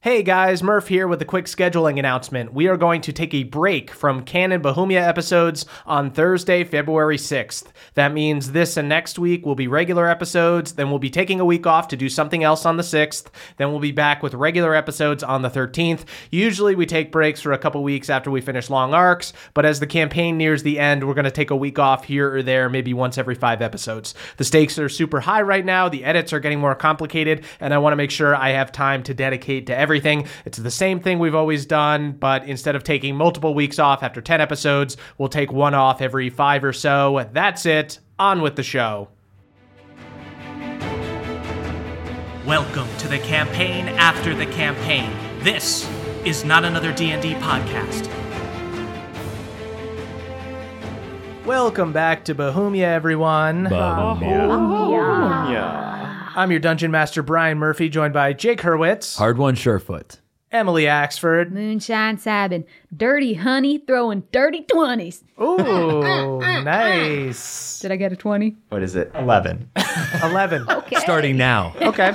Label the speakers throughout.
Speaker 1: Hey guys, Murph here with a quick scheduling announcement. We are going to take a break from Canon Bohemia episodes on Thursday, February 6th. That means this and next week will be regular episodes, then we'll be taking a week off to do something else on the 6th, then we'll be back with regular episodes on the 13th. Usually we take breaks for a couple weeks after we finish long arcs, but as the campaign nears the end, we're going to take a week off here or there, maybe once every five episodes. The stakes are super high right now, the edits are getting more complicated, and I want to make sure I have time to dedicate to everything. It's the same thing we've always done, but instead of taking multiple weeks off after 10 episodes, we'll take one off every five or so. That's it. On with the show.
Speaker 2: Welcome to the campaign after the campaign. This is not another D&D podcast.
Speaker 1: Welcome back to Bohemia, everyone. I'm your dungeon master, Brian Murphy, joined by Jake Hurwitz,
Speaker 3: Hard one, Surefoot.
Speaker 1: Emily Axford.
Speaker 4: Moonshine Sabin, dirty honey throwing dirty 20s.
Speaker 1: Ooh, nice.
Speaker 4: Did I get a 20?
Speaker 5: What is it? 11.
Speaker 1: 11.
Speaker 3: Starting now.
Speaker 1: Okay.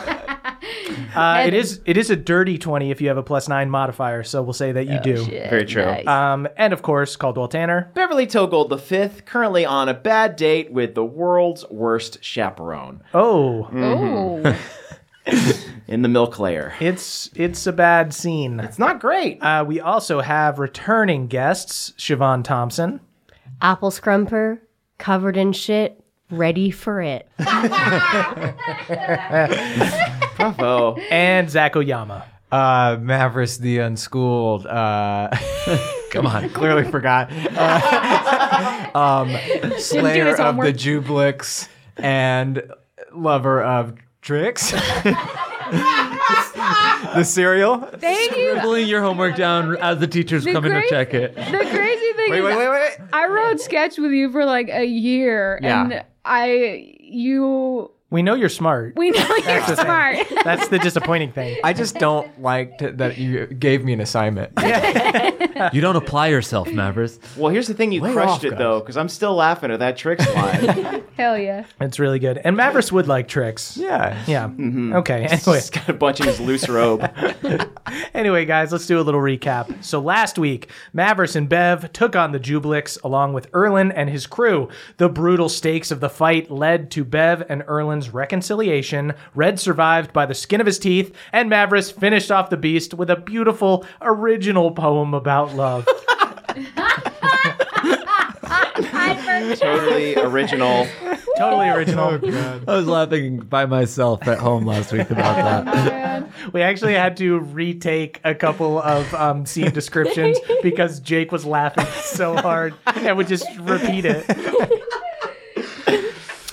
Speaker 1: Uh, it is it is a dirty 20 if you have a plus 9 modifier, so we'll say that
Speaker 3: Oh,
Speaker 1: you do.
Speaker 5: Very true.
Speaker 1: Um, and of course, Caldwell Tanner.
Speaker 5: Beverly Togold V, currently on a bad date with the world's worst chaperone
Speaker 1: Oh,
Speaker 3: Mm-hmm.
Speaker 4: Oh,
Speaker 5: in the milk layer.
Speaker 1: it's it's a bad scene.
Speaker 5: It's not great.
Speaker 1: Uh, we also have returning guests, Siobhan Thompson.
Speaker 6: apple scrumper, covered in shit, ready for it.
Speaker 5: Bravo.
Speaker 1: and Zach Oyama.
Speaker 7: Uh, Mavericks the Unschooled. Uh, Come on. clearly forgot. Uh, um, Slayer
Speaker 4: his
Speaker 7: of the
Speaker 4: homework.
Speaker 7: Jublix and lover of Tricks. the cereal.
Speaker 4: thank you.
Speaker 3: Pulling your homework down as the teacher's
Speaker 4: The
Speaker 3: coming
Speaker 4: great-
Speaker 3: to check it.
Speaker 4: The crazy thing is,
Speaker 7: wait.
Speaker 4: I wrote sketch with you for like a year,
Speaker 7: Yeah.
Speaker 4: and I, you,
Speaker 1: We know you're smart.
Speaker 4: we know you're
Speaker 1: the thing.
Speaker 4: smart.
Speaker 1: That's the disappointing thing.
Speaker 7: I just don't like to, that you gave me an assignment.
Speaker 3: You don't apply yourself, Mavericks.
Speaker 5: Well, here's the thing you
Speaker 7: Way
Speaker 5: crushed
Speaker 7: off,
Speaker 5: it,
Speaker 7: guys.
Speaker 5: though, because I'm still laughing at that trick line.
Speaker 4: Hell yeah.
Speaker 1: It's really good. And Mavericks would like tricks.
Speaker 7: Yeah.
Speaker 1: Yeah. Okay. Anyway,
Speaker 5: Mm-hmm. Got a bunch in his loose robe.
Speaker 1: anyway, guys, let's do a little recap. So last week, Mavericks and Bev took on the Jublix along with Erlin and his crew. The brutal stakes of the fight led to Bev and Erlin's reconciliation. Red survived by the skin of his teeth, and Mavericks finished off the beast with a beautiful original poem about love.
Speaker 5: Totally original.
Speaker 1: totally original.
Speaker 3: I was laughing by myself at home last week about that.
Speaker 1: We actually had to retake a couple of um, scene descriptions because Jake was laughing so hard and would just repeat it.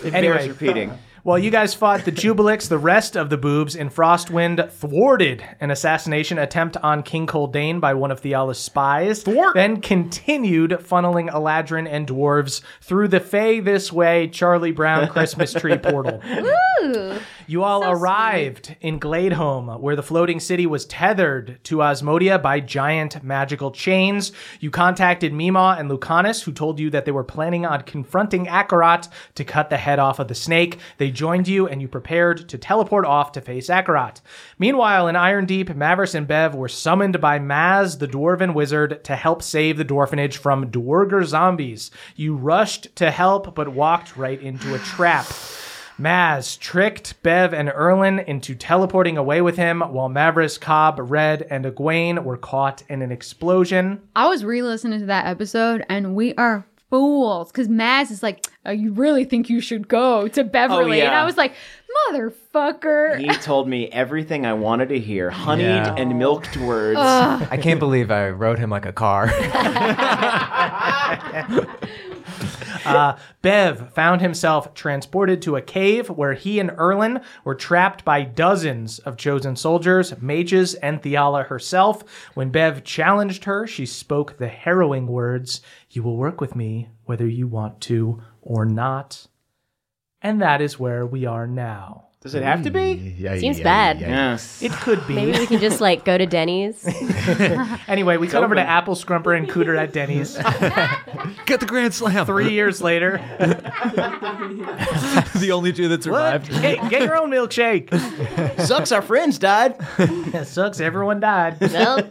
Speaker 5: Bears
Speaker 1: anyway,
Speaker 5: repeating.
Speaker 1: while you guys fought the Jubilix, the rest of the boobs in Frostwind thwarted an assassination attempt on King Coldane by one of Theala's spies. Thwart! Then continued funneling Eladrin and dwarves through the Fey this way, Charlie Brown Christmas tree portal. You all arrived in Gladeholm, where the floating city was tethered to Osmodia by giant magical chains. You contacted Mima and Lucanus, who told you that they were planning on confronting Akarat to cut the head off of the snake. They joined you, and you prepared to teleport off to face Akarat. Meanwhile, in Iron Deep, Mavericks and Bev were summoned by Maz, the dwarven wizard, to help save the dwarfenage from Dwarger zombies. You rushed to help, but walked right into a trap. Maz tricked Bev and Erlin into teleporting away with him while Mavris, Cobb, Red, and Egwene were caught in an explosion.
Speaker 4: I was re-listening to that episode, and we are fools because Maz is like, oh, "You really think you should go to Beverly?" And
Speaker 5: yeah.
Speaker 4: I was like, "Motherfucker!"
Speaker 5: He told me everything I wanted to hear, honeyed
Speaker 7: Yeah.
Speaker 5: and milked words.
Speaker 7: I can't believe I rode him like a car.
Speaker 1: Uh, Bev found himself transported to a cave where he and Erlin were trapped by dozens of chosen soldiers, mages, and Theala herself. When Bev challenged her, she spoke the harrowing words, You will work with me whether you want to or not. And that is where we are now.
Speaker 5: Does it have to be?
Speaker 6: Seems bad.
Speaker 5: Yes.
Speaker 1: It could be.
Speaker 6: Maybe we can just like go to Denny's.
Speaker 1: Anyway, we cut over to Apple Scrumper and Cooter at Denny's
Speaker 3: Get the grand slam.
Speaker 1: three years later.
Speaker 3: the only two that survived.
Speaker 1: Get, get your own milkshake.
Speaker 5: Sucks our friends died.
Speaker 1: That sucks. Everyone died.
Speaker 6: well,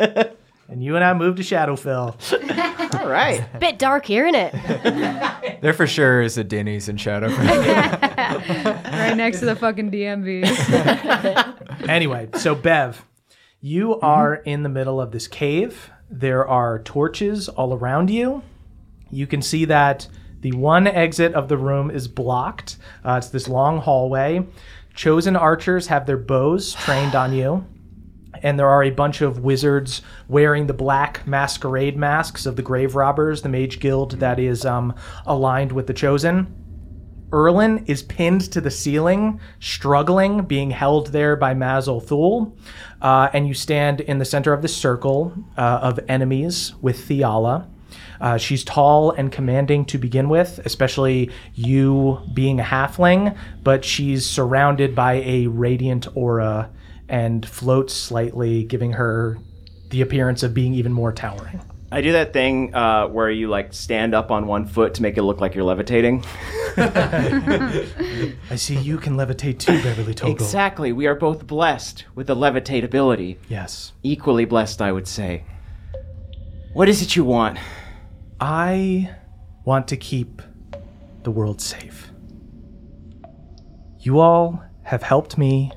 Speaker 1: And you and I moved to Shadowfell.
Speaker 5: All right.
Speaker 6: bit dark here, isn't it?
Speaker 7: there for sure is a Denny's in Shadowfell.
Speaker 4: right next to the fucking DMV.
Speaker 1: Anyway, so Bev, you are in the middle of this cave. There are torches all around you. You can see that the one exit of the room is blocked. Uh, it's this long hallway. Chosen archers have their bows trained on you. and there are a bunch of wizards wearing the black masquerade masks of the grave robbers, the mage guild that is um, aligned with the chosen. Erlin is pinned to the ceiling, struggling, being held there by Mazul Thul. Uh, and you stand in the center of the circle uh, of enemies with Theala. Uh, she's tall and commanding to begin with, especially you being a halfling, but she's surrounded by a radiant aura and floats slightly, giving her the appearance of being even more towering.
Speaker 5: I do that thing uh, where you like stand up on one foot to make it look like you're levitating.
Speaker 1: I see you can levitate too, Beverly Togo.
Speaker 5: Exactly. We are both blessed with the levitate ability.
Speaker 1: Yes.
Speaker 5: Equally blessed, I would say. What is it you want?
Speaker 1: I want to keep the world safe. You all have helped me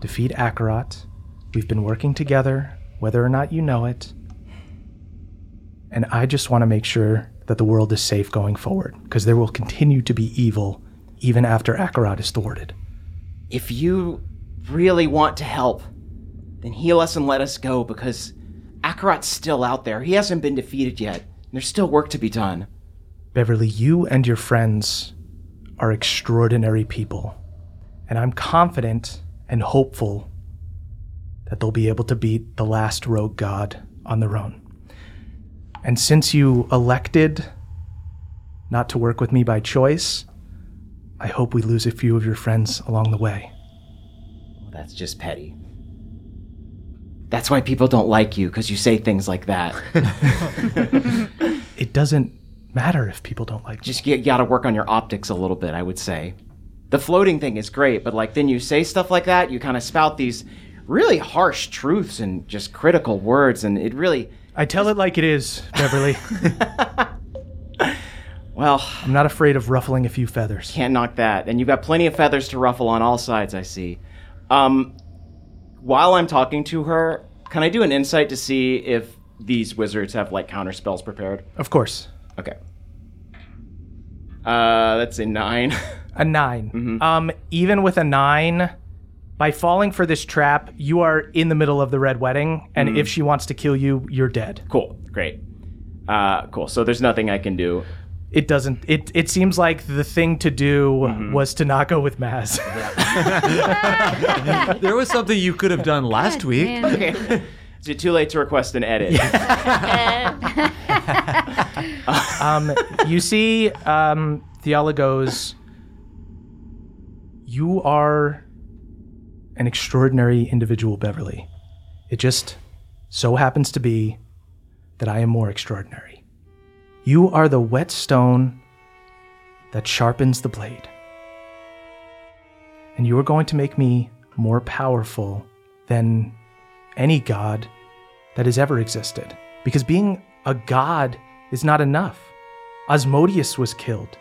Speaker 1: defeat Akarat. We've been working together, whether or not you know it. And I just want to make sure that the world is safe going forward, because there will continue to be evil even after Akarat is thwarted.
Speaker 5: If you really want to help, then heal us and let us go because Akarat's still out there. He hasn't been defeated yet. There's still work to be done.
Speaker 1: Beverly, you and your friends are extraordinary people, and I'm confident and hopeful that they'll be able to beat the last rogue god on their own. And since you elected not to work with me by choice, I hope we lose a few of your friends along the way.
Speaker 5: Well, that's just petty. That's why people don't like you because you say things like that.
Speaker 1: It doesn't matter if people don't like you.
Speaker 5: just you gotta work on your optics a little bit, I would say. The floating thing is great, but like then you say stuff like that, you kind of spout these really harsh truths and just critical words, and it really,
Speaker 1: I tell it like it is, Beverly.
Speaker 5: well,
Speaker 1: I'm not afraid of ruffling a few feathers.
Speaker 5: can't knock that. And you've got plenty of feathers to ruffle on all sides, I see. Um, while I'm talking to her, can I do an insight to see if these wizards have like counter spells prepared?
Speaker 1: Of course.
Speaker 5: Okay. Uh, that's a nine.
Speaker 1: A 9 Um, even with a nine, by falling for this trap, you are in the middle of the red wedding, and if she wants to kill you, you're dead.
Speaker 5: cool, great. Uh, cool. So there's nothing I can do.
Speaker 1: It doesn't. It it seems like the thing to do was to not go with Maz.
Speaker 3: There was something you could have done last week.
Speaker 4: Man,
Speaker 5: Okay. Is it too late to request an edit?
Speaker 1: um, you see, um, Theala goes. You are an extraordinary individual, Beverly. It just so happens to be that I am more extraordinary. You are the whetstone that sharpens the blade. And you are going to make me more powerful than any god that has ever existed. Because being a god is not enough. Osmodius was killed.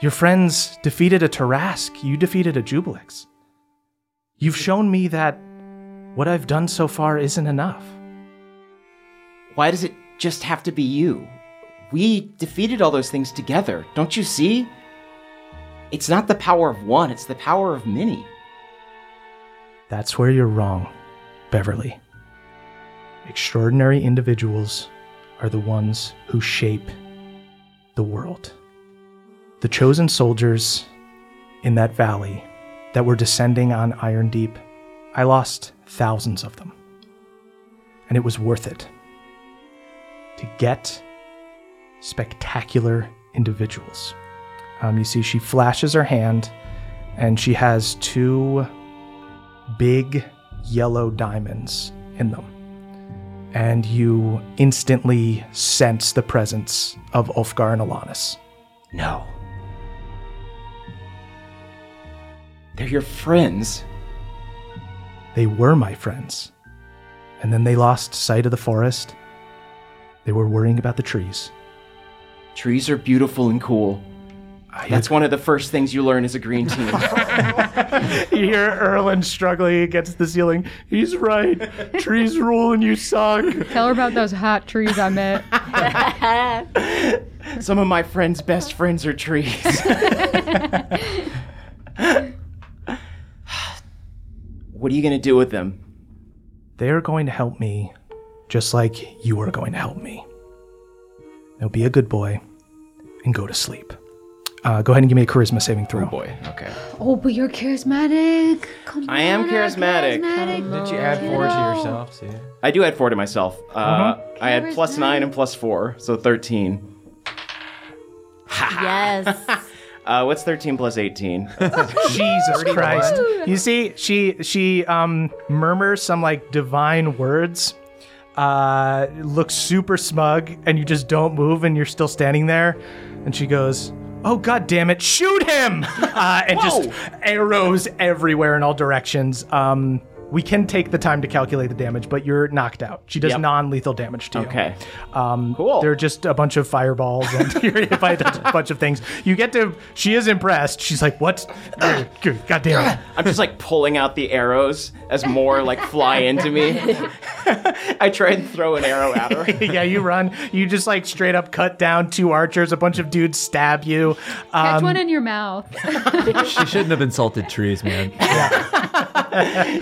Speaker 1: Your friends defeated a Tarask. You defeated a Jubilix. You've shown me that what I've done so far isn't enough.
Speaker 5: Why does it just have to be you? We defeated all those things together. Don't you see? It's not the power of one, it's the power of many.
Speaker 1: That's where you're wrong, Beverly. Extraordinary individuals are the ones who shape the world. The chosen soldiers in that valley that were descending on Iron Deep, I lost thousands of them. And it was worth it to get spectacular individuals. Um, you see, she flashes her hand and she has two big yellow diamonds in them. And you instantly sense the presence of Ulfgar and Alanis.
Speaker 5: No. They're your friends.
Speaker 1: They were my friends. And then they lost sight of the forest. They were worrying about the trees.
Speaker 5: Trees are beautiful and cool.
Speaker 1: I
Speaker 5: That's one of the first things you learn as a green team.
Speaker 1: You hear Erlen struggling against the ceiling. He's right. Trees rule and you suck.
Speaker 4: Tell her about those hot trees I met.
Speaker 5: Some of my friends' best friends are trees. what are you going to do with them?
Speaker 1: They are going to help me just like you are going to help me. Now be a good boy and go to sleep. Uh, go ahead and give me a charisma saving throw.
Speaker 5: Boy, okay.
Speaker 4: oh, but you're charismatic. Come
Speaker 5: I am
Speaker 4: on,
Speaker 5: charismatic.
Speaker 7: Did you add four to yourself too?
Speaker 5: I do add four to myself. Uh, I had plus nine and plus four, so 13.
Speaker 6: yes.
Speaker 5: Uh, what's 13 plus 18?
Speaker 1: Jesus Christ. You see, she she um murmurs some like divine words, uh, looks super smug, and you just don't move and you're still standing there. And she goes, Oh god damn it, shoot him! Uh, and just arrows everywhere in all directions. Um we can take the time to calculate the damage, but you're knocked out. She does non-lethal damage to you.
Speaker 5: Okay.
Speaker 1: Um,
Speaker 5: Cool.
Speaker 1: They're just a bunch of fireballs and you're hit by a bunch- bunch of things. You get to. She is impressed. She's like, "What? Uh, good- God damn it!"
Speaker 5: I'm just like pulling out the arrows as more like fly into me. I try and throw an arrow at her.
Speaker 1: yeah, you run. You just like straight up cut down two archers. A bunch of dudes stab you. Um,
Speaker 4: Catch
Speaker 7: Um,
Speaker 4: one in your mouth.
Speaker 3: She shouldn't have insulted trees, man.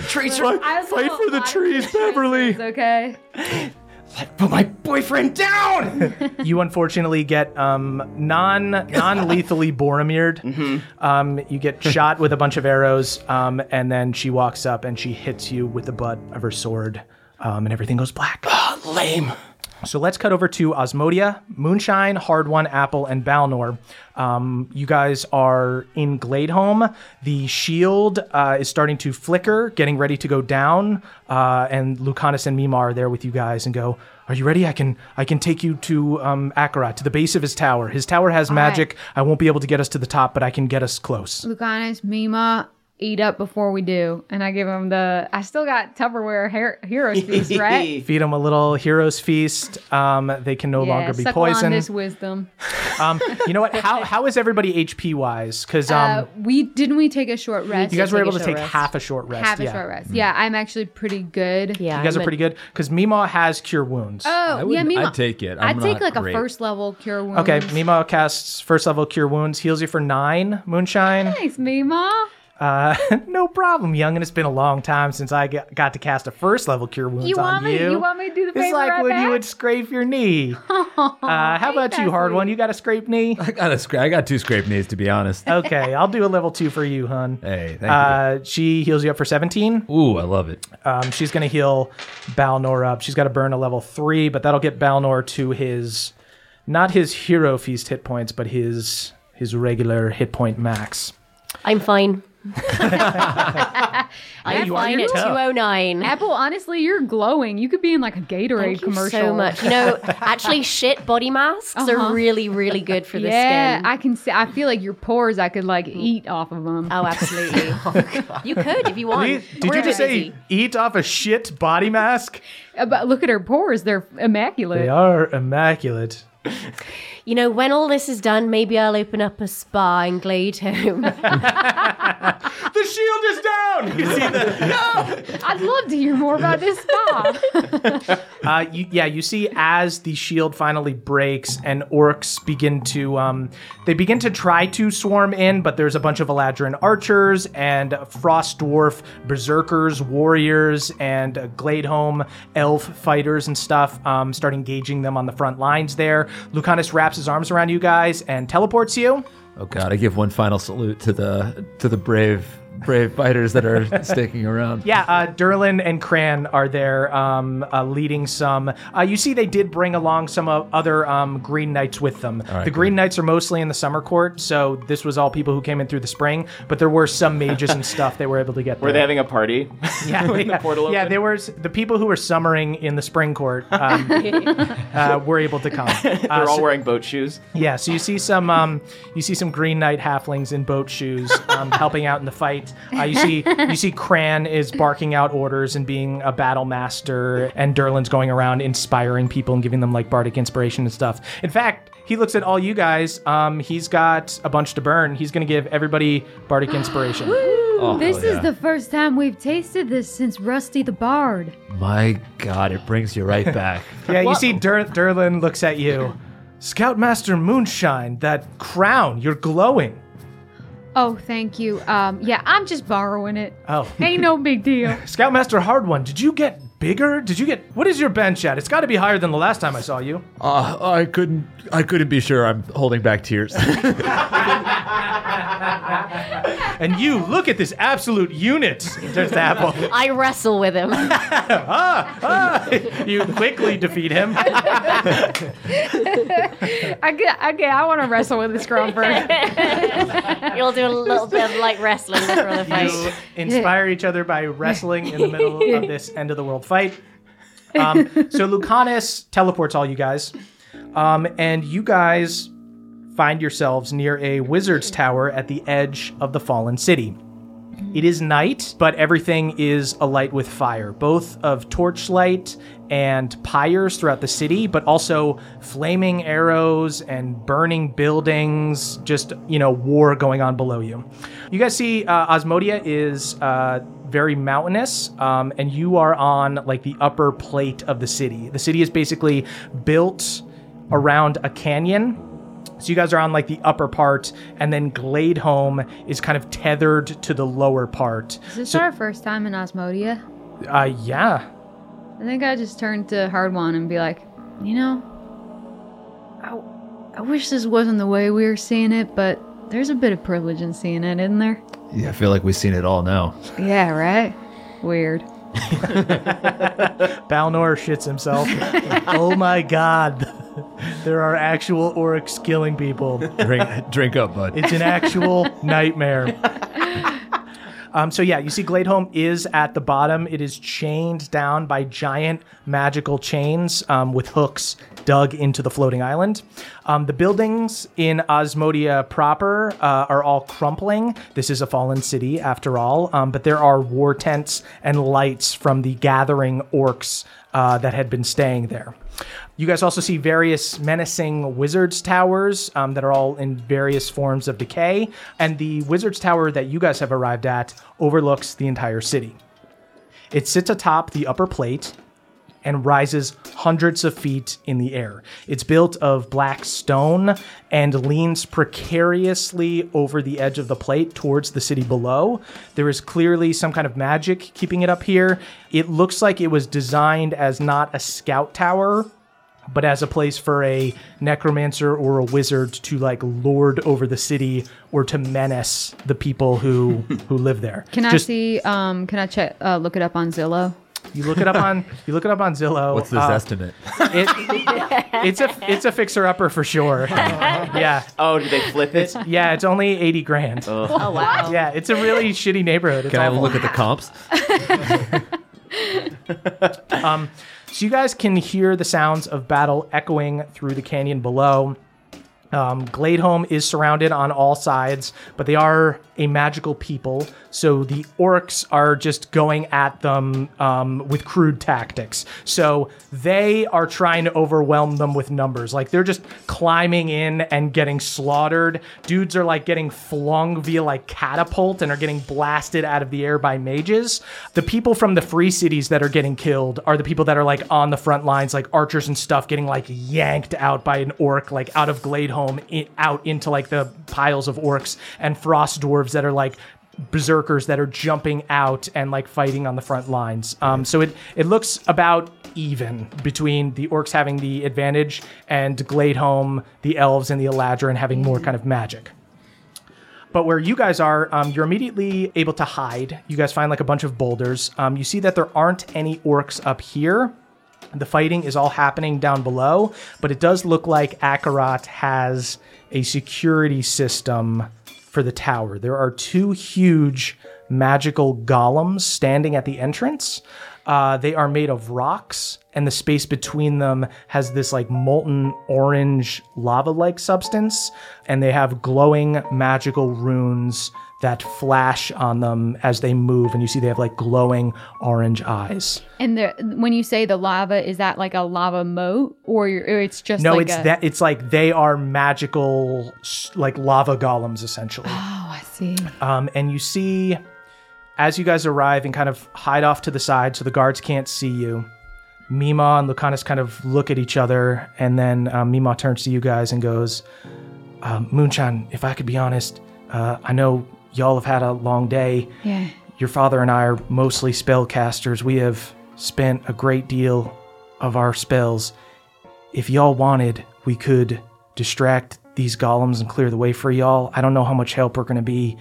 Speaker 5: Trees run.
Speaker 4: I also
Speaker 1: Fight
Speaker 4: don't
Speaker 1: for the
Speaker 4: like
Speaker 1: trees,
Speaker 4: Christmas,
Speaker 1: Beverly.
Speaker 4: it's Okay.
Speaker 5: Put my boyfriend down!
Speaker 1: You unfortunately get um, non non lethally Boromired.
Speaker 5: Mm-hmm.
Speaker 1: Um, you get shot with a bunch of arrows, um, and then she walks up and she hits you with the butt of her sword, um, and everything goes black.
Speaker 5: Lame.
Speaker 1: So let's cut over to Osmodia, Moonshine, Hard One, Apple, and Balnor. Um, you guys are in Gladeholm. The shield uh, is starting to flicker, getting ready to go down. Uh, and Lucanus and Mima are there with you guys and go, "Are you ready? I can I can take you to um, Akarat, to the base of his tower. His tower has magic. I won't be able to get us to the top, but I can get us close."
Speaker 4: Lucanus, Mima, eat up before we do. And I give him the. I still got Tupperware hair, heroes feast, right?
Speaker 1: Feed them a little hero's feast. Um, they can no
Speaker 4: yeah,
Speaker 1: longer be
Speaker 4: suckle on
Speaker 1: poisoned.
Speaker 4: this wisdom.
Speaker 1: Um, you know what? How, how is everybody HP wise? Because um,
Speaker 4: uh, we didn't we take a short rest.
Speaker 1: You guys
Speaker 6: Just
Speaker 1: were
Speaker 6: take a
Speaker 1: able to
Speaker 6: short
Speaker 1: take
Speaker 6: rest.
Speaker 1: half a short rest.
Speaker 4: Have a
Speaker 1: yeah.
Speaker 4: short rest. Yeah, I'm actually pretty good.
Speaker 6: Yeah.
Speaker 1: You guys are
Speaker 6: I'm a-
Speaker 1: pretty good because Mima has cure wounds.
Speaker 4: Oh, yeah,
Speaker 3: wouldn't-
Speaker 4: Mima.
Speaker 3: I'd take it.
Speaker 4: i
Speaker 3: I'm
Speaker 4: would take
Speaker 3: not
Speaker 4: like
Speaker 3: great.
Speaker 4: a first level cure wound.
Speaker 1: okay, Mima casts first level cure wounds, heals you for nine moonshine.
Speaker 4: Thanks, Mima.
Speaker 1: Uh, no problem, young. And it's been a long time since I got got to cast a first level cure wounds
Speaker 4: You
Speaker 1: on
Speaker 4: want me?
Speaker 1: you.
Speaker 4: You want me to do the
Speaker 1: It's
Speaker 4: favor
Speaker 1: like
Speaker 4: right
Speaker 1: when
Speaker 4: back?
Speaker 1: you would scrape your knee. uh, how about you,
Speaker 4: that
Speaker 1: hard
Speaker 4: sweet.
Speaker 1: one? You got a scrape knee?
Speaker 3: I got a scra- I got two scrape knees to be honest.
Speaker 1: Okay, I'll do a level two for you, hun.
Speaker 3: Hey, thank
Speaker 1: Uh, she heals you up for 17.
Speaker 3: you. Ooh, I love it.
Speaker 1: Um, she's going to heal Balnor up. She's got to burn a level three, but that'll get Balnor to his, not his hero feast hit points, but his his regular hit point max.
Speaker 6: I'm fine. I'm flying at 209.
Speaker 4: Apple, honestly, you're glowing. You could be in like a Gatorade
Speaker 6: Thank you
Speaker 4: commercial.
Speaker 6: so much. You know, actually, shit body masks
Speaker 4: Uh-huh.
Speaker 6: are really, really good for the
Speaker 4: yeah,
Speaker 6: skin. Mm.
Speaker 4: I can see. I feel like your pores. I could like eat off of them.
Speaker 6: oh, absolutely. you could if you want.
Speaker 1: Please- did
Speaker 6: We're
Speaker 1: you just say
Speaker 6: busy.
Speaker 1: eat off a shit body mask?
Speaker 4: Uh, But look at her pores; they're immaculate.
Speaker 1: are immaculate.
Speaker 6: You know, when all this is done, maybe I'll open up a spa in Glade Home.
Speaker 1: The shield is down. You see the
Speaker 4: I'd love to hear more about this spa.
Speaker 1: Uh, you, yeah, you see as the shield finally breaks and orcs begin to um, they begin to try to swarm in, but there's a bunch of Eladrin archers and frost dwarf berserkers, warriors, and uh, Gladeholm elf fighters and stuff. Um, start engaging them on the front lines there. Lucanus wraps his arms around you guys and teleports you.
Speaker 3: Oh God, I give one final salute to the to the brave brave fighters that are sticking around.
Speaker 1: Yeah, uh, Derlin and Cran are there um, uh, leading some. Uh, you see, they did bring along some uh, other um, Green Knights with them. the Green Knights are mostly in the summer court, so this was all people who came in through the spring, but there were some mages and stuff they were able to get
Speaker 5: Were
Speaker 1: there.
Speaker 5: they having a party?
Speaker 1: yeah, yeah.
Speaker 5: portal
Speaker 1: Yeah,
Speaker 5: open?
Speaker 1: there was the people who were summering in the spring court um, uh, were able to come. Uh,
Speaker 5: They're all
Speaker 1: so-
Speaker 5: wearing boat shoes.
Speaker 1: yeah, so you see some um, you see some Green Knight halflings in boat shoes um, helping out in the fight. Uh, you see you see Cran is barking out orders and being a battle master, and Derlin's going around inspiring people and giving them like bardic inspiration and stuff. In fact, he looks at all you guys. Um, he's got a bunch to burn. He's gonna give everybody bardic inspiration.
Speaker 3: Oh,
Speaker 1: Oh,
Speaker 4: this is the first time we've tasted this since Rusty the Bard.
Speaker 3: My God, it brings you right back.
Speaker 1: Yeah, you see Der- Derlin looks at you. Scoutmaster Moonshine, that crown, you're glowing.
Speaker 4: Oh, thank you. Um, yeah, I'm just borrowing it.
Speaker 1: Oh.
Speaker 4: Ain't no big deal.
Speaker 1: Scoutmaster Hard One, did you get bigger? Did you get what is your bench at? It's got to be higher than the last time I saw you.
Speaker 3: Uh, I couldn't I couldn't be sure. I'm holding back tears.
Speaker 1: And you look at this absolute unit. There's the apple. Ah,
Speaker 6: I wrestle with him.
Speaker 1: You quickly defeat him.
Speaker 4: I get, I get, I want to wrestle with this girl first.
Speaker 6: You'll do a little bit of like wrestling before the
Speaker 1: You
Speaker 6: fight.
Speaker 1: inspire each other by wrestling in the middle of this end of the world fight. Um, so Lucanus teleports all you guys, um, and you guys find yourselves near a wizard's tower at the edge of the fallen city. It is night, but everything is alight with fire, both of torchlight and pyres throughout the city, but also flaming arrows and burning buildings, just, you know, war going on below you. You guys see uh, Osmodia is uh, very mountainous, um, and you are on like the upper plate of the city. The city is basically built around a canyon so you guys are on like the upper part, and then Gladeholm is kind of tethered to the lower part.
Speaker 4: Is this our first time in Osmodia?
Speaker 1: Uh, yeah.
Speaker 4: I think I just turned to Hard One and be like, you know, I, I wish this wasn't the way we were seeing it, but there's a bit of privilege in seeing it, isn't there?
Speaker 3: yeah, I feel like we've seen it all now.
Speaker 4: Yeah, right? Weird.
Speaker 1: Balnor shits himself. oh my god. There are actual orcs killing people.
Speaker 3: Drink drink up, bud.
Speaker 1: It's an actual nightmare. Um, so yeah, you see Gladeholm is at the bottom. It is chained down by giant magical chains um, with hooks dug into the floating island. Um, the buildings in Osmodia proper uh, are all crumpling. This is a fallen city after all, um, but there are war tents and lights from the gathering orcs uh, that had been staying there. You guys also see various menacing wizards towers um, that are all in various forms of decay, and the wizards tower that you guys have arrived at overlooks the entire city. It sits atop the upper plate and rises hundreds of feet in the air. It's built of black stone and leans precariously over the edge of the plate towards the city below. There is clearly some kind of magic keeping it up here. It looks like it was designed as not a scout tower. But as a place for a necromancer or a wizard to like lord over the city or to menace the people who who live there.
Speaker 4: Can I
Speaker 1: Just-
Speaker 4: see, um, can I check, uh, look it up on Zillow?
Speaker 1: You look it up on you look it up on Zillow.
Speaker 3: What's this
Speaker 1: Uh,
Speaker 3: estimate?
Speaker 1: It, it's a it's a fixer upper for sure. yeah,
Speaker 5: Oh, did they flip it?
Speaker 1: yeah. It's only eighty grand.
Speaker 6: Oh wow.
Speaker 1: Yeah, it's a really shitty neighborhood. It's
Speaker 3: Can I have a
Speaker 1: awful.
Speaker 3: look at the comps?
Speaker 1: Um, So you guys can hear the sounds of battle echoing through the canyon below. Um, Gladeholm is surrounded on all sides, but they are a magical people, so the orcs are just going at them um, with crude tactics. So they are trying to overwhelm them with numbers. Like they're just climbing in and getting slaughtered. Dudes are like getting flung via like catapult and are getting blasted out of the air by mages. The people from the free cities that are getting killed are the people that are like on the front lines, like archers and stuff, getting like yanked out by an orc, like out of Gladeholm, i- out into like the piles of orcs and frost dwarves that are like berserkers that are jumping out and like fighting on the front lines. Um, so it it looks about even between the orcs having the advantage and Gladeholm, the elves, and the Eladrin having more kind of magic. But where you guys are, um, you're immediately able to hide. You guys find like a bunch of boulders. Um, you see that there aren't any orcs up here. The fighting is all happening down below, but it does look like Akarat has a security system for the tower. There are two huge magical golems standing at the entrance. Uh, they are made of rocks, and the space between them has this like molten orange lava like substance, and they have glowing magical runes that flash on them as they move, and you see they have like glowing orange eyes.
Speaker 4: And there, when you say the lava, is that like a lava moat, or, you're, or it's just
Speaker 1: No,
Speaker 4: like
Speaker 1: it's
Speaker 4: a,
Speaker 1: that it's like they are magical, s- like lava golems essentially.
Speaker 4: Oh, I see.
Speaker 1: Um, and you see, as you guys arrive and kind of hide off to the side so the guards can't see you, Mima and Lucanus kind of look at each other, and then um, Mima turns to you guys and goes, um, "Moonshine, if I could be honest, uh, I know y'all have had a long day.
Speaker 4: Yeah.
Speaker 1: Your father and I are mostly spellcasters. We have spent a great deal of our spells. If y'all wanted, we could distract these golems and clear the way for y'all. I don't know how much help we're going to be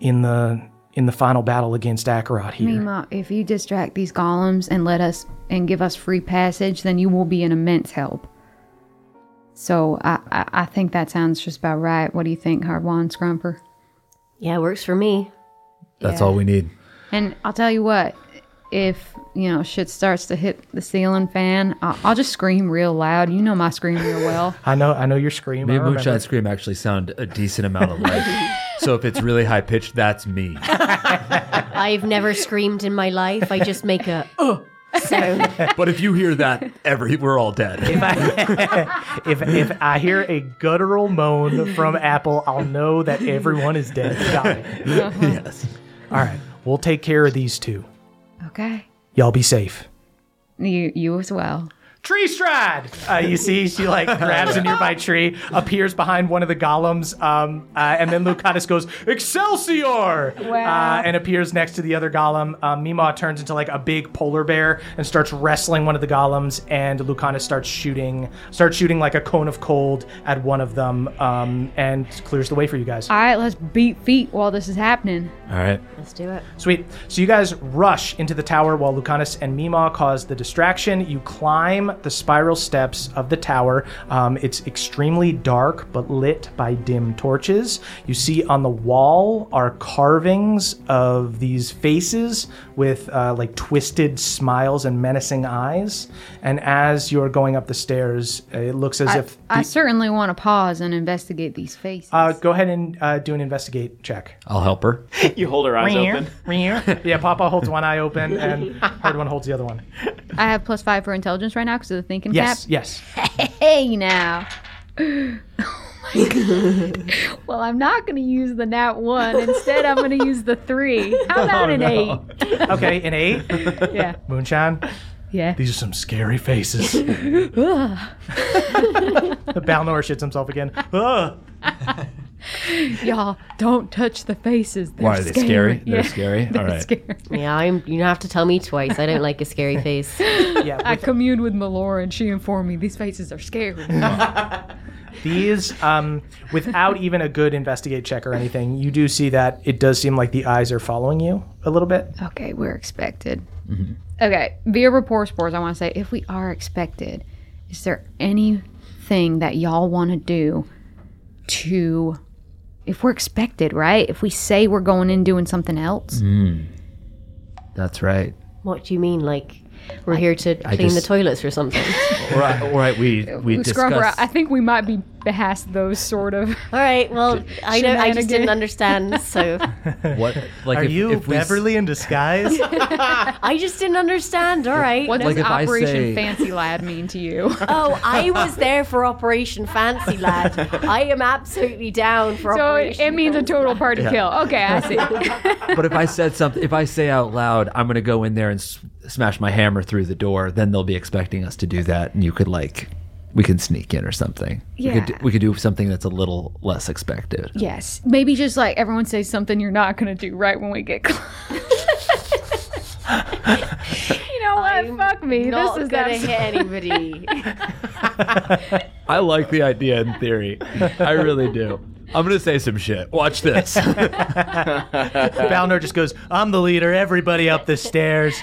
Speaker 1: in the in the final battle against Akarat here.
Speaker 4: Mima, if you distract these golems and let us and give us free passage, then you will be an immense help. So I, I, I think that sounds just about right. What do you think, Hardwon Scrumper?
Speaker 6: Yeah, works for me.
Speaker 3: That's all we need.
Speaker 4: And I'll tell you what, if you know shit starts to hit the ceiling fan, I'll, I'll just scream real loud. You know my scream real well.
Speaker 1: I know, I know you're screaming.
Speaker 3: Me
Speaker 1: I
Speaker 3: and
Speaker 1: remember.
Speaker 3: Moonshine Scream actually sound a decent amount alike. so if it's really high pitched, that's me.
Speaker 6: I've never screamed in my life. I just make a oh sound.
Speaker 3: But if you hear that, every we're all dead.
Speaker 1: If if I hear a guttural moan from Apple, I'll know that everyone is dead. Got it.
Speaker 8: Uh-huh.
Speaker 3: yes.
Speaker 1: All right, we'll take care of these two.
Speaker 4: Okay,
Speaker 1: Y'all be safe.
Speaker 4: you you as well.
Speaker 1: tree stride. Uh, you see, she like grabs a nearby tree, appears behind one of the golems, um, uh, and then Lucanus goes Excelsior, uh, and appears next to the other golem. Um, Mima turns into like a big polar bear and starts wrestling one of the golems, and Lucanus starts shooting, starts shooting like a cone of cold at one of them, um, and clears the way for you guys.
Speaker 4: All right, let's beat feet while this is happening.
Speaker 3: All right.
Speaker 6: Let's do it.
Speaker 1: Sweet. So you guys rush into the tower while Lucanus and Mima cause the distraction. You climb the spiral steps of the tower. Um, it's extremely dark, but lit by dim torches. You see on the wall are carvings of these faces with uh, like twisted smiles and menacing eyes. And as you're going up the stairs, it looks as if.
Speaker 4: I certainly want to pause and investigate these faces.
Speaker 1: uh, go ahead and uh, do an investigate check.
Speaker 3: I'll help her.
Speaker 5: You hold her eyes open.
Speaker 1: yeah, Papa holds one eye open and Hard One holds the other one.
Speaker 4: I have plus five for intelligence right now because of the thinking
Speaker 1: Yes,
Speaker 4: cap.
Speaker 1: yes.
Speaker 4: Hey now. Oh my god. well, I'm not going to use the nat one. Instead, I'm going to use the three. How about an eight?
Speaker 1: Oh, Okay, an eight.
Speaker 4: Yeah.
Speaker 1: Moonshine.
Speaker 4: Yeah.
Speaker 1: These are some scary faces. the Balnor shits himself again. Ugh.
Speaker 4: Y'all, don't touch the faces. They're
Speaker 3: Why are they scary? They're
Speaker 4: Yeah.
Speaker 3: scary? All
Speaker 4: They're
Speaker 3: right.
Speaker 4: scary.
Speaker 6: Yeah, I'm. You don't have to tell me twice. I don't like a scary face.
Speaker 1: Yeah,
Speaker 4: I communed with Melora and she informed me these faces are scary.
Speaker 1: These, um, without even a good investigate check or anything, you do see that it does seem like the eyes are following you a little bit.
Speaker 4: Okay, we're expected. Okay, via rapport spores, I want to say if we are expected, is there anything that y'all want to do to. If we're expected, right? If we say we're going in doing something else,
Speaker 3: Mm. That's right.
Speaker 6: What do you mean? Like we're here to
Speaker 3: I
Speaker 6: clean the
Speaker 3: just-
Speaker 6: toilets or something?
Speaker 3: All right, all right we we
Speaker 4: Scrubber,
Speaker 3: discussed.
Speaker 4: I think we might be past those sort of.
Speaker 6: All right. Well, I don't. I just didn't understand. So
Speaker 3: What like if, if we s-
Speaker 7: in disguise?
Speaker 6: I just didn't understand. All right.
Speaker 4: What
Speaker 6: no.
Speaker 4: does
Speaker 3: Like if I
Speaker 4: Operation
Speaker 3: say-
Speaker 4: Fancy Lad mean to you?
Speaker 6: Oh, I was there for Operation Fancy Lad. I am absolutely down for
Speaker 4: so it,
Speaker 6: Operation.
Speaker 4: it means a total party kill. Okay, I see.
Speaker 3: But if I said something, if I say out loud, I'm gonna go in there and s- smash my hammer through the door. Then they'll be expecting us to do that, and you could like, we can sneak in or something. We could,
Speaker 4: Yeah.
Speaker 3: do- we could do something that's a little less expected.
Speaker 4: yes, maybe just like everyone says something you're not gonna do right when we get close. you know what? Fuck me.
Speaker 6: Not
Speaker 4: this is
Speaker 6: gonna
Speaker 4: abs-
Speaker 6: hit anybody.
Speaker 3: I like the idea in theory. I really do. I'm gonna say some shit. Watch this.
Speaker 1: Balnor just goes, I'm the leader, everybody up the stairs.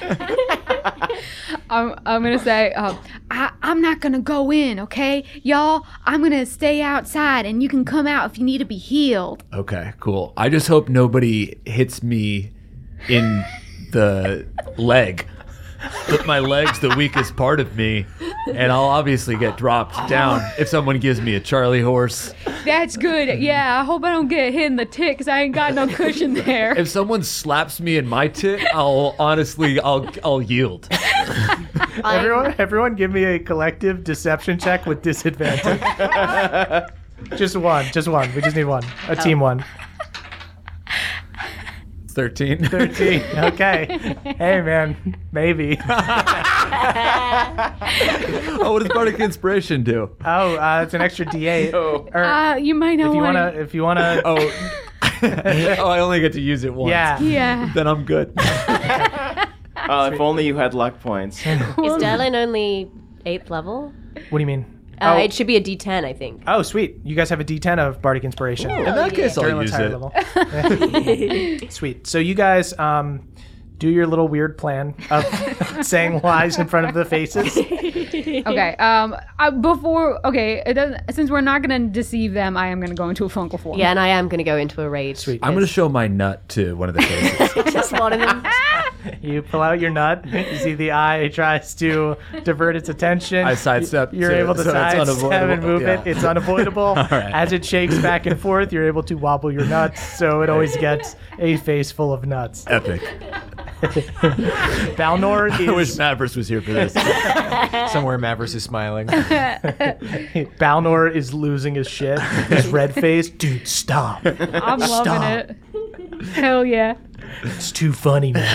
Speaker 4: I'm, I'm gonna say uh, I, I'm not gonna go in. Okay, y'all. I'm gonna stay outside, and you can come out if you need to be healed.
Speaker 3: okay, cool. I just hope nobody hits me in the leg. But my leg's the weakest part of me, and I'll obviously get dropped down if someone gives me a Charlie horse.
Speaker 4: That's good. Yeah, I hope I don't get hit in the tit because I ain't got no cushion there.
Speaker 3: If someone slaps me in my tit, I'll honestly, I'll, I'll yield.
Speaker 1: Everyone, everyone, give me a collective deception check with disadvantage. just one, just one. We just need one. A team one.
Speaker 3: Thirteen.
Speaker 1: Thirteen. Okay. Hey, man. Maybe.
Speaker 3: oh, what does bardic inspiration do?
Speaker 1: Oh, uh, it's an extra D8. Or
Speaker 4: Uh, you might not
Speaker 1: if you
Speaker 4: want
Speaker 1: wanna, if you wanna,
Speaker 3: Oh, oh, I only get to use it once.
Speaker 1: yeah.
Speaker 4: Yeah.
Speaker 3: Then I'm good.
Speaker 5: Uh, if only you had luck points.
Speaker 6: Is Dylan only eighth level?
Speaker 1: What do you mean?
Speaker 6: Uh,
Speaker 1: oh,
Speaker 6: It should be a D10, I think. Oh,
Speaker 1: oh, sweet. You guys have a D10 of bardic inspiration.
Speaker 3: In that case, I'll
Speaker 1: Darren's
Speaker 3: use
Speaker 1: higher
Speaker 3: it.
Speaker 1: level. Yeah. Sweet. So you guys um, do your little weird plan of saying lies in front of the faces.
Speaker 4: Okay. Um. I, before. Okay. It doesn't. Since we're not gonna deceive them, I am gonna go into a fungal form.
Speaker 6: Yeah, and I am going to go into a rage. Sweet.
Speaker 3: I'm gonna show my nut to one of the faces.
Speaker 6: Just one of them.
Speaker 1: You pull out your nut. You see the eye tries to divert its attention.
Speaker 3: I sidestep
Speaker 1: You're
Speaker 3: to it,
Speaker 1: able to
Speaker 3: so it's
Speaker 1: sidestep
Speaker 3: unavoidable.
Speaker 1: and move it.
Speaker 3: Yeah.
Speaker 1: It's unavoidable.
Speaker 3: right.
Speaker 1: As it shakes back and forth, you're able to wobble your nuts. So it always gets a face full of nuts.
Speaker 3: Epic.
Speaker 1: Balnor
Speaker 3: I wish
Speaker 1: is
Speaker 3: Mavris was here for this.
Speaker 7: Somewhere Mavericks is smiling.
Speaker 1: Balnor is losing his shit. His red face. Dude, stop.
Speaker 4: I'm loving
Speaker 1: Stop.
Speaker 4: it. Hell yeah.
Speaker 1: It's too funny, man.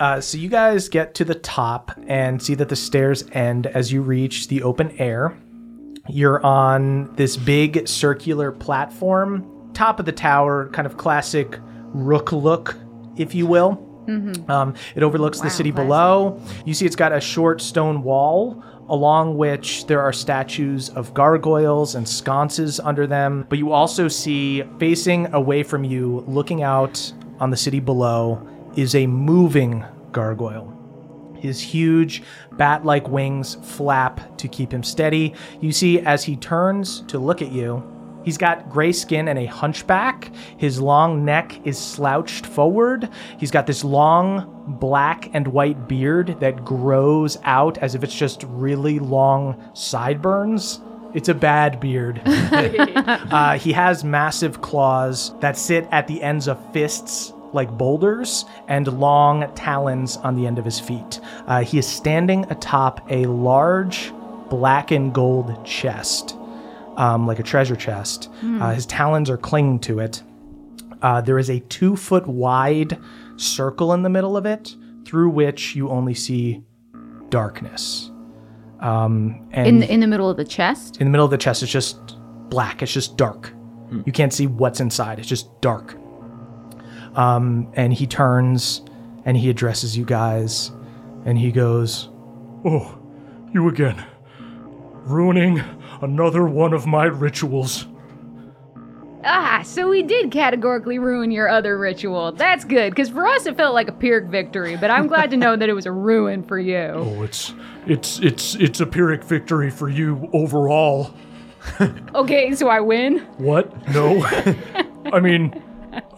Speaker 1: uh, so you guys get to the top and see that the stairs end as you reach the open air. You're on this big circular platform, top of the tower, kind of classic rook look, if you will.
Speaker 7: Mm-hmm.
Speaker 1: Um, it overlooks the city below. You see, it's got a short stone wall along which there are statues of gargoyles and sconces under them. But you also see, facing away from you, looking out on the city below, is a moving gargoyle. His huge bat like wings flap to keep him steady. You see, as he turns to look at you, he's got gray skin and a hunchback. His long neck is slouched forward. He's got this long black and white beard that grows out as if it's just really long sideburns. It's a bad beard. Uh, he has massive claws that sit at the ends of fists like boulders and long talons on the end of his feet. Uh, he is standing atop a large black and gold chest, um, like a treasure chest.
Speaker 4: Hmm.
Speaker 1: Uh, his talons are clinging to it. Uh, there is a two foot wide circle in the middle of it through which you only see darkness. Um, and
Speaker 4: In the, in the middle of the chest.
Speaker 1: in the middle of the chest it's just black it's just dark you can't see what's inside it's just dark um, and he turns and he addresses you guys and he goes oh you again
Speaker 8: ruining another one of my rituals.
Speaker 4: Ah, so we did categorically ruin your other ritual. That's good, because for us it felt like a Pyrrhic victory, but I'm glad to know that it was a ruin for you.
Speaker 8: Oh, it's it's it's it's a pyrrhic victory for you overall.
Speaker 4: Okay, so I win?
Speaker 8: What? No. I mean,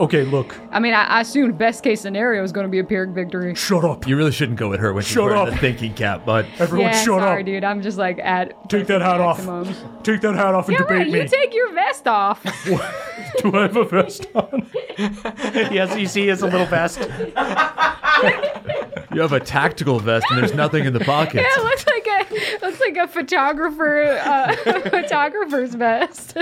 Speaker 8: okay, look.
Speaker 4: I mean, I, I assume best case scenario is going to be a Pyrrhic victory.
Speaker 8: Shut up.
Speaker 3: You really shouldn't go with her when she's
Speaker 8: Shut
Speaker 3: wearing
Speaker 8: up.
Speaker 3: the thinking cap, bud.
Speaker 8: Everyone,
Speaker 4: yeah,
Speaker 8: shut
Speaker 4: sorry,
Speaker 8: up.
Speaker 4: dude. I'm just like at.
Speaker 8: Take that hat off.
Speaker 4: maximum.
Speaker 8: Take that hat off and
Speaker 4: Yeah,
Speaker 8: debate
Speaker 4: right.
Speaker 8: me.
Speaker 4: You take your vest off.
Speaker 8: Do I have a vest on?
Speaker 1: yes, you see, he has a little vest.
Speaker 3: You have a tactical vest and there's nothing in the pockets.
Speaker 4: Yeah, it looks like a looks like a photographer uh, photographer's vest.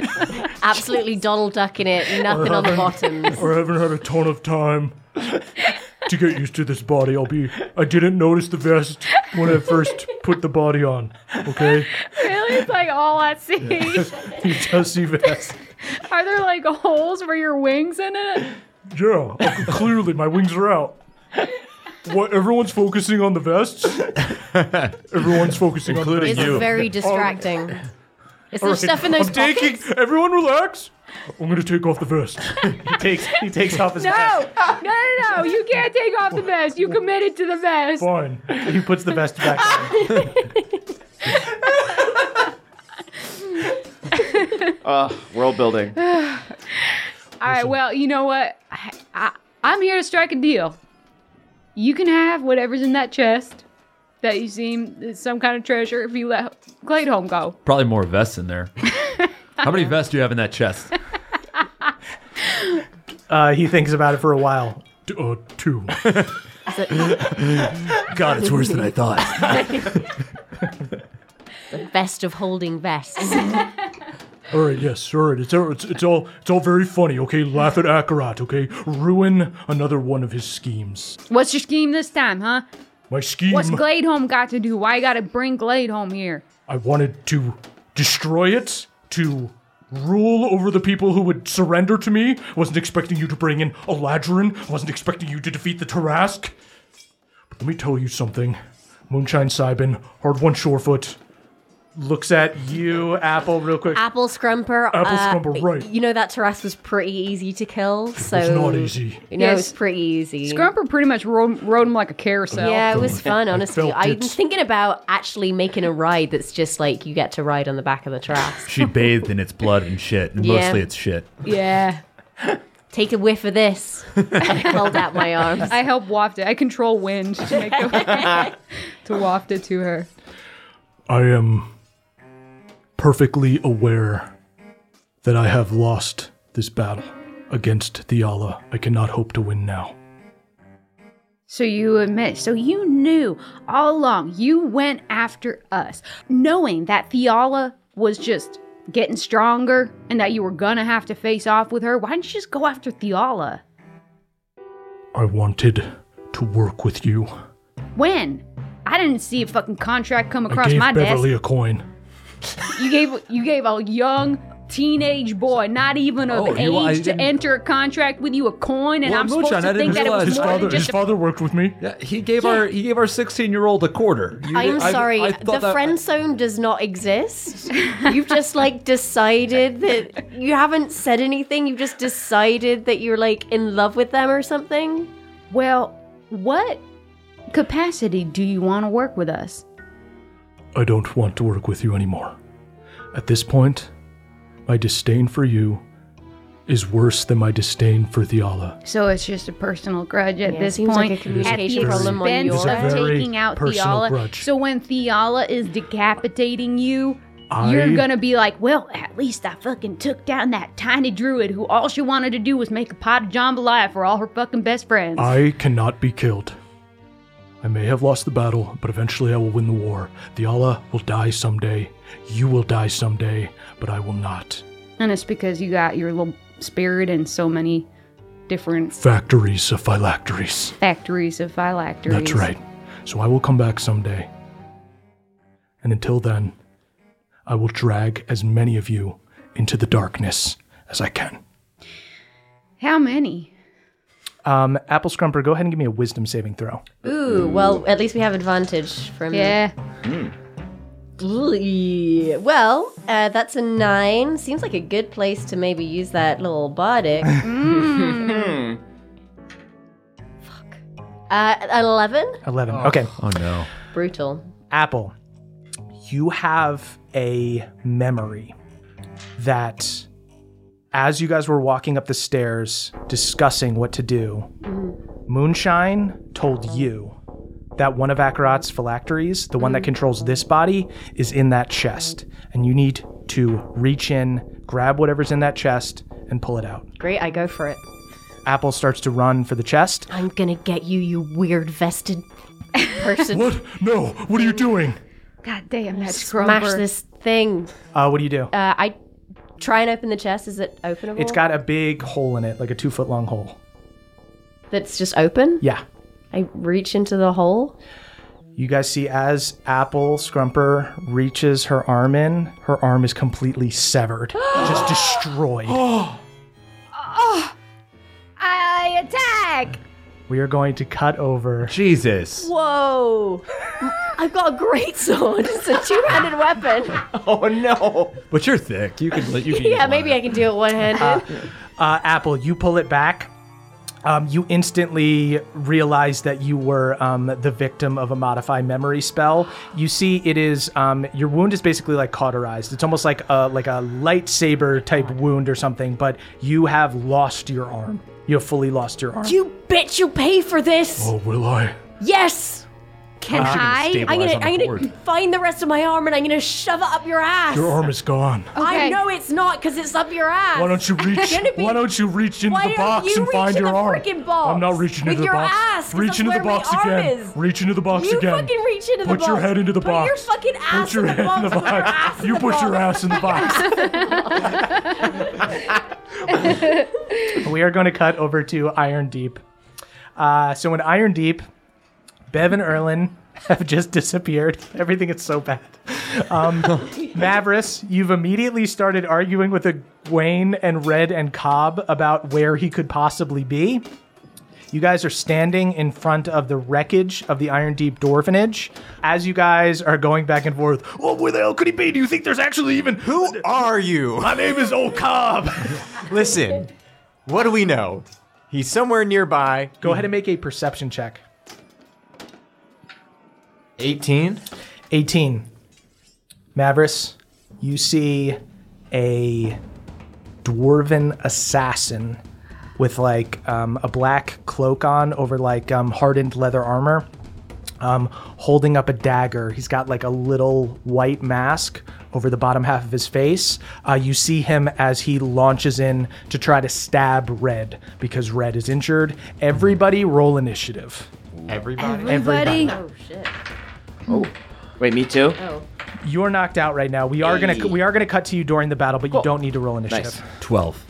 Speaker 6: Absolutely Donald Duck in it, nothing on the bottoms.
Speaker 8: I haven't had a ton of time to get used to this body. I'll be. I didn't notice the vest when I first put the body on. Okay,
Speaker 4: really, it's like all I see.
Speaker 8: you just see vest.
Speaker 4: Are there like holes for your wings in it?
Speaker 8: Yeah, uh, clearly my wings are out. What? Everyone's focusing on the vests. Everyone's focusing
Speaker 3: Including
Speaker 8: on the
Speaker 6: It's
Speaker 3: you.
Speaker 6: very distracting. Is there stuff in those
Speaker 8: I'm taking.
Speaker 6: pockets?
Speaker 8: Everyone relax. I'm gonna take off the vest.
Speaker 1: He takes, he takes off his vest.
Speaker 4: No, no, no, no! You can't take off the vest. You committed to the vest.
Speaker 8: Fine.
Speaker 1: He puts the vest back on.
Speaker 5: Uh, world building.
Speaker 4: All right. Well, you know what? I, I, I'm here to strike a deal. You can have whatever's in that chest that you seem is some kind of treasure if you let Gladeholm go.
Speaker 3: Probably more vests in there. How many vests do you have in that chest?
Speaker 1: Uh, he thinks about it for a while.
Speaker 8: D- uh, two.
Speaker 3: God, it's worse than I thought.
Speaker 6: Vest of holding vests.
Speaker 8: All right. Yes. All right. It's all. It's, it's all. It's all very funny. Okay. Laugh at Akarat. Okay. Ruin another one of his schemes.
Speaker 4: What's your scheme this time, huh?
Speaker 8: My scheme.
Speaker 4: What's Gladeholm got to do? Why you gotta bring Gladeholm here?
Speaker 8: I wanted to destroy it, to rule over the people who would surrender to me. Wasn't expecting you to bring in Eladrin. Wasn't expecting you to defeat the Tarask. But let me tell you something. Moonshine Sibin, hard one Shorefoot.
Speaker 1: Looks at you, Apple, real quick.
Speaker 6: Apple Scrumper.
Speaker 8: Apple
Speaker 6: uh,
Speaker 8: Scrumper, right.
Speaker 6: You know that Taras was pretty easy to kill, so
Speaker 8: It's not easy.
Speaker 6: You know, it
Speaker 4: Yes.
Speaker 6: was pretty easy.
Speaker 4: Grumper pretty much rode, rode him like a carousel.
Speaker 6: Yeah, it was fun, honestly.
Speaker 8: felt
Speaker 6: I'm
Speaker 8: it.
Speaker 6: thinking about actually making a ride that's just like you get to ride on the back of the Taras.
Speaker 3: She bathed in its blood and shit, and
Speaker 6: Yeah.
Speaker 3: mostly it's shit.
Speaker 4: Yeah.
Speaker 6: Take a whiff of this. I held out my arms.
Speaker 4: I help waft it. I control wind to make the to waft it to her.
Speaker 8: I am perfectly aware that I have lost this battle against Theala. I cannot hope to win now.
Speaker 4: So you admit, so you knew all along, you went after us, knowing that Theala was just getting stronger and that you were gonna have to face off with her. Why didn't you just go after Theala?
Speaker 8: I wanted to work with you.
Speaker 4: When? I didn't see a fucking contract come
Speaker 8: I
Speaker 4: across
Speaker 8: gave
Speaker 4: my
Speaker 8: Beverly
Speaker 4: desk.
Speaker 8: a coin.
Speaker 4: You gave you gave a young teenage boy, not even of
Speaker 3: Oh, you- I
Speaker 4: age, to
Speaker 3: didn't-
Speaker 4: enter a contract with you a coin, and
Speaker 3: Well,
Speaker 4: I'm
Speaker 3: Moonshine,
Speaker 4: supposed to
Speaker 3: I
Speaker 4: think
Speaker 3: didn't
Speaker 4: that it
Speaker 3: realize
Speaker 4: was
Speaker 8: His
Speaker 4: more
Speaker 8: father,
Speaker 4: than
Speaker 8: his
Speaker 4: just a
Speaker 8: father worked with me.
Speaker 3: Yeah, he gave our he gave our sixteen year old a quarter. You-
Speaker 6: I'm
Speaker 3: I-
Speaker 6: sorry.
Speaker 3: I
Speaker 6: the
Speaker 3: thought that-
Speaker 6: friend zone does not exist. You've just like decided that you haven't said anything. You've just decided that you're like in love with them or something.
Speaker 4: Well, what capacity do you want to work with us?
Speaker 8: I don't want to work with you anymore. At this point, my disdain for you is worse than my disdain for Theala.
Speaker 4: So it's just a personal grudge at
Speaker 6: Yeah, it
Speaker 4: this
Speaker 6: seems like
Speaker 4: point,
Speaker 6: a communication
Speaker 4: at the
Speaker 8: problem
Speaker 6: on
Speaker 4: expense
Speaker 6: your
Speaker 4: of
Speaker 8: end. Very
Speaker 4: taking out
Speaker 8: personal
Speaker 4: Theala.
Speaker 8: grudge.
Speaker 4: So when Theala is decapitating you, you're
Speaker 8: I-
Speaker 4: gonna be like, well, at least I fucking took down that tiny druid who all she wanted to do was make a pot of jambalaya for all her fucking best friends.
Speaker 8: I cannot be killed. I may have lost the battle, but eventually I will win the war. Theala will die someday. You will die someday, but I will not.
Speaker 4: and it's because you got your little spirit in so many different
Speaker 8: Factories of phylacteries.
Speaker 4: factories of phylacteries.
Speaker 8: That's right. So I will come back someday. And until then, I will drag as many of you into the darkness as I can.
Speaker 4: How many?
Speaker 1: Um, Apple Scrumper, go ahead and give me a wisdom saving throw.
Speaker 6: Ooh, well, at least we have advantage from
Speaker 4: Yeah.
Speaker 6: Ooh, Well, uh, that's a nine. Seems like a good place to maybe use that little bardic.
Speaker 1: Mm.
Speaker 5: Hmm.
Speaker 6: Uh, an eleven.
Speaker 1: 11. Okay.
Speaker 3: Oh no.
Speaker 6: Brutal.
Speaker 1: Apple, you have a memory that as you guys were walking up the stairs discussing what to do,
Speaker 6: Mm.
Speaker 1: Moonshine told you that one of Akarat's phylacteries, the one that controls this body, is in that chest. And you need to reach in, grab whatever's in that chest, and pull it out.
Speaker 6: Great. I go for it.
Speaker 1: Apple starts to run for the chest.
Speaker 6: I'm gonna get you, you weird vested person.
Speaker 8: What? No. What are you doing?
Speaker 4: God damn, that
Speaker 6: Smash
Speaker 4: scrubber.
Speaker 6: this thing.
Speaker 1: Uh, what do you do?
Speaker 6: Uh, I try and open the chest. Is it openable?
Speaker 1: It's got a big hole in it, like a two foot long hole.
Speaker 6: That's just open.
Speaker 1: Yeah.
Speaker 6: I reach into the hole.
Speaker 1: You guys see as Apple Scrumper reaches her arm in, her arm is completely severed, just destroyed.
Speaker 4: Oh, I attack!
Speaker 1: We are going to cut over.
Speaker 3: Jesus.
Speaker 6: Whoa! I've got a great sword. It's a two-handed weapon.
Speaker 1: Oh no!
Speaker 3: But you're thick. You can. You can
Speaker 6: Yeah, maybe I can do it one-handed.
Speaker 1: Uh, Apple, you pull it back. Um, you instantly realize that you were um, the victim of a modify memory spell. You see, it is um, your wound is basically like cauterized. It's almost like a like a lightsaber type wound or something. But you have lost your arm. You have fully lost your arm.
Speaker 6: you bitch! You'll pay for this.
Speaker 8: Oh, will I?
Speaker 6: Yes. Can I? I'm gonna.
Speaker 3: stabilize on the
Speaker 6: I'm gonna
Speaker 3: board.
Speaker 6: find the rest of my arm and I'm gonna shove it up your ass.
Speaker 8: Your arm is gone.
Speaker 6: I
Speaker 4: Okay.
Speaker 6: know it's not because it's up your ass.
Speaker 8: Why don't you reach?
Speaker 6: Gonna be-
Speaker 8: why don't you reach into
Speaker 6: Why
Speaker 8: the
Speaker 6: don't
Speaker 8: box
Speaker 6: you
Speaker 8: and
Speaker 6: reach
Speaker 8: find
Speaker 6: in
Speaker 8: your
Speaker 6: the
Speaker 8: arm?
Speaker 6: frickin' box
Speaker 8: I'm not reaching
Speaker 6: with
Speaker 8: into the
Speaker 6: your
Speaker 8: box.
Speaker 6: ass, 'cause
Speaker 8: reach
Speaker 6: that's
Speaker 8: into the
Speaker 6: where my
Speaker 8: box
Speaker 6: arm
Speaker 8: again.
Speaker 6: is.
Speaker 8: Reach into the box
Speaker 6: You
Speaker 8: again.
Speaker 6: fucking reach into the
Speaker 8: Put
Speaker 6: box.
Speaker 8: your head into the
Speaker 6: Put
Speaker 8: box.
Speaker 6: your fucking ass
Speaker 8: Put your
Speaker 6: in the
Speaker 8: head
Speaker 6: box.
Speaker 8: in the
Speaker 6: Put your ass
Speaker 8: box.
Speaker 6: in
Speaker 8: You
Speaker 6: the
Speaker 8: put your
Speaker 6: box.
Speaker 8: ass in the box.
Speaker 1: we are going to cut over to Iron Deep. Uh, so in Iron Deep, Bev and Erlin have just disappeared. Everything is so bad. Um, Mavris, you've immediately started arguing with Egwene and Red and Cobb about where he could possibly be. You guys are standing in front of the wreckage of the Iron Deep Dwarvenage. As you guys are going back and forth,
Speaker 8: oh, where the hell could he be? Do you think there's actually even? Who?
Speaker 7: Are you?
Speaker 8: My name is Old Cobb.
Speaker 7: Listen, what do we know? He's somewhere nearby.
Speaker 1: go ahead and make a perception check.
Speaker 7: 18.
Speaker 1: 18. Mavris, you see a dwarven assassin with like um, a black cloak on over like um, hardened leather armor, um, holding up a dagger. He's got like a little white mask over the bottom half of his face. Uh, you see him as he launches in to try to stab Red because Red is injured. Everybody roll initiative.
Speaker 7: Everybody.
Speaker 4: Everybody.
Speaker 6: Oh shit.
Speaker 5: Wait, me too.
Speaker 6: Oh.
Speaker 1: You're knocked out right now. We are gonna
Speaker 5: Hey.
Speaker 1: we are gonna cut to you during the battle, but you don't need to roll initiative.
Speaker 5: Nice.
Speaker 3: 12.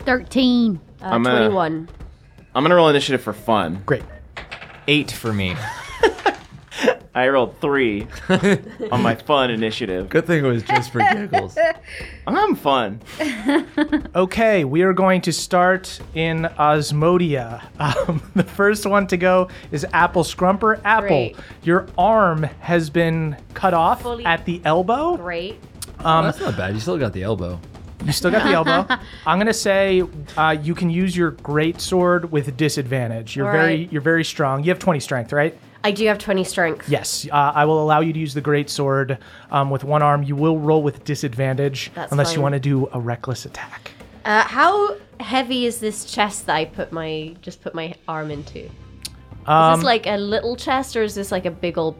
Speaker 4: 13.
Speaker 6: Uh,
Speaker 5: I'm gonna-
Speaker 6: 21.
Speaker 5: I'm gonna roll initiative for fun.
Speaker 1: Great.
Speaker 7: Eight for me.
Speaker 5: I rolled three on my fun initiative.
Speaker 3: Good thing it was just for giggles.
Speaker 5: I'm fun.
Speaker 1: Okay, we are going to start in Osmodia. Um, the first one to go is Apple Scrumper. Apple,
Speaker 6: Great.
Speaker 1: your arm has been cut off
Speaker 6: Fully-
Speaker 1: at the elbow. Um,
Speaker 6: Great.
Speaker 3: that's not bad. You still got the elbow.
Speaker 1: You still got the elbow. I'm gonna say uh, you can use your great sword with disadvantage. You're
Speaker 6: All
Speaker 1: very
Speaker 6: right.
Speaker 1: you're very strong. You have 20 strength, right?
Speaker 6: I do have 20 strength.
Speaker 1: Yes, uh, I will allow you to use the great sword um, with one arm. You will roll with disadvantage
Speaker 6: That's
Speaker 1: unless you
Speaker 6: fine.
Speaker 1: want to do a reckless attack.
Speaker 6: Uh, how heavy is this chest that I put my just put my arm into? is
Speaker 1: Um,
Speaker 6: this like a little chest or is this like a big old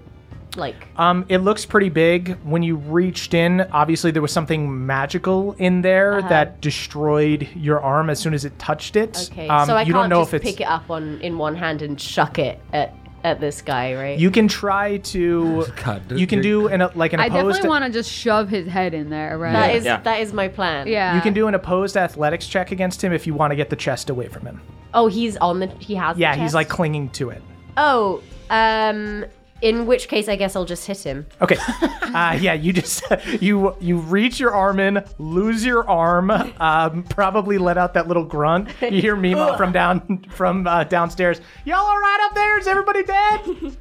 Speaker 6: like
Speaker 1: Um, it looks pretty big. When you reached in, obviously there was something magical in there
Speaker 6: Uh-huh.
Speaker 1: that destroyed your arm as soon as it touched it.
Speaker 6: okay?
Speaker 1: Um,
Speaker 6: so I
Speaker 1: you
Speaker 6: can't
Speaker 1: don't know
Speaker 6: just
Speaker 1: if it's.
Speaker 6: pick it up on in one hand and chuck it at at this guy, right?
Speaker 1: You can try to.
Speaker 3: God, dude,
Speaker 1: you can do an like an
Speaker 4: I
Speaker 1: opposed.
Speaker 4: definitely want to just shove his head in there, right?
Speaker 6: that is
Speaker 5: Yeah.
Speaker 6: that is my plan.
Speaker 4: yeah.
Speaker 1: you can do an opposed athletics check against him if you want to get the chest away from him.
Speaker 6: Oh, he's on the he has. the
Speaker 1: Yeah, he's
Speaker 6: chest?
Speaker 1: like clinging to it.
Speaker 6: Oh, um, in which case, I guess I'll just hit him.
Speaker 1: Okay. Uh, yeah, you just you you reach your arm in, lose your arm, um, probably let out that little grunt. You hear Mima from down from uh, downstairs. Y'all all right up there? Is everybody dead?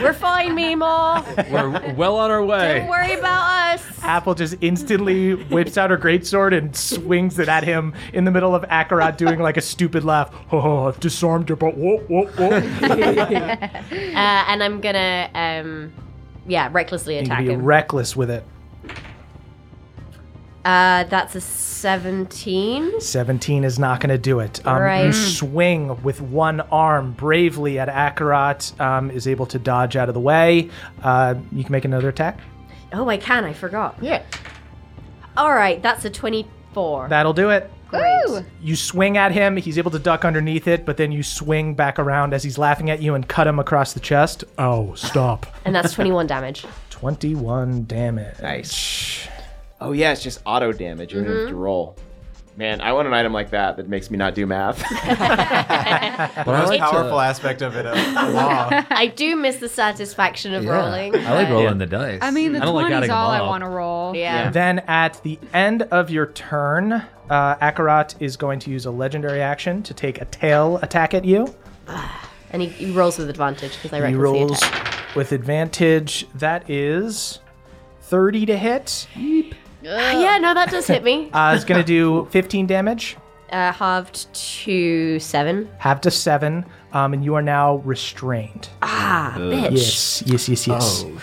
Speaker 6: We're fine, Mima.
Speaker 3: We're well on our
Speaker 6: Don't
Speaker 3: way.
Speaker 6: worry about us.
Speaker 1: Apple just instantly whips out her greatsword and swings it at him in the middle of Akarat doing like a stupid laugh.
Speaker 8: Oh, I've disarmed her, but whoa, whoa, whoa.
Speaker 6: Uh, and I'm gonna, um, yeah, recklessly
Speaker 1: You can
Speaker 6: attack
Speaker 1: be
Speaker 6: him.
Speaker 1: reckless with it.
Speaker 6: uh, that's a 17.
Speaker 1: 17 is not going to do it. Um, You
Speaker 6: Right.
Speaker 1: swing with one arm bravely at Akarat, um, is able to dodge out of the way. Uh, you can make another attack.
Speaker 6: Oh, I can. I forgot. Yeah. All right, that's a 24.
Speaker 1: That'll do it.
Speaker 4: Ooh.
Speaker 1: You swing at him, he's able to duck underneath it, but then you swing back around as he's laughing at you and cut him across the chest.
Speaker 8: Ow, stop.
Speaker 6: and that's 21 damage.
Speaker 1: 21 damage.
Speaker 5: Oh yeah, it's just auto damage. You don't have to roll. Man, I want an item like that that makes me not do math.
Speaker 3: But I
Speaker 7: Most
Speaker 3: like
Speaker 7: powerful
Speaker 3: to,
Speaker 7: aspect of it. uh, wow.
Speaker 6: I do miss the satisfaction of
Speaker 3: yeah.
Speaker 6: rolling.
Speaker 3: I like
Speaker 6: but-
Speaker 3: rolling the dice.
Speaker 4: I mean, the
Speaker 3: I don't like
Speaker 4: 20 is
Speaker 3: adding them
Speaker 4: all I
Speaker 3: up.
Speaker 4: want to roll.
Speaker 6: Yeah.
Speaker 1: Then at the end of your turn, uh, Akarat is going to use a legendary action to take a tail attack at you.
Speaker 6: And he, he rolls with advantage because I
Speaker 1: He
Speaker 6: recklessly
Speaker 1: rolls
Speaker 6: attack.
Speaker 1: with advantage. That is 30 to hit.
Speaker 6: yeah, no, that does hit me.
Speaker 1: Uh, it's going to do 15 damage,
Speaker 6: Uh, halved to 7.
Speaker 1: half to 7, um, and you are now restrained.
Speaker 6: Ah, bitch.
Speaker 1: Yes, yes, yes, yes.
Speaker 8: Oh.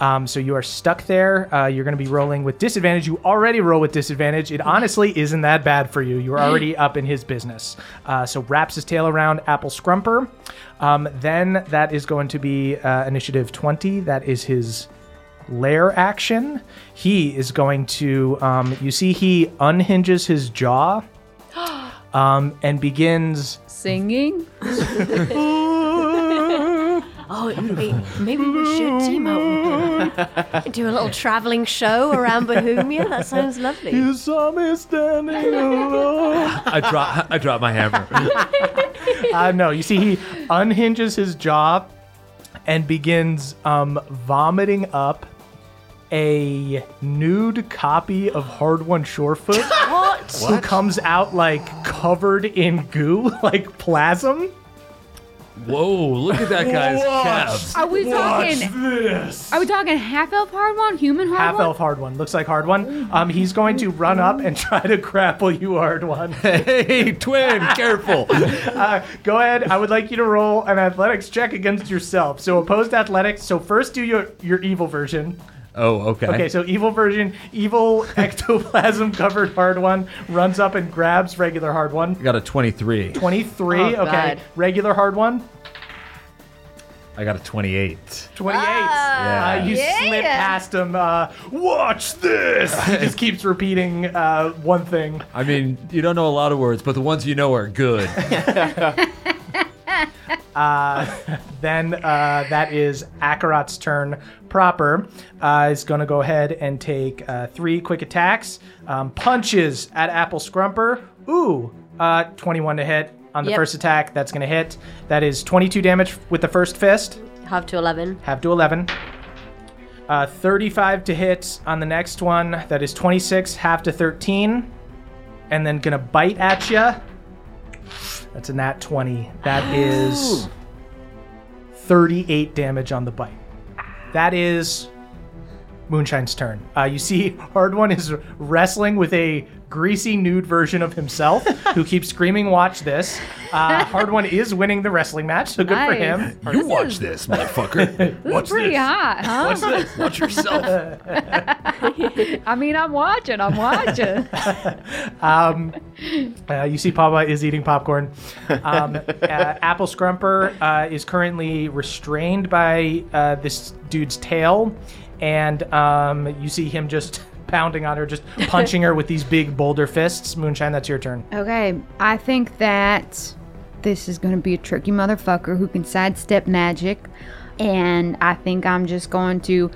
Speaker 1: Um, so you are stuck there. Uh, you're going to be rolling with disadvantage. You already roll with disadvantage. It honestly isn't that bad for you. You're already up in his business. Uh, so wraps his tail around Apple Scrumper. Um, then that is going to be uh, initiative 20. That is his lair action. He is going to, um, you see, he unhinges his jaw um, and begins.
Speaker 4: Singing.
Speaker 6: Oh, wait, maybe we should team up and do a little traveling show around Bohemia. That sounds lovely.
Speaker 1: saw me standing alone.
Speaker 3: I drop. I drop my hammer.
Speaker 1: Uh, no, you see, he unhinges his jaw and begins um, vomiting up a nude copy of Hard One Shorefoot,
Speaker 6: What?
Speaker 1: who comes out like covered in goo, like plasm.
Speaker 3: Whoa! Look at that guy's calves.
Speaker 4: Are we talking?
Speaker 8: this.
Speaker 4: Are we talking half elf hard one, human hard
Speaker 1: Half
Speaker 4: one?
Speaker 1: elf Hard One looks like Hard One. Um, he's going to run up and try to grapple you, Hard One. Uh,
Speaker 3: Hey, twin, careful.
Speaker 1: Go ahead. I would like you to roll an athletics check against yourself. So opposed athletics. So first do your your evil version.
Speaker 3: Oh, okay.
Speaker 1: Okay, so evil version, evil ectoplasm covered hard one runs up and grabs regular hard one.
Speaker 3: I got a 23.
Speaker 1: 23, okay.
Speaker 6: Oh, God.
Speaker 1: Regular hard one,
Speaker 3: I got a 28.
Speaker 1: 28.
Speaker 3: Yeah.
Speaker 1: uh, you slip past him. Uh, Watch this! He just keeps repeating uh, one thing.
Speaker 3: I mean, you don't know a lot of words, but the ones you know are good.
Speaker 1: Then uh, that is Akarat's turn proper. Uh, is going to go ahead and take uh, three quick attacks. Um, punches at Apple Scrumper. Ooh, uh, 21 to hit on the
Speaker 6: Yep.
Speaker 1: first attack. That's going to hit. That is 22 damage with the first fist.
Speaker 6: Half to 11.
Speaker 1: Have to 11. Uh, 35 to hit on the next one. That is 26, half to 13. And then gonna bite at you. That's a nat 20. That is 38 damage on the bite. That is Moonshine's turn. Uh, you see, Hard One is wrestling with a greasy nude version of himself who keeps screaming, Watch this. Uh, Hard One is winning the wrestling match, so good for
Speaker 4: Nice.
Speaker 1: him.
Speaker 3: you watch this, motherfucker.
Speaker 4: This is pretty hot, huh?
Speaker 3: Watch this. Watch yourself.
Speaker 4: I mean, I'm watching. I'm watching.
Speaker 1: Uh, you see, Papa is eating popcorn. Um, uh, Apple Scrumper uh, is currently restrained by uh, this dude's tail, and um, you see him just pounding on her, just punching her with these big boulder fists. Moonshine, that's your turn.
Speaker 4: okay, I think that this is going to be a tricky motherfucker who can sidestep magic, and I think I'm just going to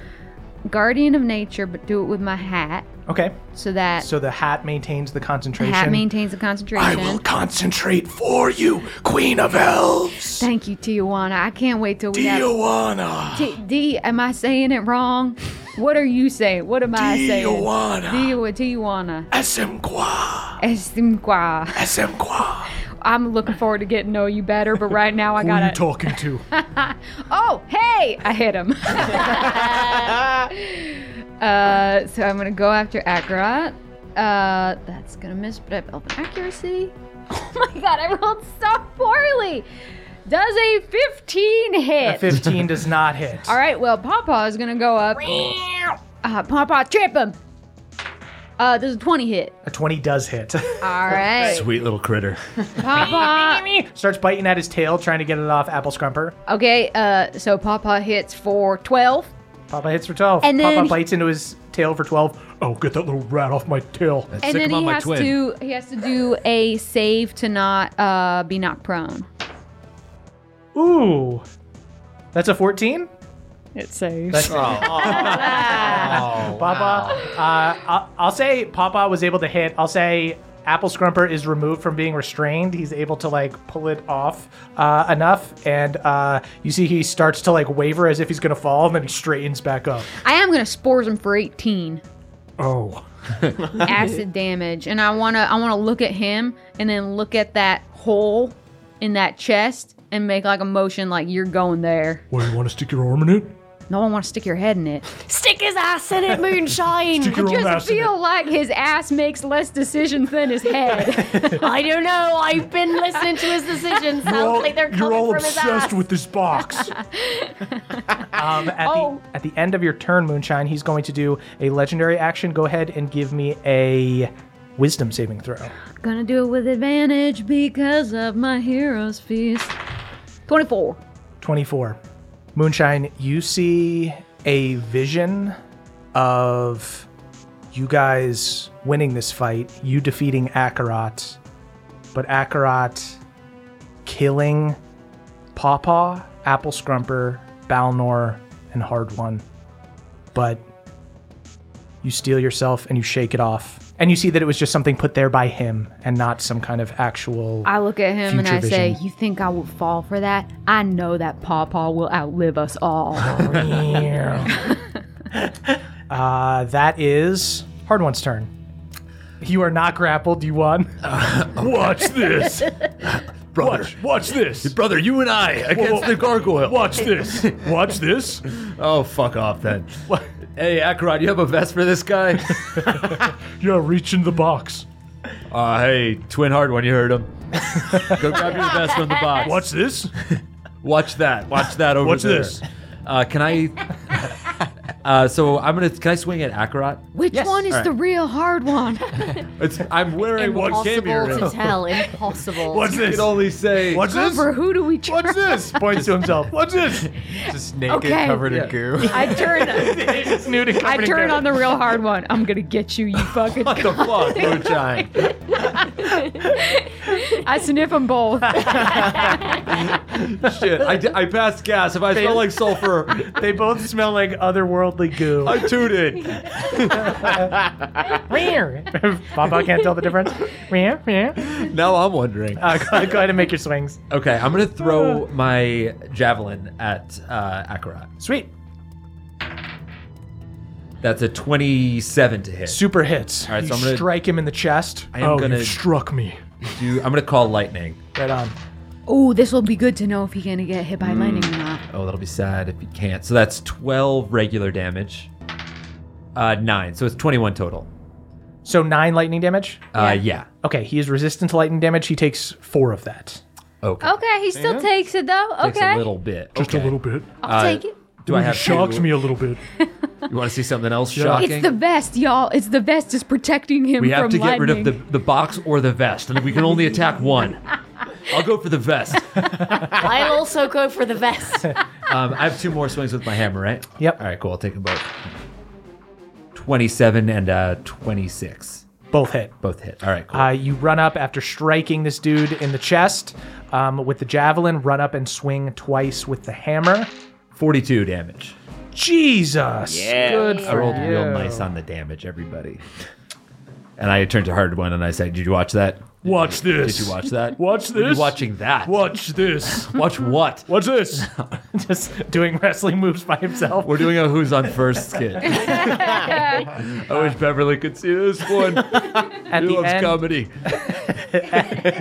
Speaker 4: guardian of nature, but do it with my hat.
Speaker 1: Okay.
Speaker 4: so that
Speaker 1: So the hat maintains the
Speaker 4: Uh, the
Speaker 1: concentration.
Speaker 4: hat maintains the concentration.
Speaker 1: concentrate for you, Queen of Elves.
Speaker 4: Thank you, Tijuana. I can't wait till Oh, we have.
Speaker 9: Tijuana.
Speaker 4: T- D, am I saying it wrong? What are you saying? What am I saying?
Speaker 9: Tijuana.
Speaker 4: Tijuana. Tijuana.
Speaker 9: Asimqua.
Speaker 4: Estimqua.
Speaker 9: Asimqua.
Speaker 4: I'm looking forward to getting to know you better, but right now Oh, I
Speaker 8: Who are you
Speaker 4: gotta.
Speaker 8: talking to?
Speaker 4: oh, hey! I hit him. uh, so I'm gonna go after Akrat. Uh, that's gonna miss, but I have elven accuracy. Oh my god, I rolled so poorly. Does a 15 hit?
Speaker 1: A 15 does not hit.
Speaker 4: All right, well, Pawpaw is gonna go up. Uh, Pawpaw, trip him. Uh, there's a 20 hit.
Speaker 1: A 20 does hit.
Speaker 4: All right,
Speaker 3: Sweet little critter.
Speaker 4: Pawpaw.
Speaker 1: Starts biting at his tail, trying to get it off Apple Scrumper.
Speaker 4: Okay, uh, so Pawpaw hits for 12.
Speaker 1: Papa hits for 12.
Speaker 4: And then
Speaker 1: Papa
Speaker 4: he-
Speaker 1: bites into his tail for 12.
Speaker 8: Oh, get that little rat off my tail.
Speaker 4: and
Speaker 3: Sick
Speaker 4: then
Speaker 3: him on
Speaker 4: he
Speaker 3: my
Speaker 4: has
Speaker 3: twin.
Speaker 4: to he has to do a save to not uh, be knocked prone.
Speaker 1: Ooh. That's a 14?
Speaker 4: It saves.
Speaker 1: That's Papa. Uh, I'll, I'll say Papa was able to hit. I'll say Apple Scrumper is removed from being restrained. He's able to like pull it off uh, enough, and uh, you see he starts to like waver as if he's gonna fall, and then he straightens back up.
Speaker 4: I am gonna spores him for 18
Speaker 8: Oh.
Speaker 4: acid damage, and I wanna I wanna look at him and then look at that hole in that chest and make like a motion like you're going there.
Speaker 8: What, you want to stick your arm in it?
Speaker 4: No one wants to stick your head in it.
Speaker 6: Stick his ass in it, moonshine.
Speaker 8: Stick your arm
Speaker 4: Just
Speaker 8: ass in it.
Speaker 4: feel like his ass makes less decisions than his head.
Speaker 6: I don't know. I've been listening to his decisions. Sounds
Speaker 8: You're all-
Speaker 6: like they're
Speaker 8: You're
Speaker 6: coming
Speaker 8: all
Speaker 6: from his ass.
Speaker 8: obsessed with this box.
Speaker 1: Um, at,
Speaker 4: Oh.
Speaker 1: the, at the end of your turn, Moonshine, he's going to do a legendary action. Go ahead and give me a wisdom saving throw.
Speaker 4: Gonna do it with advantage because of my hero's feast. 24.
Speaker 1: 24. Moonshine, you see a vision of you guys winning this fight, you defeating Akarat, but Akarat killing Pawpaw, Apple Scrumper, Balnor, and Hard One. But you steel yourself and you shake it off. And you see that it was just something put there by him and not some kind of actual.
Speaker 4: I look at him and
Speaker 1: Future
Speaker 4: I say,
Speaker 1: vision.
Speaker 4: You think I would fall for that? I know that Pawpaw will outlive us all.
Speaker 1: uh, that is Hard One's turn. You are not grappled, you won.
Speaker 8: Watch this.
Speaker 3: Brother.
Speaker 8: Watch, watch this.
Speaker 3: Brother, you and I against
Speaker 8: whoa.
Speaker 3: the gargoyle.
Speaker 8: Watch this. Watch this.
Speaker 3: Oh, fuck off then. Hey, Akrod, you have a vest for this guy?
Speaker 8: Yeah, reach in the box.
Speaker 3: uh, hey, Twin Hard One, you heard him. Go grab your vest from the box.
Speaker 8: Watch this.
Speaker 3: Watch that. Watch that over
Speaker 8: Watch
Speaker 3: there.
Speaker 8: this.
Speaker 3: Uh, can I? uh, so I'm gonna. Can I swing at Akrod?
Speaker 4: Which one is the real hard one?
Speaker 3: It's. I'm wearing what came here.
Speaker 6: Impossible to tell. Impossible.
Speaker 8: Watch
Speaker 3: You
Speaker 8: this.
Speaker 3: can only say.
Speaker 8: Watch this.
Speaker 4: For who do we choose?
Speaker 8: Watch this. Points to himself. Watch this.
Speaker 7: Just naked,
Speaker 4: Okay.
Speaker 7: covered
Speaker 3: Yeah.
Speaker 7: in goo.
Speaker 4: I turn
Speaker 1: Nude and
Speaker 4: I
Speaker 1: covered in
Speaker 4: turn
Speaker 1: goat.
Speaker 4: on the real hard one. I'm gonna get you, you fucking
Speaker 3: What the fuck, Moonshine?
Speaker 4: I sniff them both.
Speaker 3: Shit, I, d- I passed gas. If I smell like sulfur,
Speaker 1: They both smell like otherworldly goo.
Speaker 3: I tooted.
Speaker 1: Papa can't tell the difference. Meow, meow.
Speaker 3: Now I'm wondering.
Speaker 1: uh, go, go ahead and make your swings.
Speaker 3: Okay, I'm gonna throw my javelin at uh, Akarat.
Speaker 1: Sweet.
Speaker 3: That's a 27 to hit.
Speaker 1: Super hits.
Speaker 3: All right,
Speaker 1: you
Speaker 3: so I'm gonna-
Speaker 1: strike him in the chest.
Speaker 3: I am
Speaker 8: Oh,
Speaker 3: gonna
Speaker 8: you struck me.
Speaker 3: do. I'm gonna call lightning.
Speaker 1: Right on.
Speaker 4: oh, this will be good to know if he's gonna get hit by lightning or not.
Speaker 3: Oh, that'll be sad if you can't. So that's 12 regular damage. Uh, nine. So it's 21 total.
Speaker 1: So nine lightning damage.
Speaker 3: Uh, yeah.
Speaker 1: Okay, he is resistant to lightning damage. He takes four of that.
Speaker 3: Okay.
Speaker 4: Okay, he still takes it though. Okay.
Speaker 3: Takes a little bit.
Speaker 8: Just a
Speaker 3: Okay. Uh,
Speaker 8: little bit.
Speaker 4: I'll take it.
Speaker 3: Do I have
Speaker 8: Shocked
Speaker 3: to-
Speaker 8: me a little bit.
Speaker 3: You want to see something else shocking?
Speaker 4: It's the vest, y'all. It's the vest is protecting him
Speaker 3: we
Speaker 4: from
Speaker 3: have to get rid of
Speaker 4: lightning.
Speaker 3: the, the box or the vest, and we can only attack one. I'll go for the vest.
Speaker 6: I'll also go for the vest.
Speaker 3: Um, I have two more swings with my hammer, right?
Speaker 1: Yep.
Speaker 3: All right, cool. I'll take them both. 27 and uh, 26.
Speaker 1: Both hit.
Speaker 3: Both hit. All right, cool.
Speaker 1: Uh, you run up after striking this dude in the chest um, with the javelin, run up and swing twice with the hammer.
Speaker 3: 42 damage.
Speaker 8: Jesus.
Speaker 3: Yeah.
Speaker 8: Good
Speaker 3: I
Speaker 8: for
Speaker 3: rolled
Speaker 8: you.
Speaker 3: real nice on the damage, everybody. And I turned to Hard One and I said, Did you watch that?
Speaker 8: Watch this.
Speaker 3: Did you watch that?
Speaker 8: Watch
Speaker 3: Were you
Speaker 8: this.
Speaker 3: watching that.
Speaker 8: Watch this.
Speaker 3: Watch what?
Speaker 8: Watch this.
Speaker 1: Just doing wrestling moves by himself.
Speaker 3: We're doing a Who's on First skit. I wish Beverly could see this one.
Speaker 1: At
Speaker 3: he
Speaker 1: the
Speaker 3: loves
Speaker 1: end-
Speaker 3: comedy.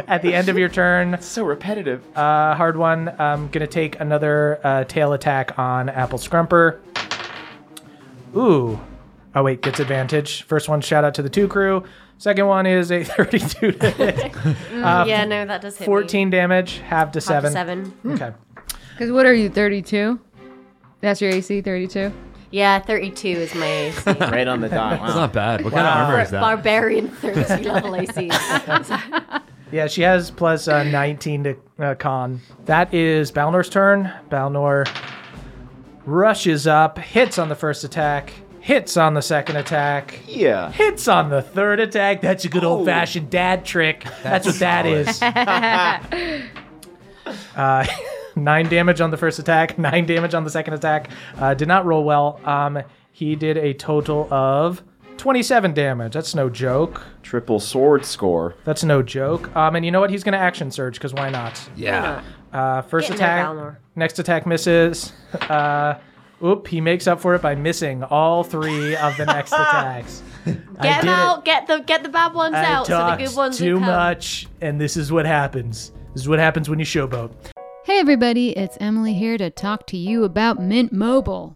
Speaker 1: At the end of your turn,
Speaker 5: so repetitive.
Speaker 1: Uh, hard one. I'm gonna take another uh, tail attack on Apple Scrumper. Ooh. Oh wait, gets advantage. First one, shout out to the two crew. Second one is a 32 to hit.
Speaker 6: Mm, yeah, no, that does hit me.
Speaker 1: 14 damage, half to
Speaker 6: Half to
Speaker 1: seven.
Speaker 6: seven. Hmm.
Speaker 1: Okay.
Speaker 4: Because what are you, 32? That's your AC, 32?
Speaker 6: Yeah, 32 is my AC.
Speaker 5: right on the dot. Wow.
Speaker 3: It's not bad. What kind of
Speaker 1: Wow.
Speaker 3: armor is that?
Speaker 6: Barbarian 32 level AC.
Speaker 1: Yeah, she has plus uh, 19 to uh, con. That is Balnor's turn. Balnor rushes up, hits on the first attack, hits on the second attack.
Speaker 5: Yeah.
Speaker 1: Hits on the third attack. That's a good old fashioned dad trick. That's, what that is. Uh, nine damage on the first attack, nine damage on the second attack. Uh, did not roll well. Um, he did a total of 27 damage. That's no joke.
Speaker 5: Triple sword score.
Speaker 1: That's no joke. Um, and you know what? He's going to action surge because why not?
Speaker 5: Yeah.
Speaker 1: Uh, first
Speaker 6: Getting there, Balnor.
Speaker 1: attack. Next attack misses. Uh, oop, he makes up for it by missing all three of the next attacks.
Speaker 6: Get them
Speaker 1: did it.
Speaker 6: out. Get the get the bad ones
Speaker 1: I
Speaker 6: out so the
Speaker 1: talked
Speaker 6: good ones
Speaker 1: too
Speaker 6: will come.
Speaker 1: much, and this is what happens. This is what happens when you showboat.
Speaker 4: Hey everybody, it's Emily here to talk to you about Mint Mobile.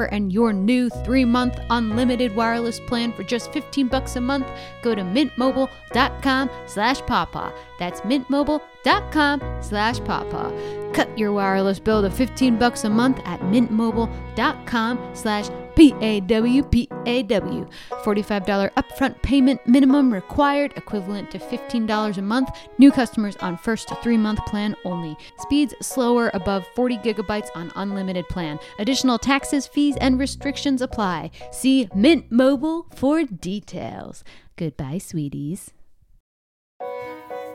Speaker 4: and your new 3-month unlimited wireless plan for just 15 bucks a month, go to mintmobile.com/pawpaw. That's mintmobile.com/pawpaw. Cut your wireless bill to 15 bucks a month at mintmobile.com/pawpaw. $45 upfront payment minimum required, equivalent to $15 a month. New customers on first 3-month plan only. Speeds slower above 40 gigabytes on unlimited plan. Additional taxes, fees and restrictions apply. See Mint Mobile for details. Goodbye, sweeties.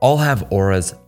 Speaker 10: all have auras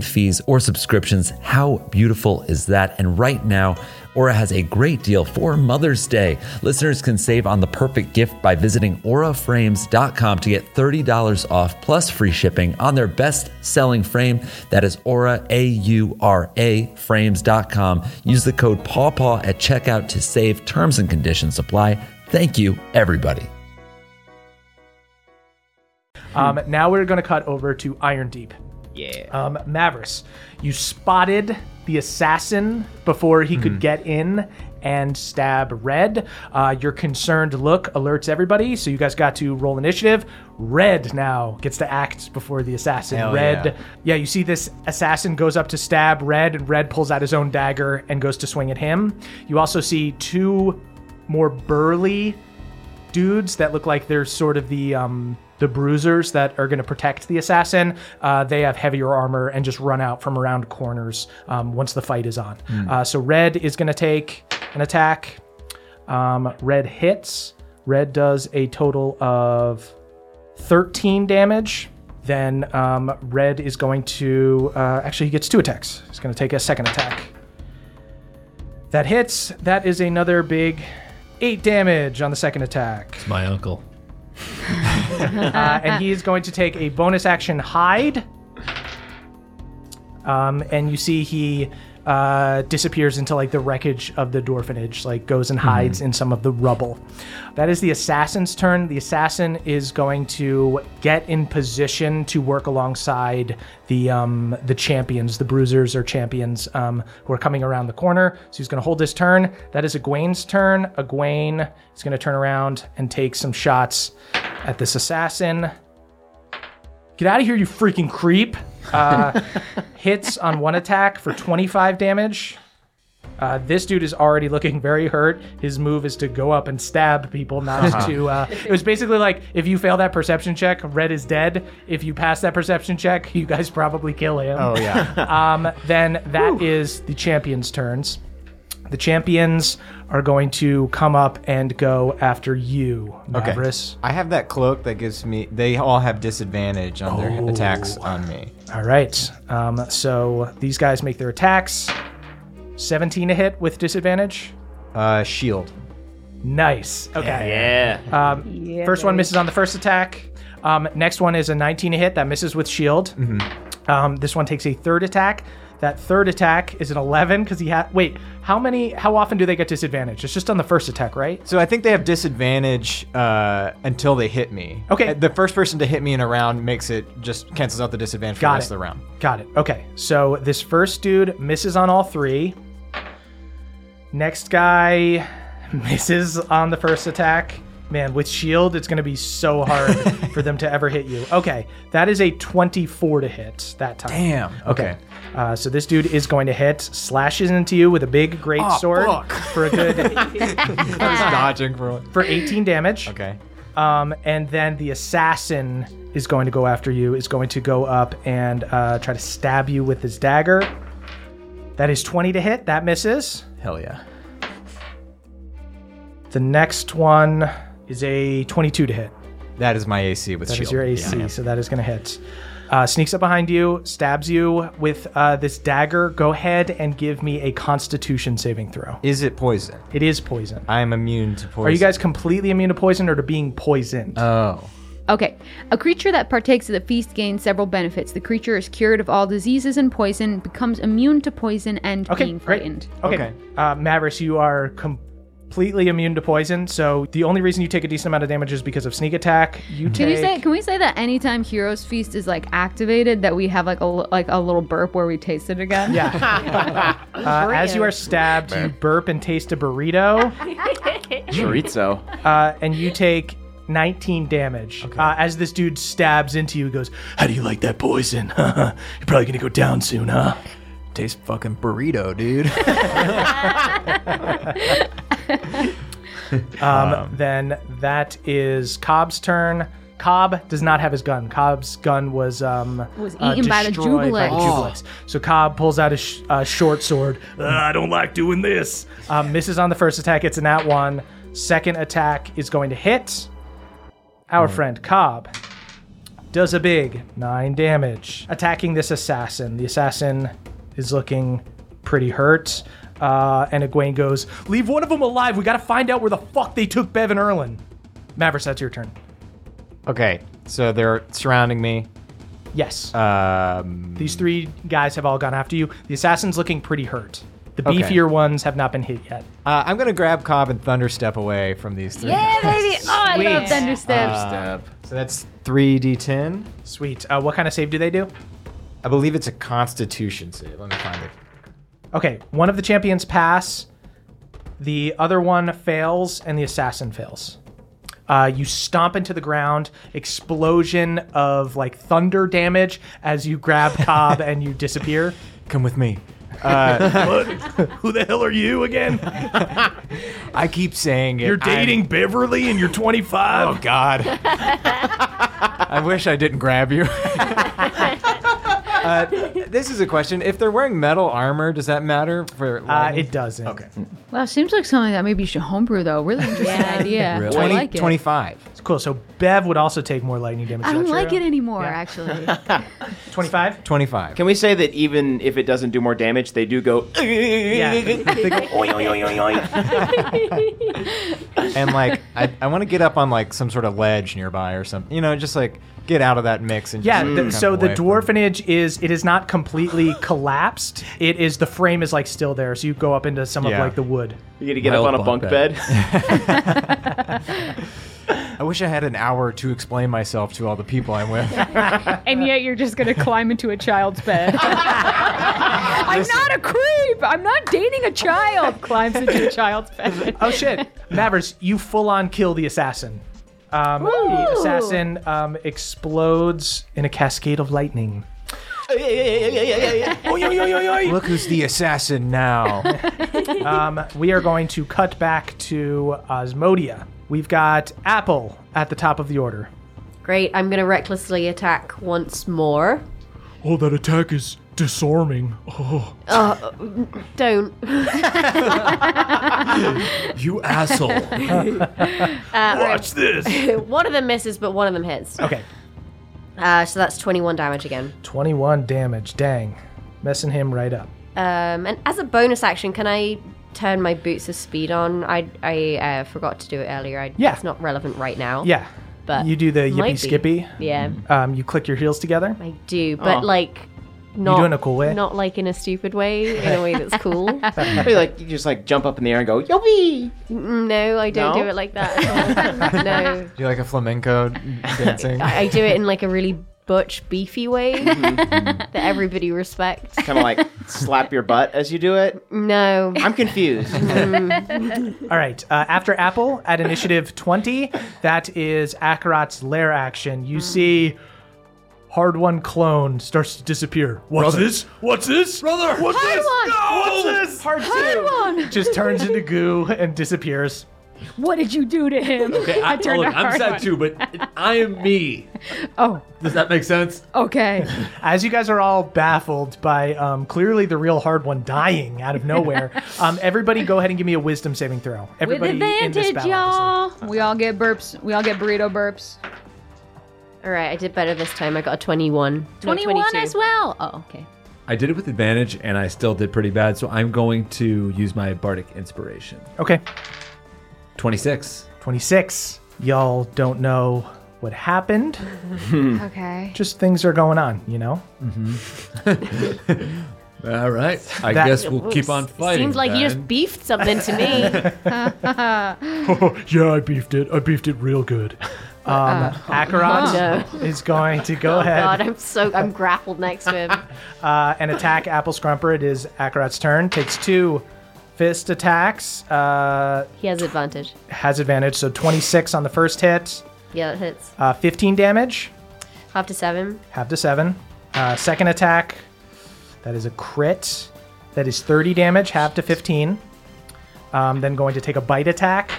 Speaker 10: fees or subscriptions. How beautiful is that? And right now, Aura has a great deal for Mother's Day. Listeners can save on the perfect gift by visiting auraframes.com to get $30 off plus free shipping on their best selling frame. That is aura, A U R A, frames.com. Use the code PAWPAW at checkout to save. Terms and conditions apply. Thank you, everybody.
Speaker 1: Um, now we're going to cut over to Iron Deep.
Speaker 5: Yeah.
Speaker 1: Um, Mavericks, you spotted the assassin before he
Speaker 7: Hmm.
Speaker 1: could get in and stab Red. Uh, your concerned look alerts everybody, so you guys got to roll initiative. Red now gets to act before the assassin.
Speaker 7: Hell
Speaker 1: Red,
Speaker 7: yeah.
Speaker 1: yeah. you see this assassin goes up to stab Red, and Red pulls out his own dagger and goes to swing at him. You also see two more burly dudes that look like they're sort of the um the bruisers that are going to protect the assassin uh, they have heavier armor and just run out from around corners um, once the fight is on uh, so red is going to take an attack um, red hits Red does a total of 13 damage. Then um, Red is going to. Uh, actually, he gets two attacks. He's going to take a second attack. That hits. That is another big 8 damage on the second attack.
Speaker 3: It's my uncle.
Speaker 1: uh, and he is going to take a bonus action hide. Um, and you see he uh, disappears into like the wreckage of the dwarfenage, like goes and hides in some of the rubble. That is the assassin's turn. The assassin is going to get in position to work alongside the um, the champions, the bruisers or champions um, who are coming around the corner. So he's going to hold his turn. That is Egwene's turn. Egwene is going to turn around and take some shots at this assassin. Get out of here, you freaking creep. Uh, hits on one attack for 25 damage. Uh, this dude is already looking very hurt. His move is to go up and stab people, not
Speaker 7: Uh-huh.
Speaker 1: to. Uh, it was basically like if you fail that perception check, red is dead. If you pass that perception check, you guys probably kill him.
Speaker 7: Oh,
Speaker 1: yeah. um, then that is the champions' turns. The champions are going to come up and go after you,
Speaker 7: Okay.
Speaker 1: Maverus.
Speaker 7: I have that cloak that gives me. They all have disadvantage on their
Speaker 1: Oh.
Speaker 7: attacks on me.
Speaker 1: All right. Um, so these guys make their attacks. 17 to hit with disadvantage.
Speaker 7: Uh, shield.
Speaker 1: Nice. Okay. Yeah. Um,
Speaker 7: Yeah,
Speaker 1: First one
Speaker 7: baby.
Speaker 1: misses on the first attack. Um, next one is a 19 to hit that misses with shield.
Speaker 7: Mm-hmm.
Speaker 1: Um, this one takes a third attack. That third attack is an 11 because he had. Wait, how many? How often do they get disadvantage? It's just on the first attack, right?
Speaker 7: So I think they have disadvantage uh, until they hit me. Okay. The first person to hit me in a round makes it just cancels out the disadvantage for
Speaker 1: Got
Speaker 7: the rest
Speaker 1: it.
Speaker 7: of the round.
Speaker 1: Got it. Okay. So this first dude misses on all three. Next guy misses on the first attack. Man, with shield, it's going to be so hard for them to ever hit you. Okay. That is a 24 to hit that time.
Speaker 7: Damn. Okay.
Speaker 1: Uh, so this dude is going to hit, slashes into you with a big great
Speaker 7: Aw,
Speaker 1: sword
Speaker 7: fuck.
Speaker 1: for a good
Speaker 7: I was dodging for one.
Speaker 1: for 18 damage.
Speaker 7: Okay.
Speaker 1: Um, and then the assassin is going to go after you, is going to go up and uh, try to stab you with his dagger. That is 20 to hit. That misses.
Speaker 7: Hell yeah.
Speaker 1: The next one is a 22 to hit.
Speaker 7: That is my AC with
Speaker 1: That is
Speaker 7: shield.
Speaker 1: your AC,
Speaker 7: Yeah.
Speaker 1: so that is going to hit. Uh, sneaks up behind you, stabs you with uh, this dagger. Go ahead and give me a constitution saving throw.
Speaker 7: Is it poison?
Speaker 1: It is poison.
Speaker 7: I am immune to poison.
Speaker 1: Are you guys completely immune to poison or to being poisoned?
Speaker 7: Oh.
Speaker 4: Okay. A creature that partakes of the feast gains several benefits. The creature is cured of all diseases and poison, becomes immune to poison, and
Speaker 1: Okay,
Speaker 4: being
Speaker 1: great.
Speaker 4: frightened.
Speaker 1: Okay. Uh, Mavericks, you are completely immune to poison. So the only reason you take a decent amount of damage is because of sneak attack. You
Speaker 4: Can
Speaker 1: take.
Speaker 4: you say? Can we say that anytime Heroes Feast is like activated, that we have like a li- like a little burp where we taste it again?
Speaker 1: Yeah. uh, as you are stabbed, you burp and taste a burrito,
Speaker 5: Chorizo.
Speaker 1: uh, and you take 19 damage. Uh, as this dude stabs into you, he goes,
Speaker 9: How do you like that poison? You're probably gonna go down soon, huh?
Speaker 7: Tastes fucking burrito, dude.
Speaker 1: Um, then that is Cobb's turn. Cobb does not have his gun. Cobb's gun was um,
Speaker 4: Was eaten by the
Speaker 1: destroyed by
Speaker 4: Jubilex.
Speaker 1: the
Speaker 4: Oh.
Speaker 1: Jubilex. So Cobb pulls out a sh- uh, short sword. "Ugh, I don't like doing this. Um, misses on the first attack. It's an at one. Second attack is going to hit. Our friend Cobb does a big nine damage, attacking this assassin. The assassin is looking pretty hurt. Uh, and Egwene goes, Leave one of them alive. We got to find out where the fuck they took Bevan Erlin. Mavericks, that's your turn.
Speaker 7: okay. So they're surrounding me.
Speaker 1: Yes.
Speaker 7: Um,
Speaker 1: These three guys have all gone after you. The assassin's looking pretty hurt. The
Speaker 7: Okay.
Speaker 1: beefier ones have not been hit yet.
Speaker 7: Uh, I'm gonna grab Cobb and Thunderstep away from these three.
Speaker 4: Yeah, baby. Oh, I
Speaker 1: Sweet.
Speaker 4: love Thunder Steps.
Speaker 7: Uh, so that's three d10.
Speaker 1: Sweet. Uh, what kind of save do they do?
Speaker 7: I believe it's a Constitution save. Let me find it.
Speaker 1: Okay, one of the champions pass, the other one fails, and the assassin fails. Uh, you stomp into the ground, explosion of like thunder damage as you grab Cobb and you disappear.
Speaker 7: Come with me. Uh,
Speaker 1: Who the hell are you again?
Speaker 7: I keep saying it.
Speaker 9: You're
Speaker 7: I'm-
Speaker 9: dating Beverly and you're 25.
Speaker 7: Oh God. I wish I didn't grab you. Uh, this is a question. If they're wearing metal armor, does that matter for? Uh,
Speaker 1: it doesn't.
Speaker 7: Okay.
Speaker 4: Well, it seems like something that maybe you should homebrew though. Really interesting idea. I like it.
Speaker 1: It's cool. So Bev would also take more lightning damage.
Speaker 4: I
Speaker 1: is that
Speaker 4: don't like
Speaker 1: true?
Speaker 4: it anymore, actually.
Speaker 1: 25?
Speaker 7: 25.
Speaker 5: Can we say that even if it doesn't do more damage, they do go.
Speaker 1: Yeah.
Speaker 5: They go, "Oi, oi, oi, oi, oi."
Speaker 7: and like, I, I want to get up on like some sort of ledge nearby or something. You know, just like get out of that mix and
Speaker 1: Yeah,
Speaker 7: Just,
Speaker 1: the-
Speaker 7: kind
Speaker 1: so
Speaker 7: of
Speaker 1: the
Speaker 7: Mm. away.
Speaker 1: dwarfenage is it is not completely collapsed. It is the frame is like still there, so you go up into some of
Speaker 7: Yeah.
Speaker 1: like the wood.
Speaker 5: You gotta get up on a bunk bed.
Speaker 7: I wish I had an hour to explain myself to all the people I'm with.
Speaker 11: and yet you're just gonna climb into a child's bed. I'm not a creep. I'm not dating a child. Climbs into a child's bed.
Speaker 1: oh shit, Mavericks, you full on kill the assassin. Um, the
Speaker 11: Woo!
Speaker 1: assassin um, explodes in a cascade of lightning.
Speaker 7: Look who's the assassin now.
Speaker 1: um, we are going to cut back to Osmodia. We've got Apple at the top of the order.
Speaker 6: Great, I'm gonna recklessly attack once more.
Speaker 8: Oh, that attack is disarming. Oh.
Speaker 6: Uh, don't.
Speaker 8: You asshole.
Speaker 6: Uh,
Speaker 8: Watch this.
Speaker 6: one of them misses, but one of them hits.
Speaker 1: Okay.
Speaker 6: Uh, so that's 21 damage again.
Speaker 1: 21 damage, dang. Messing him right up.
Speaker 6: Um, and as a bonus action, can I turn my boots of speed on? I, I uh, forgot to do it earlier. I,
Speaker 1: Yeah.
Speaker 6: It's not relevant right now.
Speaker 1: Yeah.
Speaker 6: But
Speaker 1: you do the yippee
Speaker 6: might be.
Speaker 1: skippy.
Speaker 6: Yeah.
Speaker 1: Um, you click your heels together.
Speaker 6: I do, but
Speaker 1: Oh.
Speaker 6: like
Speaker 1: You
Speaker 6: not
Speaker 1: do it in a cool way?
Speaker 6: Not like in a stupid way, in a way that's cool.
Speaker 5: They, like you just like jump up in the air and go. Yo.
Speaker 6: Yopi! Mm, No, I don't
Speaker 5: No?
Speaker 6: do it like that. no.
Speaker 7: Do you like a flamenco dancing?
Speaker 6: I, I do it in like a really butch, beefy way that everybody respects.
Speaker 5: Kind of Mm-hmm. like slap your butt as you do it.
Speaker 6: No. Mm.
Speaker 5: I'm confused.
Speaker 1: All right. Uh, after Apple at initiative 20, that is Akarat's lair action.
Speaker 3: Hmm.
Speaker 1: You see Hard One Clone starts to disappear.
Speaker 8: What's
Speaker 1: Brother.
Speaker 8: this? What's this? Brother! What's
Speaker 1: Hard
Speaker 8: this?
Speaker 1: one!
Speaker 8: No!
Speaker 1: What's this? Hard Oh, two. Just turns into goo and disappears.
Speaker 11: What did you do to him?
Speaker 3: Okay, I,
Speaker 11: turned
Speaker 3: look,
Speaker 11: a
Speaker 3: I'm
Speaker 11: hard
Speaker 3: sad
Speaker 11: one.
Speaker 3: too, but I am me.
Speaker 11: Oh.
Speaker 3: Does that make sense?
Speaker 11: Okay.
Speaker 1: As you guys are all baffled by um, clearly the real hard one dying out of nowhere, um, everybody go ahead and give me a wisdom saving throw. Everybody
Speaker 11: With
Speaker 1: in this
Speaker 11: advantage,
Speaker 1: battle.
Speaker 11: y'all.
Speaker 8: Uh-huh.
Speaker 11: We all get burps. We all get burrito burps.
Speaker 6: All right, I did better this time. I got a 21. No,
Speaker 11: 21
Speaker 6: 22.
Speaker 11: as well. Oh, okay.
Speaker 3: I did it with advantage, and I still did pretty bad. So I'm going to use my bardic inspiration.
Speaker 1: Okay.
Speaker 3: 26.
Speaker 1: 26. Y'all don't know what happened.
Speaker 4: okay.
Speaker 1: Just things are going on, you know? Mm-hmm.
Speaker 3: All right. I
Speaker 1: That-
Speaker 3: guess we'll keep on fighting.
Speaker 6: Seems like you
Speaker 3: then.
Speaker 6: just beefed something to me.
Speaker 8: yeah, I beefed it. I beefed it real good.
Speaker 1: Um, Akarat
Speaker 6: Oh,
Speaker 1: is going to go
Speaker 6: oh
Speaker 1: ahead
Speaker 6: God, I'm so I'm grappled next to him.
Speaker 1: uh, and attack Apple Scrumper. It is Akarat's turn. Takes two fist attacks. Uh,
Speaker 6: He has advantage.
Speaker 1: has advantage, so 26 on the first hit,
Speaker 6: Yeah, it hits.
Speaker 1: uh, 15 damage,
Speaker 6: Half to seven.
Speaker 1: half to seven. Uh, second attack, that is a crit. That is 30 damage, half to 15. Um, then going to take a bite attack,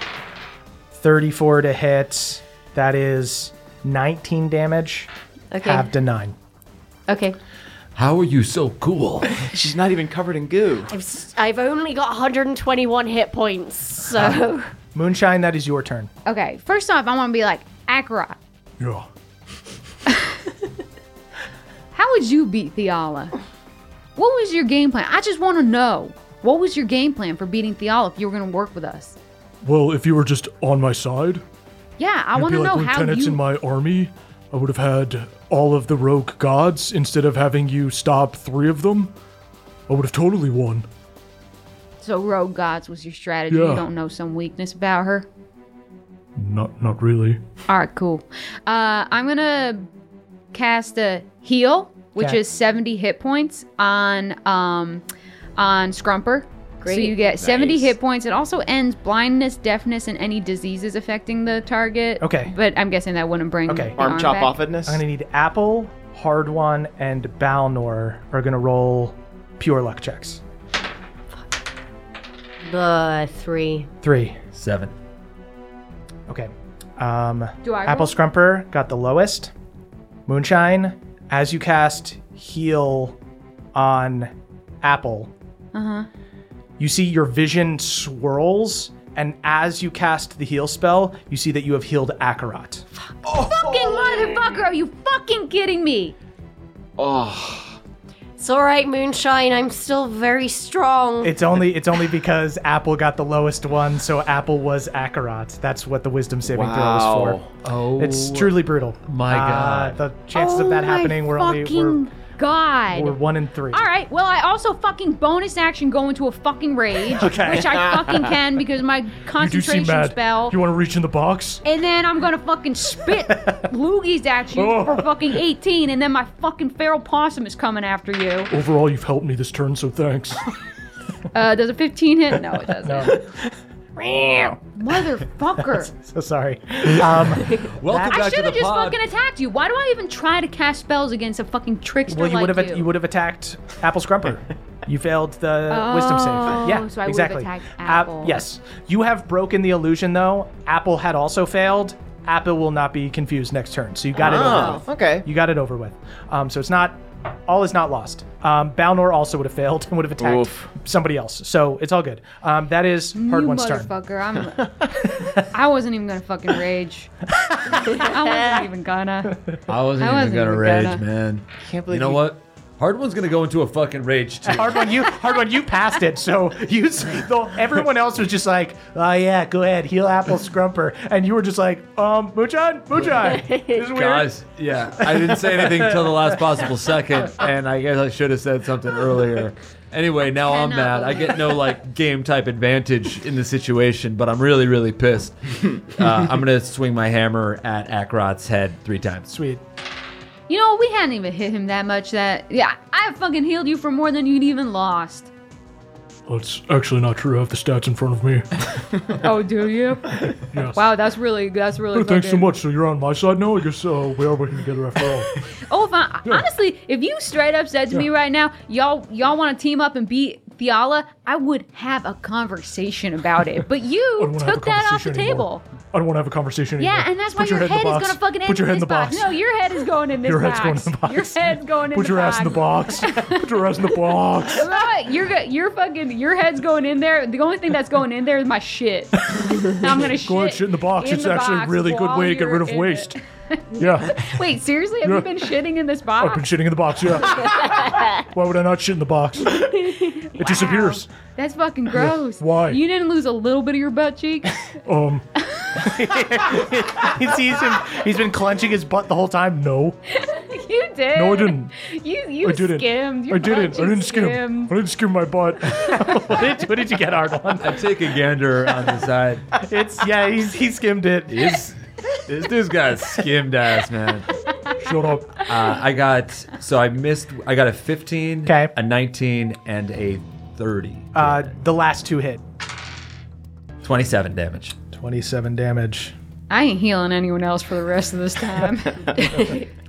Speaker 1: 34 to hit. That is 19 damage,
Speaker 6: Okay.
Speaker 1: half to nine.
Speaker 6: Okay.
Speaker 3: How are you so cool?
Speaker 5: She's not even covered in goo.
Speaker 6: I've, s- I've only got 121 hit points,
Speaker 1: Ah.
Speaker 6: so.
Speaker 1: Moonshine, that is your turn.
Speaker 4: Okay. First off, I want to be like Akra.
Speaker 8: Yeah.
Speaker 4: How would you beat Theala? What was your game plan? I just want to know. What was your game plan for beating Theala if you were going to work with us?
Speaker 8: Well, if you were just on my side,
Speaker 4: Yeah, I
Speaker 8: you'd
Speaker 4: want
Speaker 8: be
Speaker 4: to
Speaker 8: like
Speaker 4: know how
Speaker 8: lieutenants
Speaker 4: you.
Speaker 8: in my army. I would have had all of the rogue gods instead of having you stop three of them. I would have totally won.
Speaker 4: so rogue gods was your strategy.
Speaker 8: Yeah.
Speaker 4: You don't know some weakness about her.
Speaker 8: Not, not really.
Speaker 4: All right, cool. Uh, I'm gonna cast a heal, which
Speaker 8: Okay.
Speaker 4: is 70 hit points on um on Scrumper. So
Speaker 6: Great.
Speaker 4: you get 70
Speaker 6: Nice.
Speaker 4: hit points. It also ends blindness, deafness, and any diseases affecting the target.
Speaker 1: Okay.
Speaker 4: But I'm guessing that wouldn't bring
Speaker 1: Okay.
Speaker 4: the arm back.
Speaker 1: I'm gonna need Apple, Hard One, and Balnor are gonna roll pure luck checks.
Speaker 6: Uh, three.
Speaker 1: Three.
Speaker 3: Seven.
Speaker 1: Okay. Um,
Speaker 6: Do I
Speaker 1: Apple
Speaker 6: roll?
Speaker 1: Scrumper got the lowest. Moonshine, as you cast heal on Apple,
Speaker 4: Uh huh.
Speaker 1: you see your vision swirls, and as you cast the heal spell, you see that you have healed Akarat.
Speaker 4: Fucking motherfucker, are you fucking kidding me?
Speaker 1: Oh.
Speaker 6: It's all right, Moonshine. I'm still very strong.
Speaker 1: It's only it's only because Apple got the lowest one, so Apple was Akarat. That's what the wisdom saving throw was
Speaker 3: Wow.
Speaker 1: for.
Speaker 3: Oh.
Speaker 1: it's truly brutal.
Speaker 3: My
Speaker 1: Uh,
Speaker 3: God.
Speaker 1: the chances
Speaker 6: Oh
Speaker 1: of that happening were only were,
Speaker 4: oh Fucking God.
Speaker 1: were one in three.
Speaker 4: All right. Well, I also fucking bonus action go into a fucking rage,
Speaker 8: Okay.
Speaker 4: which I fucking can because my
Speaker 8: You do
Speaker 4: concentration
Speaker 8: seem mad.
Speaker 4: spell.
Speaker 8: You want to reach in the box?
Speaker 4: and then I'm gonna fucking spit loogies at you
Speaker 1: Oh.
Speaker 4: for fucking 18, and then my fucking feral possum is coming after you.
Speaker 8: Overall, you've helped me this turn, so thanks.
Speaker 4: Uh, does a 15 hit? No, it doesn't.
Speaker 1: That's-
Speaker 4: Motherfucker.
Speaker 1: so sorry. Um, Welcome
Speaker 4: I should have just fucking attacked you. Why do I even try to cast spells against a fucking trickster
Speaker 1: Well, you
Speaker 4: like
Speaker 1: would have
Speaker 4: you?
Speaker 1: you would have attacked Apple Scrumper. you failed the wisdom
Speaker 4: Oh,
Speaker 1: save. Yeah,
Speaker 4: so I would've
Speaker 1: exactly.
Speaker 4: attacked
Speaker 1: Ap-
Speaker 4: Apple.
Speaker 1: yes, you have broken the illusion though. Apple had also failed. Apple will not be confused next turn. So you got it
Speaker 5: Oh,
Speaker 1: over with. Okay. You got it over with. Um, so it's not all is not lost. Um, Balnor also would have failed and would have attacked
Speaker 5: Oof.
Speaker 1: somebody else. So it's all good. Um, that is hard
Speaker 4: you
Speaker 1: one's turn.
Speaker 4: motherfucker! I'm. I wasn't even gonna fucking rage. I wasn't even gonna.
Speaker 3: I wasn't,
Speaker 4: I
Speaker 3: even
Speaker 4: wasn't
Speaker 3: gonna
Speaker 4: even
Speaker 3: rage,
Speaker 4: gonna.
Speaker 3: man.
Speaker 4: Can't
Speaker 3: you
Speaker 4: believe
Speaker 3: know
Speaker 4: you-
Speaker 3: what? Hard one's gonna go into a fucking rage too.
Speaker 1: Hard one, you hard one, you passed it. So you, s- though everyone else was just like, "Oh yeah, go ahead, heal Apple Scrumper," and you were just like, "Um, Mujan, Mujan, this is weird."
Speaker 3: Guys, yeah, I didn't say anything until the last possible second, and I guess I should have said something earlier. Anyway, now I'm mad. I get no like game type advantage in the situation, but I'm really, really pissed. Uh, I'm gonna swing my hammer at Akrot's head three times.
Speaker 1: Sweet.
Speaker 4: You know, we hadn't even hit him that much. That yeah, I fucking healed you for more than you'd even lost.
Speaker 8: That's Oh, actually not true. I have the stats in front of me.
Speaker 4: oh, do you?
Speaker 8: Yes.
Speaker 4: Wow, that's really that's really.
Speaker 8: Oh, thanks so
Speaker 4: fucking-
Speaker 8: much. So you're on my side now? I guess uh, we are working together after all.
Speaker 4: Oh, if I, honestly, if you straight up said to me
Speaker 8: Yeah.
Speaker 4: right now, y'all y'all want to team up and beat Fiala, I would have a conversation about it. But
Speaker 8: I
Speaker 4: you
Speaker 8: don't wanna have a
Speaker 4: took that off the
Speaker 8: conversation anymore.
Speaker 4: table.
Speaker 8: I don't want to have a conversation anymore.
Speaker 4: Yeah, and that's why
Speaker 8: Put
Speaker 4: your,
Speaker 8: in
Speaker 4: head
Speaker 8: the
Speaker 4: is
Speaker 8: box.
Speaker 4: gonna fucking end
Speaker 8: Put your head
Speaker 4: in this
Speaker 8: in the box.
Speaker 4: No, your head is going in this
Speaker 8: Your head's
Speaker 4: box.
Speaker 8: going in the box.
Speaker 4: Your head's going in
Speaker 8: Put
Speaker 4: the
Speaker 8: your
Speaker 4: box.
Speaker 8: ass in the box. Put your ass in the box.
Speaker 4: Right, you're go- you're fucking your head's going in there. The only thing that's going in there is my shit. And I'm gonna shit.
Speaker 8: Go ahead, shit in the box.
Speaker 4: in
Speaker 8: it's
Speaker 4: the
Speaker 8: actually
Speaker 4: box
Speaker 8: a really good
Speaker 4: while
Speaker 8: way to get
Speaker 4: you're
Speaker 8: rid of
Speaker 4: in
Speaker 8: waste.
Speaker 4: it. Uh-huh.
Speaker 8: Yeah.
Speaker 4: Wait, seriously? Have
Speaker 8: Yeah.
Speaker 4: you been shitting in this
Speaker 8: I've been
Speaker 4: box?
Speaker 8: shitting in the box, yeah. Why would I not shit in the box? It disappears.
Speaker 4: That's fucking gross.
Speaker 8: Why?
Speaker 4: You didn't lose a little bit of your butt cheek?
Speaker 8: Um,
Speaker 1: he's, he's been he's been clenching his butt the whole time. No,
Speaker 4: you did.
Speaker 8: No, I didn't.
Speaker 4: You you
Speaker 8: I didn't.
Speaker 4: skimmed. Your
Speaker 8: I didn't.
Speaker 4: butt
Speaker 8: I didn't
Speaker 4: cheek
Speaker 8: skim.
Speaker 4: skimmed.
Speaker 8: I didn't skim my butt.
Speaker 1: what, did, what did you get, Ardon?
Speaker 3: I take a gander on the side.
Speaker 1: It's yeah, he's, he skimmed it.
Speaker 3: This, this dude's got a skimmed ass, man.
Speaker 8: Shut up.
Speaker 3: Uh, I got so I missed. I got a 15, a 19, and a 30.
Speaker 1: Uh, the last two hit.
Speaker 3: 27 damage.
Speaker 1: 27 damage.
Speaker 4: I ain't healing anyone else for the rest of this time.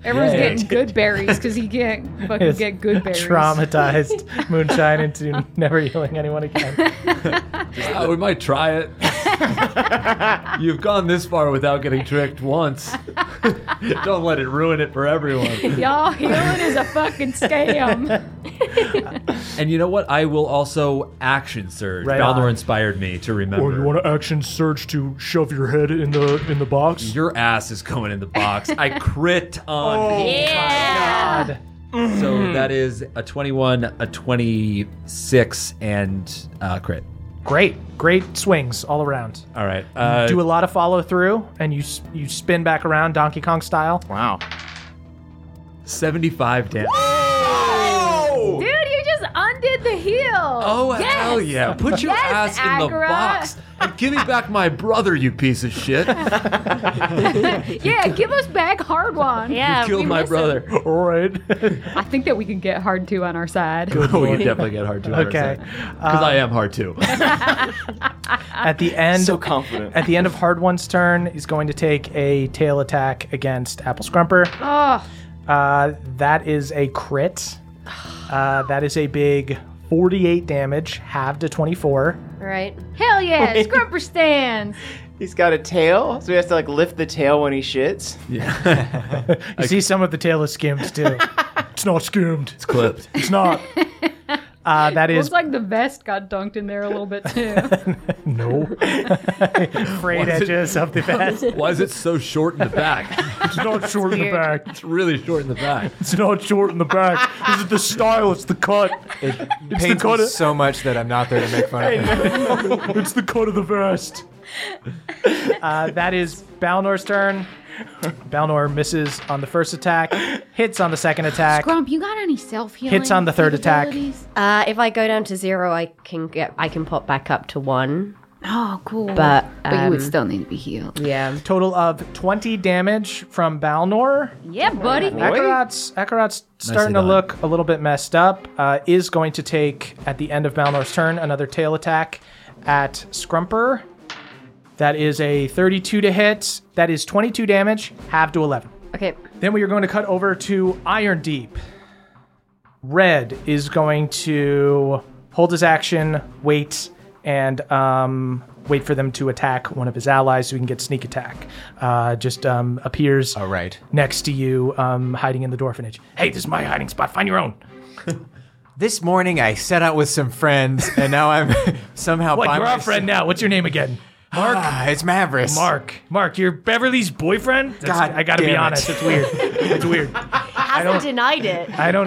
Speaker 4: Everyone's
Speaker 1: Yeah.
Speaker 4: getting good berries because he can't fucking
Speaker 1: It's
Speaker 4: get good berries.
Speaker 1: Traumatized moonshine into never healing anyone again.
Speaker 3: Uh, we might try it. You've gone this far without getting tricked once. Don't let it ruin it for everyone.
Speaker 4: Y'all, healing is a fucking scam.
Speaker 3: And you know what? I will also action surge.
Speaker 8: Right
Speaker 3: Balnor
Speaker 8: on. Oh,
Speaker 3: inspired me to remember.
Speaker 8: Or you want to action surge to shove your head in the in the box?
Speaker 3: Your ass is going in the box. I crit on.
Speaker 4: yeah.
Speaker 3: So that is a 21, a 26, and uh, crit.
Speaker 1: Great, great swings all around.
Speaker 3: All right. Uh,
Speaker 1: Do a lot of follow through, and you s- you spin back around Donkey Kong style.
Speaker 3: Wow. 75 damage.
Speaker 4: Dude, you just undid the heel.
Speaker 3: Oh,
Speaker 4: yes.
Speaker 3: hell yeah. Put your ass
Speaker 4: Yes,
Speaker 3: in the
Speaker 4: Agra.
Speaker 3: box. And give me back my brother, you piece of shit.
Speaker 4: yeah, give us back hard one.
Speaker 3: you killed my brother.
Speaker 1: All right.
Speaker 4: I think that we can get hard two on our side.
Speaker 3: we can Oh, definitely get hard to
Speaker 1: Okay.
Speaker 3: Because
Speaker 8: Um,
Speaker 3: I am hard too.
Speaker 1: At the end,
Speaker 3: So confident.
Speaker 1: At the end of Hard One's turn, he's going to take a tail attack against Apple Scrumper.
Speaker 4: Oh,
Speaker 1: Uh, that is a crit. Uh, that is a big 48 damage, halved to 24.
Speaker 6: right.
Speaker 4: Hell yeah, Scrumper stands.
Speaker 5: He's got a tail, so he has to like lift the tail when he shits.
Speaker 3: Yeah.
Speaker 1: You see some of the tail is skimmed too.
Speaker 8: It's not skimmed. It's
Speaker 3: clipped.
Speaker 8: It's not.
Speaker 1: Uh, that
Speaker 11: Looks like the vest got dunked in there a little bit too.
Speaker 8: no.
Speaker 1: frayed
Speaker 3: Why is it-
Speaker 1: edges of the vest.
Speaker 3: Why is it so short in the back?
Speaker 8: It's not short in the back.
Speaker 3: It's really short in the back.
Speaker 8: It's not short in the back. This is the style. It's the cut.
Speaker 7: It
Speaker 8: it's
Speaker 7: pains me so much that I'm not there to make fun of him.
Speaker 8: it's the cut of the vest.
Speaker 1: Uh, that is Balnor's turn. Balnor misses on the first attack, hits on the second attack.
Speaker 4: Grump, you got any self healing?
Speaker 1: Hits on the third attack.
Speaker 6: Uh, if I go down to zero, I can get I can pop back up to one.
Speaker 4: Oh, cool.
Speaker 6: But
Speaker 4: But you would
Speaker 6: um,
Speaker 4: still need to be healed.
Speaker 6: Yeah.
Speaker 1: Total of 20 damage from Balnor.
Speaker 4: Yeah, buddy.
Speaker 1: Akarat's, Akarat's starting to
Speaker 4: done.
Speaker 1: look a little bit messed up. Uh, is going to take, at the end of Balnor's turn, another tail attack at Scrumper. That is a 32 to hit. That is 22 damage, half to 11.
Speaker 6: Okay.
Speaker 1: Then we are going to cut over to Iron Deep. Red is going to hold his action, wait, and um, wait for them to attack one of his allies so he can get sneak attack. Uh, just um, appears All right. next to you, um, hiding in the dwarfenage. Hey, this is my hiding spot. Find your own.
Speaker 7: This morning I set out with some friends, and now I'm somehow.
Speaker 1: What,
Speaker 7: by
Speaker 1: you're our
Speaker 7: myself.
Speaker 1: friend now. What's your name again? Mark?
Speaker 7: Ah, it's Mavris.
Speaker 1: Mark. Mark, you're Beverly's boyfriend? That's-
Speaker 7: God
Speaker 1: I gotta be
Speaker 7: damn it.
Speaker 1: honest. It's weird. It's weird.
Speaker 6: uh, Hasn't denied it.
Speaker 1: I don't.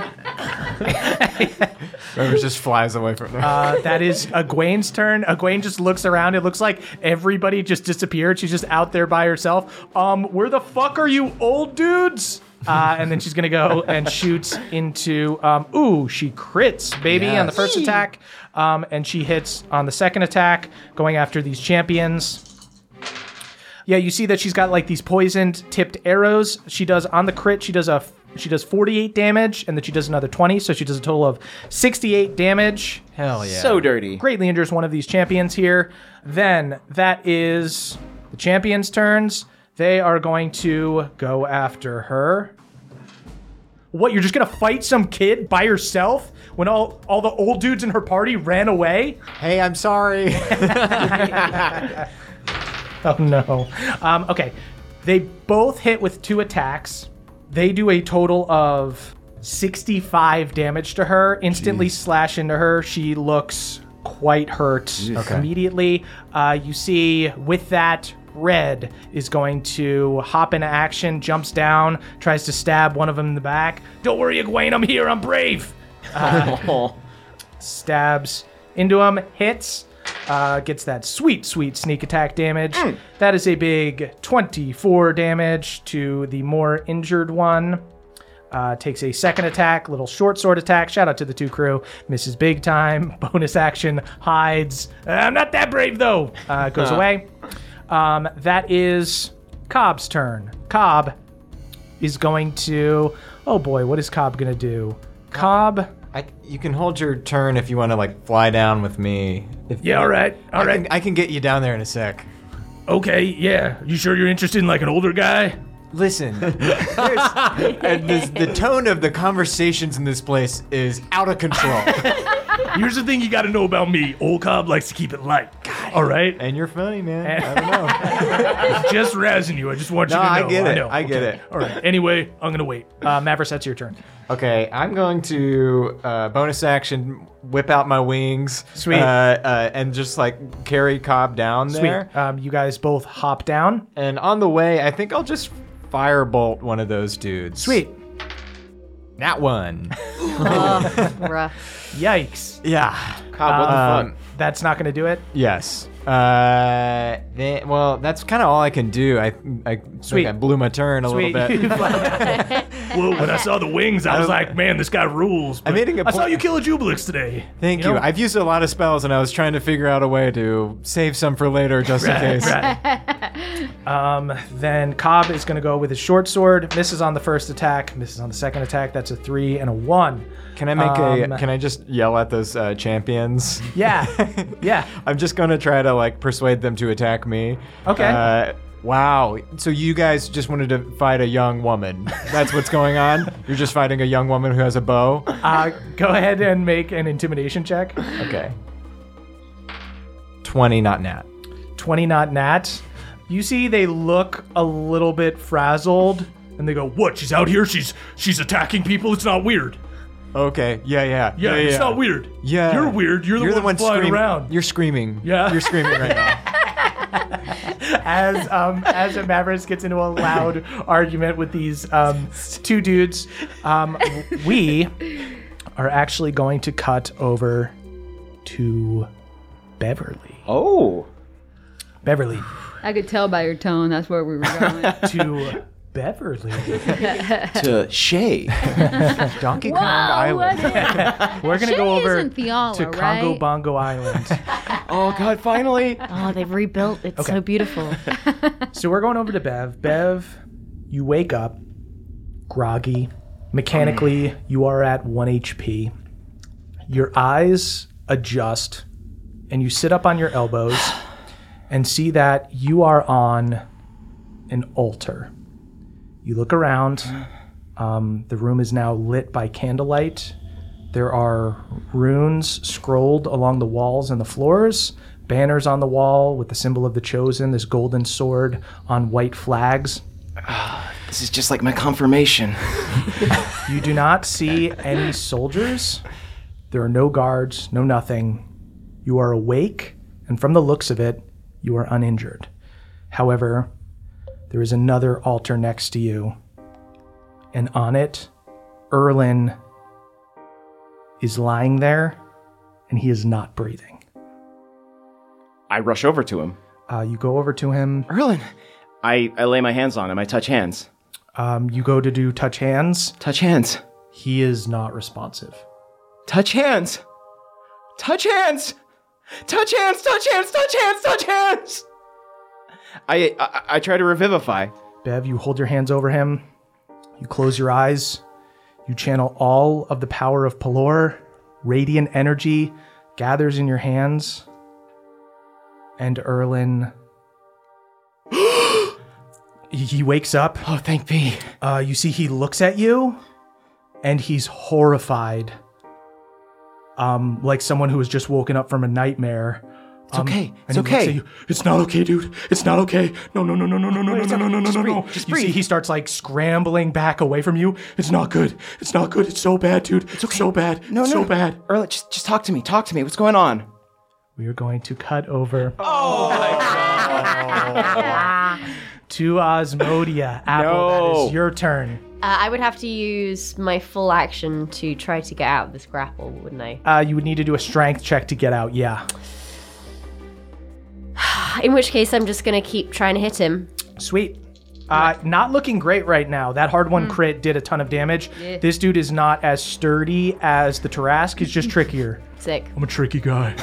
Speaker 7: Mavris just flies away from there.
Speaker 1: Uh, that is Egwene's turn. Egwene just looks around. It looks like everybody just disappeared. She's just out there by herself. Um, where the fuck are you, old dudes? Uh, and then she's gonna go and shoot into. Um, ooh, she crits, baby, on the
Speaker 7: Yes.
Speaker 1: first attack, um, and she hits on the second attack, going after these champions. Yeah, you see that she's got like these poisoned tipped arrows. She does on the crit, she does a she does 48 damage and then she does another 20, so she does a total of 68 damage.
Speaker 7: Hell yeah.
Speaker 5: So dirty.
Speaker 1: Greatly injures one of these champions here. Then that is the champions' turns. They are going to go after her. What, you're just gonna fight some kid by yourself when all, all the old dudes in her party ran away?
Speaker 7: Hey, I'm sorry.
Speaker 1: Oh no. Um, okay, they both hit with two attacks. They do a total of 65 damage to her. Instantly slash into her. She looks quite hurt
Speaker 7: Okay.
Speaker 1: immediately. Uh, you see, with that, Red is going to hop into action, jumps down, tries to stab one of them in the back. Don't worry, Egwene, I'm here. I'm brave. Uh, stabs into him, hits, uh, gets that sweet, sweet sneak attack damage. That is a big 24 damage to the more injured one. Uh, takes a second attack, little short sword attack. Shout out to the two crew. Misses big time. Bonus action hides. I'm not that brave though. Uh, goes away. Um, that is Cobb's turn. Cobb is going to. Oh boy, what is Cobb gonna do? Cobb.
Speaker 7: I, you can hold your turn if you want to like fly down with me. If
Speaker 8: Yeah, all right, all
Speaker 7: I
Speaker 8: right.
Speaker 7: Can, I can get you down there in a sec.
Speaker 8: Okay, yeah. You sure you're interested in like an older guy?
Speaker 7: Listen, there's- and this, the tone of the conversations in this place is out of control.
Speaker 8: Here's the thing you gotta know about me. Old Cobb likes to keep it light. All right?
Speaker 7: And you're funny, man. I don't know.
Speaker 8: just razzing you. I just want
Speaker 7: No,
Speaker 8: you to
Speaker 7: I
Speaker 8: know.
Speaker 7: get it.
Speaker 8: know.
Speaker 7: I get
Speaker 8: Okay.
Speaker 7: it.
Speaker 8: All right. Anyway, I'm gonna wait.
Speaker 1: Uh, Mavericks, that's your turn.
Speaker 7: Okay, I'm going to uh, bonus action whip out my wings.
Speaker 1: Sweet.
Speaker 7: Uh, uh, and just like carry Cobb down there.
Speaker 1: Sweet. Um, you guys both hop down.
Speaker 7: And on the way, I think I'll just firebolt one of those dudes.
Speaker 1: Sweet.
Speaker 7: That one.
Speaker 1: Yikes.
Speaker 7: yeah.
Speaker 5: Cobb, what the
Speaker 7: Um,
Speaker 5: fuck?
Speaker 1: That's not gonna do it.
Speaker 7: Yes. Uh, then, well, that's kind of all I can do. I, I
Speaker 1: Sweet.
Speaker 7: think I blew my turn a little bit.
Speaker 8: Whoa, when I saw the wings, I was like, man, this guy rules.
Speaker 7: I'm
Speaker 8: but
Speaker 7: hitting a
Speaker 8: I saw
Speaker 7: point-
Speaker 8: you kill a Jubilix today.
Speaker 7: Thank you.
Speaker 8: know?
Speaker 7: I've used a lot of spells, and I was trying to figure out a way to save some for later, just in case.
Speaker 1: Um, then Cobb is going to go with his short sword. Misses on the first attack. Misses on the second attack. That's a three and a one.
Speaker 7: Can I make
Speaker 1: Um,
Speaker 7: a? Can I just yell at those uh, champions?
Speaker 1: Yeah, yeah.
Speaker 7: I'm just gonna try to like persuade them to attack me.
Speaker 1: Okay.
Speaker 7: Uh, wow. So you guys just wanted to fight a young woman? That's what's going on. You're just fighting a young woman who has a bow.
Speaker 1: Uh, go ahead and make an intimidation check.
Speaker 7: Okay. Twenty, not nat.
Speaker 1: Twenty not nat. You see, they look a little bit frazzled, and they go,
Speaker 8: What? She's out here. She's she's attacking people. It's not weird.
Speaker 7: Okay. Yeah, yeah.
Speaker 8: Yeah, it's not weird.
Speaker 7: Yeah.
Speaker 8: You're weird. You're the one flying
Speaker 7: screaming.
Speaker 8: around.
Speaker 7: You're screaming.
Speaker 8: Yeah.
Speaker 7: You're screaming right now.
Speaker 1: as um, as Mavericks gets into a loud argument with these um, two dudes, um, we are actually going to cut over to Beverly.
Speaker 5: Oh,
Speaker 1: Beverly
Speaker 4: I could tell by your tone that's where we were going.
Speaker 1: to Beverly.
Speaker 5: to Shay.
Speaker 1: Donkey
Speaker 4: Whoa, what
Speaker 1: We're gonna go
Speaker 4: Shay is
Speaker 1: over
Speaker 4: in Fiala,
Speaker 1: to Congo
Speaker 4: right?
Speaker 1: Bongo Island.
Speaker 5: oh God! Finally.
Speaker 6: Oh, they've rebuilt. It's so beautiful.
Speaker 1: So we're going over to Bev. Bev, you wake up groggy. Mechanically, you are at 1 HP. Your eyes adjust and you sit up on your elbows and see that you are on an altar. You look around. Um, the room is now lit by candlelight. There are runes scrolled along the walls and the floors, banners on the wall with the symbol of the chosen, this golden sword on white flags.
Speaker 5: This is just like my confirmation.
Speaker 1: You do not see any soldiers. There are no guards, no nothing. You are awake, and from the looks of it, you are uninjured. However, there is another altar next to you, and on it, Erlin is lying there, and he is not breathing.
Speaker 5: I rush over to him.
Speaker 1: Uh, you go over to him.
Speaker 5: Erlin. I, I lay my hands on him. I touch hands.
Speaker 1: Um, you go to do touch hands.
Speaker 5: Touch hands.
Speaker 1: He is not responsive.
Speaker 5: Touch hands. Touch hands. Touch hands. Touch hands. Touch hands. Touch hands. I I, I try to revivify.
Speaker 1: Bev, you hold your hands over him. You close your eyes. You channel all of the power of Pelor. Radiant energy gathers in your hands. And Erlin. he he wakes up.
Speaker 5: Oh, thank thee.
Speaker 1: Uh, you see, he looks at you and he's horrified. Um, like someone who has just woken up from a nightmare. Um,
Speaker 5: It's okay.
Speaker 1: and
Speaker 5: It's
Speaker 1: he looks at
Speaker 5: okay.
Speaker 1: you.
Speaker 8: It's not okay, dude. It's not okay. No, no, no, no, no, no, no, no, no, no, no, no, no, no.
Speaker 1: You see, he starts like scrambling back away from you.
Speaker 8: It's not good. It's not good. It's so bad, dude. It's okay. so bad.
Speaker 5: No,
Speaker 8: it's
Speaker 5: no.
Speaker 8: so bad.
Speaker 5: Erlin, just just talk to me. Talk to me. What's going on?
Speaker 1: We are going to cut over.
Speaker 8: Oh
Speaker 4: Uh,
Speaker 1: to Osmodia. Apple, that
Speaker 5: No.
Speaker 1: is your turn.
Speaker 6: Uh, I would have to use my full action to try to get out of this grapple, wouldn't I?
Speaker 1: Uh, you would need to do a strength check to get out. Yeah.
Speaker 6: In which case, I'm just gonna keep trying to hit him.
Speaker 1: Sweet. Uh, not looking great right now. That hard one crit did a ton of damage.
Speaker 6: Hmm. Yeah.
Speaker 1: This dude is not as sturdy as the Tarask. He's just trickier.
Speaker 6: Sick.
Speaker 8: I'm a tricky guy.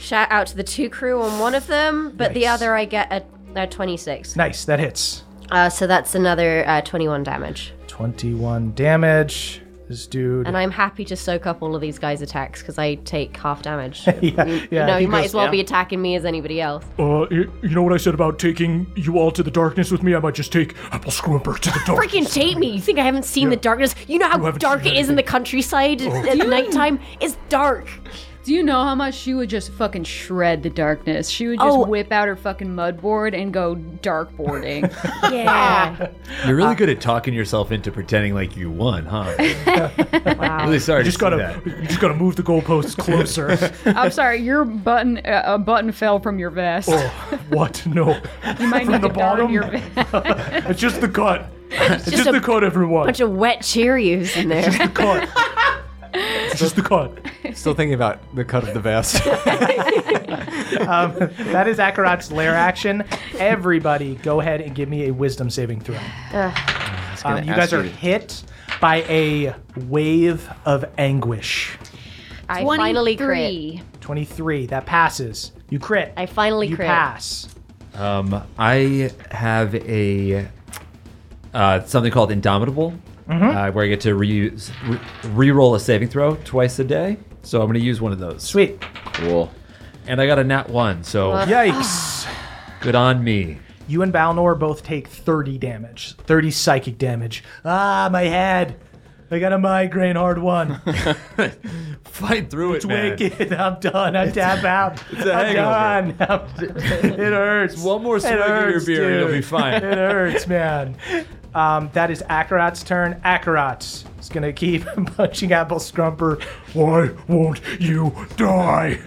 Speaker 6: Shout out to the two crew on one of them, but the
Speaker 1: Nice.
Speaker 6: other I get a, a 26.
Speaker 1: Nice. That hits.
Speaker 6: Uh, so that's another uh, 21 damage.
Speaker 1: 21 damage. This dude.
Speaker 6: And I'm happy to soak up all of these guys' attacks because I take half damage.
Speaker 1: yeah,
Speaker 6: you
Speaker 1: yeah,
Speaker 6: know,
Speaker 1: he
Speaker 6: you might
Speaker 1: goes-
Speaker 6: as well
Speaker 1: yeah.
Speaker 6: be attacking me as anybody else.
Speaker 8: Uh, you, you know what I said about taking you all to the darkness with me? I might just take Apple Scrumper to the dark.
Speaker 6: Freaking take me! You think I haven't seen the darkness? You know
Speaker 8: You
Speaker 6: how
Speaker 8: haven't
Speaker 6: dark
Speaker 8: seen
Speaker 6: it is in the countryside
Speaker 1: Oh.
Speaker 6: at nighttime? It's dark.
Speaker 4: Do you know how much she would just fucking shred the darkness? She would just
Speaker 6: Oh.
Speaker 4: whip out her fucking mudboard and go darkboarding.
Speaker 6: Yeah.
Speaker 3: You're
Speaker 8: Uh,
Speaker 3: really good at talking yourself into pretending like you won, huh? Really sorry.
Speaker 8: You just
Speaker 3: to see
Speaker 8: gotta,
Speaker 3: that.
Speaker 8: you just gotta move the goalposts closer.
Speaker 4: I'm sorry, your button uh, a button fell from your vest.
Speaker 8: Oh. what? No,
Speaker 4: you might
Speaker 8: from
Speaker 4: need
Speaker 8: the
Speaker 4: to darn
Speaker 8: bottom?
Speaker 4: your vest.
Speaker 8: it's just the cut. It's
Speaker 6: just
Speaker 8: just,
Speaker 6: a
Speaker 8: the cut, everyone.
Speaker 6: Bunch of wet Cheerios in there.
Speaker 8: The cut. It's just the cut.
Speaker 7: Still thinking about the cut of the vest.
Speaker 1: um, that is Akarat's lair action. Everybody, go ahead and give me a wisdom saving throw. Um, you guys are hit by a wave of anguish.
Speaker 6: I finally crit.
Speaker 1: 23. That passes. You crit.
Speaker 6: I finally
Speaker 1: you
Speaker 6: crit.
Speaker 1: pass.
Speaker 3: Um, I have a uh, something called Indomitable,
Speaker 12: Mm-hmm.
Speaker 3: uh, where I get to reuse re- roll a saving throw twice a day. So I'm going to use one of those.
Speaker 1: Sweet.
Speaker 3: Cool. And I got a nat one, so
Speaker 1: Yikes.
Speaker 3: good on me.
Speaker 1: You and Balnor both take 30 damage, 30 psychic damage. Ah, my head.
Speaker 12: I got a migraine, hard one.
Speaker 3: Fight through
Speaker 12: it's
Speaker 3: it, man.
Speaker 12: wicked. I'm done. I tap out.
Speaker 3: it's a
Speaker 12: I'm done.
Speaker 3: hangover.
Speaker 12: it hurts.
Speaker 3: one more swig of your beer and you'll be fine.
Speaker 12: it hurts, man.
Speaker 1: Um, that is Akarat's turn. Akarat is going to keep punching Apple Scrumper.
Speaker 8: Why won't you die?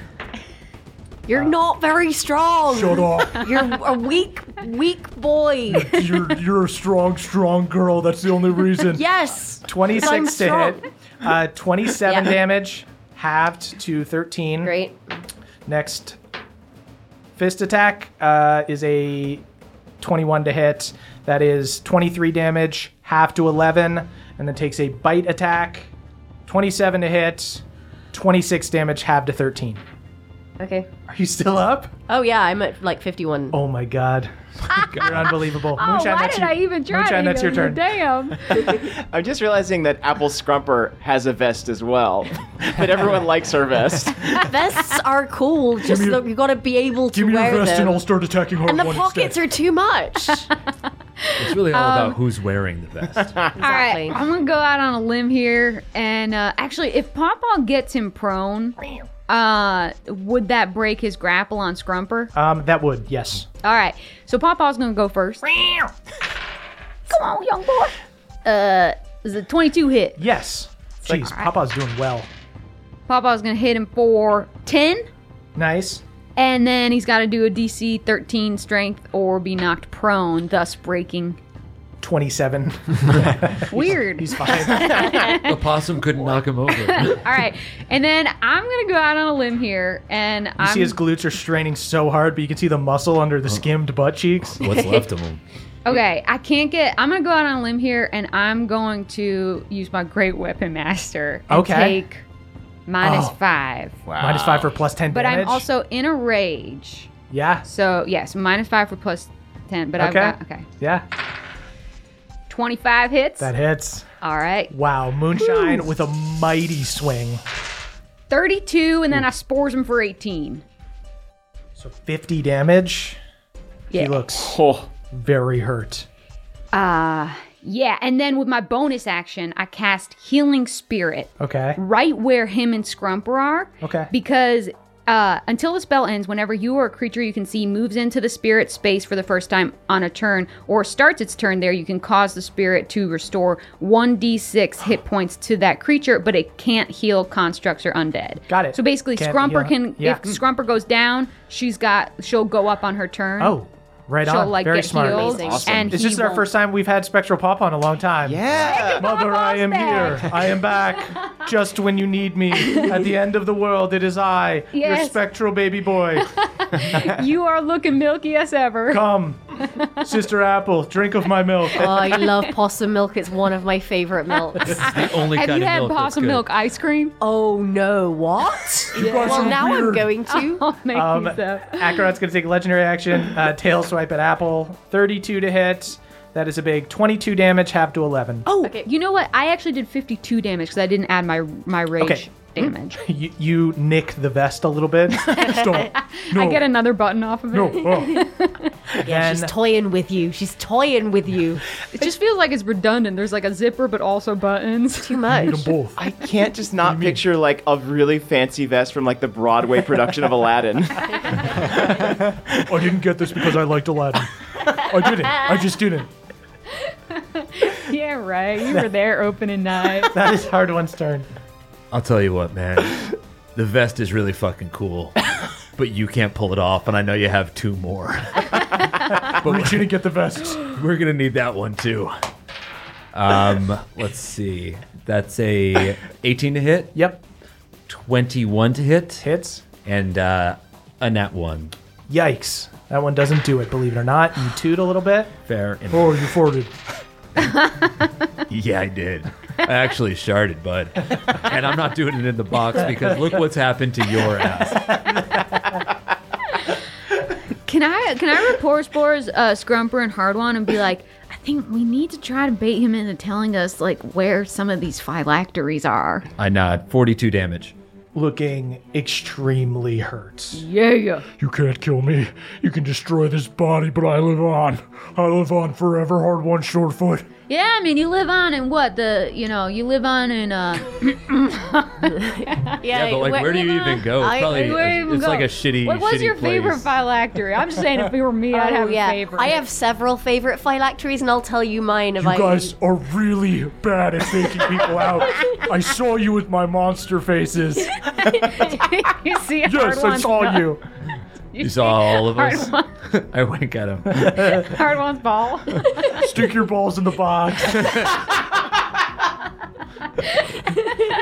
Speaker 6: You're
Speaker 1: Uh,
Speaker 6: not very strong.
Speaker 8: Shut up.
Speaker 6: You're a weak, weak boy.
Speaker 8: You're you're a strong, strong girl. That's the only reason.
Speaker 6: yes.
Speaker 1: 26 to
Speaker 6: I'm
Speaker 1: hit. Uh, 27
Speaker 6: Yeah.
Speaker 1: damage, halved to 13.
Speaker 6: Great.
Speaker 1: Next fist attack uh, is a 21 to hit. That is 23 damage, half to 11, and then takes a bite attack. 27 to hit, 26 damage, half to 13.
Speaker 6: Okay.
Speaker 1: Are you still up?
Speaker 6: Oh yeah, I'm at like 51.
Speaker 1: Oh my god. You're unbelievable.
Speaker 4: Oh,
Speaker 1: Moonshine,
Speaker 4: why
Speaker 1: that's
Speaker 4: did
Speaker 1: you.
Speaker 4: I even try
Speaker 1: Moonshine,
Speaker 4: to
Speaker 1: that's your
Speaker 4: even-
Speaker 1: turn.
Speaker 4: Damn.
Speaker 5: I'm just realizing that Apple Scrumper has a vest as well, but everyone likes her vest.
Speaker 6: Vests are cool. Just
Speaker 8: me-
Speaker 6: look, you got to be able to
Speaker 8: Give me
Speaker 6: wear
Speaker 8: your vest
Speaker 6: them.
Speaker 8: and I'll start attacking hard
Speaker 6: and the
Speaker 8: one
Speaker 6: pockets
Speaker 8: instead.
Speaker 6: are too much.
Speaker 3: It's really all
Speaker 4: Um,
Speaker 3: about who's wearing the vest.
Speaker 6: Exactly.
Speaker 4: All right, I'm gonna go out on a limb here, and uh, actually, if Pawpaw gets him prone, uh, would that break his grapple on Scrumper?
Speaker 1: Um, that would, yes.
Speaker 4: All right, so Pawpaw's gonna go first. Come on, young boy. Uh, is a 22 hit?
Speaker 1: Yes. Jeez, Papa's doing well.
Speaker 4: Pawpaw's gonna hit him for 10,
Speaker 1: Nice.
Speaker 4: and then he's got to do a DC 13 strength or be knocked prone, thus breaking.
Speaker 1: 27.
Speaker 4: Weird.
Speaker 1: He's fine.
Speaker 3: the possum couldn't knock him
Speaker 4: All
Speaker 3: over.
Speaker 4: right, and then I'm gonna go out on a limb here, and
Speaker 1: You
Speaker 4: I'm
Speaker 1: see his glutes are straining so hard, but you can see the muscle under the skimmed butt cheeks.
Speaker 3: What's left of him?
Speaker 4: Okay, I can't get. I'm gonna go out on a limb here, and I'm going to use my great weapon master. And
Speaker 1: Okay.
Speaker 4: Take minus
Speaker 1: Oh.
Speaker 4: five.
Speaker 1: Minus five for plus 10
Speaker 4: But
Speaker 1: damage.
Speaker 4: I'm also in a rage,
Speaker 1: Yeah.
Speaker 4: so yes, minus five for plus ten. But I've
Speaker 1: Okay.
Speaker 4: got okay,
Speaker 1: Yeah.
Speaker 4: twenty-five hits.
Speaker 1: That hits.
Speaker 4: All right,
Speaker 1: Wow. Moonshine
Speaker 4: Woo.
Speaker 1: with a mighty swing.
Speaker 4: thirty-two, and then I spores him for eighteen.
Speaker 1: 50 damage.
Speaker 4: Yeah.
Speaker 1: He looks very hurt.
Speaker 4: Uh yeah, and then with my bonus action, I cast Healing Spirit.
Speaker 1: Okay.
Speaker 4: right where him and Scrumper are.
Speaker 1: Okay.
Speaker 4: Because uh, until the spell ends, whenever you or a creature you can see moves into the spirit space for the first time on a turn or starts its turn there, you can cause the spirit to restore 1d6 hit points to that creature, but it can't heal constructs or undead.
Speaker 1: Got it.
Speaker 4: So basically,
Speaker 1: Can't
Speaker 4: Scrumper
Speaker 1: heal-
Speaker 4: can,
Speaker 1: yeah. Hmm.
Speaker 4: if Scrumper goes down, she's got, she'll go up on her turn.
Speaker 1: Oh, right
Speaker 4: She'll,
Speaker 1: on.
Speaker 4: like,
Speaker 1: very
Speaker 4: get
Speaker 1: smart.
Speaker 4: healed, Amazing. and
Speaker 1: it's
Speaker 4: he
Speaker 1: just our
Speaker 4: won't-
Speaker 1: first time we've had Spectral Pop on in a long time.
Speaker 13: Yeah.
Speaker 1: Mother, I am here. I am back. Just when you need me. At the end of the world, it is I, your
Speaker 4: Yes.
Speaker 1: spectral baby boy.
Speaker 4: you are looking milky as ever.
Speaker 1: Come, Sister Apple, drink of my milk.
Speaker 6: Oh, I love possum milk. It's one of my favorite milks.
Speaker 3: The only
Speaker 4: Have
Speaker 3: kind
Speaker 4: you
Speaker 3: of
Speaker 4: had
Speaker 3: milk that's
Speaker 4: possum
Speaker 3: good.
Speaker 4: milk ice cream?
Speaker 6: Oh no! What? Well, now I'm going to.
Speaker 4: I'll make
Speaker 1: Um,
Speaker 4: these up.
Speaker 1: Akarat's going to take legendary action. Uh, tail swipe at Apple. 32 to hit. That is a big 22 damage, half to 11.
Speaker 4: Oh, you know what? I actually did 52 damage because I didn't add my my rage
Speaker 1: Okay. Hmm.
Speaker 4: damage.
Speaker 1: You, you nick the vest a little bit.
Speaker 8: Stop. No.
Speaker 4: I get another button off of it.
Speaker 8: no. Oh.
Speaker 6: Yeah, she's
Speaker 1: Then-
Speaker 6: toying with you. She's toying with you.
Speaker 4: It just feels like it's redundant. There's like a zipper, but also buttons.
Speaker 6: Too much.
Speaker 8: Need them both.
Speaker 5: I can't just not picture like a really fancy vest from like the Broadway production of Aladdin.
Speaker 8: I didn't get this because I liked Aladdin. I didn't. I just didn't.
Speaker 4: yeah, right. You were there opening night.
Speaker 1: that is Hard One's turn.
Speaker 3: I'll tell you what, man. The vest is really fucking cool, but you can't pull it off, and I know you have two more.
Speaker 8: Reach in and get the vest.
Speaker 3: We're gonna need that one too. Um, let's see. That's a 18 to hit.
Speaker 1: Yep.
Speaker 3: 21 to hit.
Speaker 1: Hits.
Speaker 3: And uh, a nat one.
Speaker 1: Yikes. That one doesn't do it, believe it or not. You toot a little bit.
Speaker 3: Fair. And
Speaker 8: Oh, you farted.
Speaker 3: Yeah, I did. I actually sharded, bud. And I'm not doing it in the box because look what's happened to your ass.
Speaker 4: Can I can I report Spores, uh, Scrumper, and Hardwan and be like, I think we need to try to bait him into telling us like where some of these phylacteries are.
Speaker 3: I nod. 42 damage.
Speaker 1: Looking extremely hurt.
Speaker 4: Yeah.
Speaker 8: You can't kill me. You can destroy this body, but I live on. I live on forever, hard one, short foot.
Speaker 4: Yeah, I mean, you live on in what the you know you live on in uh.
Speaker 3: Yeah, but like, where do you even go? It's
Speaker 4: I-
Speaker 3: probably
Speaker 4: where do you
Speaker 3: it's,
Speaker 4: even
Speaker 3: it's like
Speaker 4: go?
Speaker 3: a shitty.
Speaker 4: What was
Speaker 3: shitty
Speaker 4: your
Speaker 3: place.
Speaker 4: favorite phylactery? I'm just saying, if it were me, I'd
Speaker 6: Oh,
Speaker 4: have
Speaker 6: yeah.
Speaker 4: a favorite.
Speaker 6: I have several favorite phylacteries, and I'll tell you mine if
Speaker 8: You
Speaker 6: I.
Speaker 8: guys are really bad at faking people out. I saw you with my monster faces.
Speaker 4: you see, hard
Speaker 8: Yes, I
Speaker 4: ones-
Speaker 8: saw you.
Speaker 3: You saw all of
Speaker 4: Hard
Speaker 3: us.
Speaker 4: one.
Speaker 3: I wink at him.
Speaker 4: Hard one's ball.
Speaker 8: Stick your balls in the box.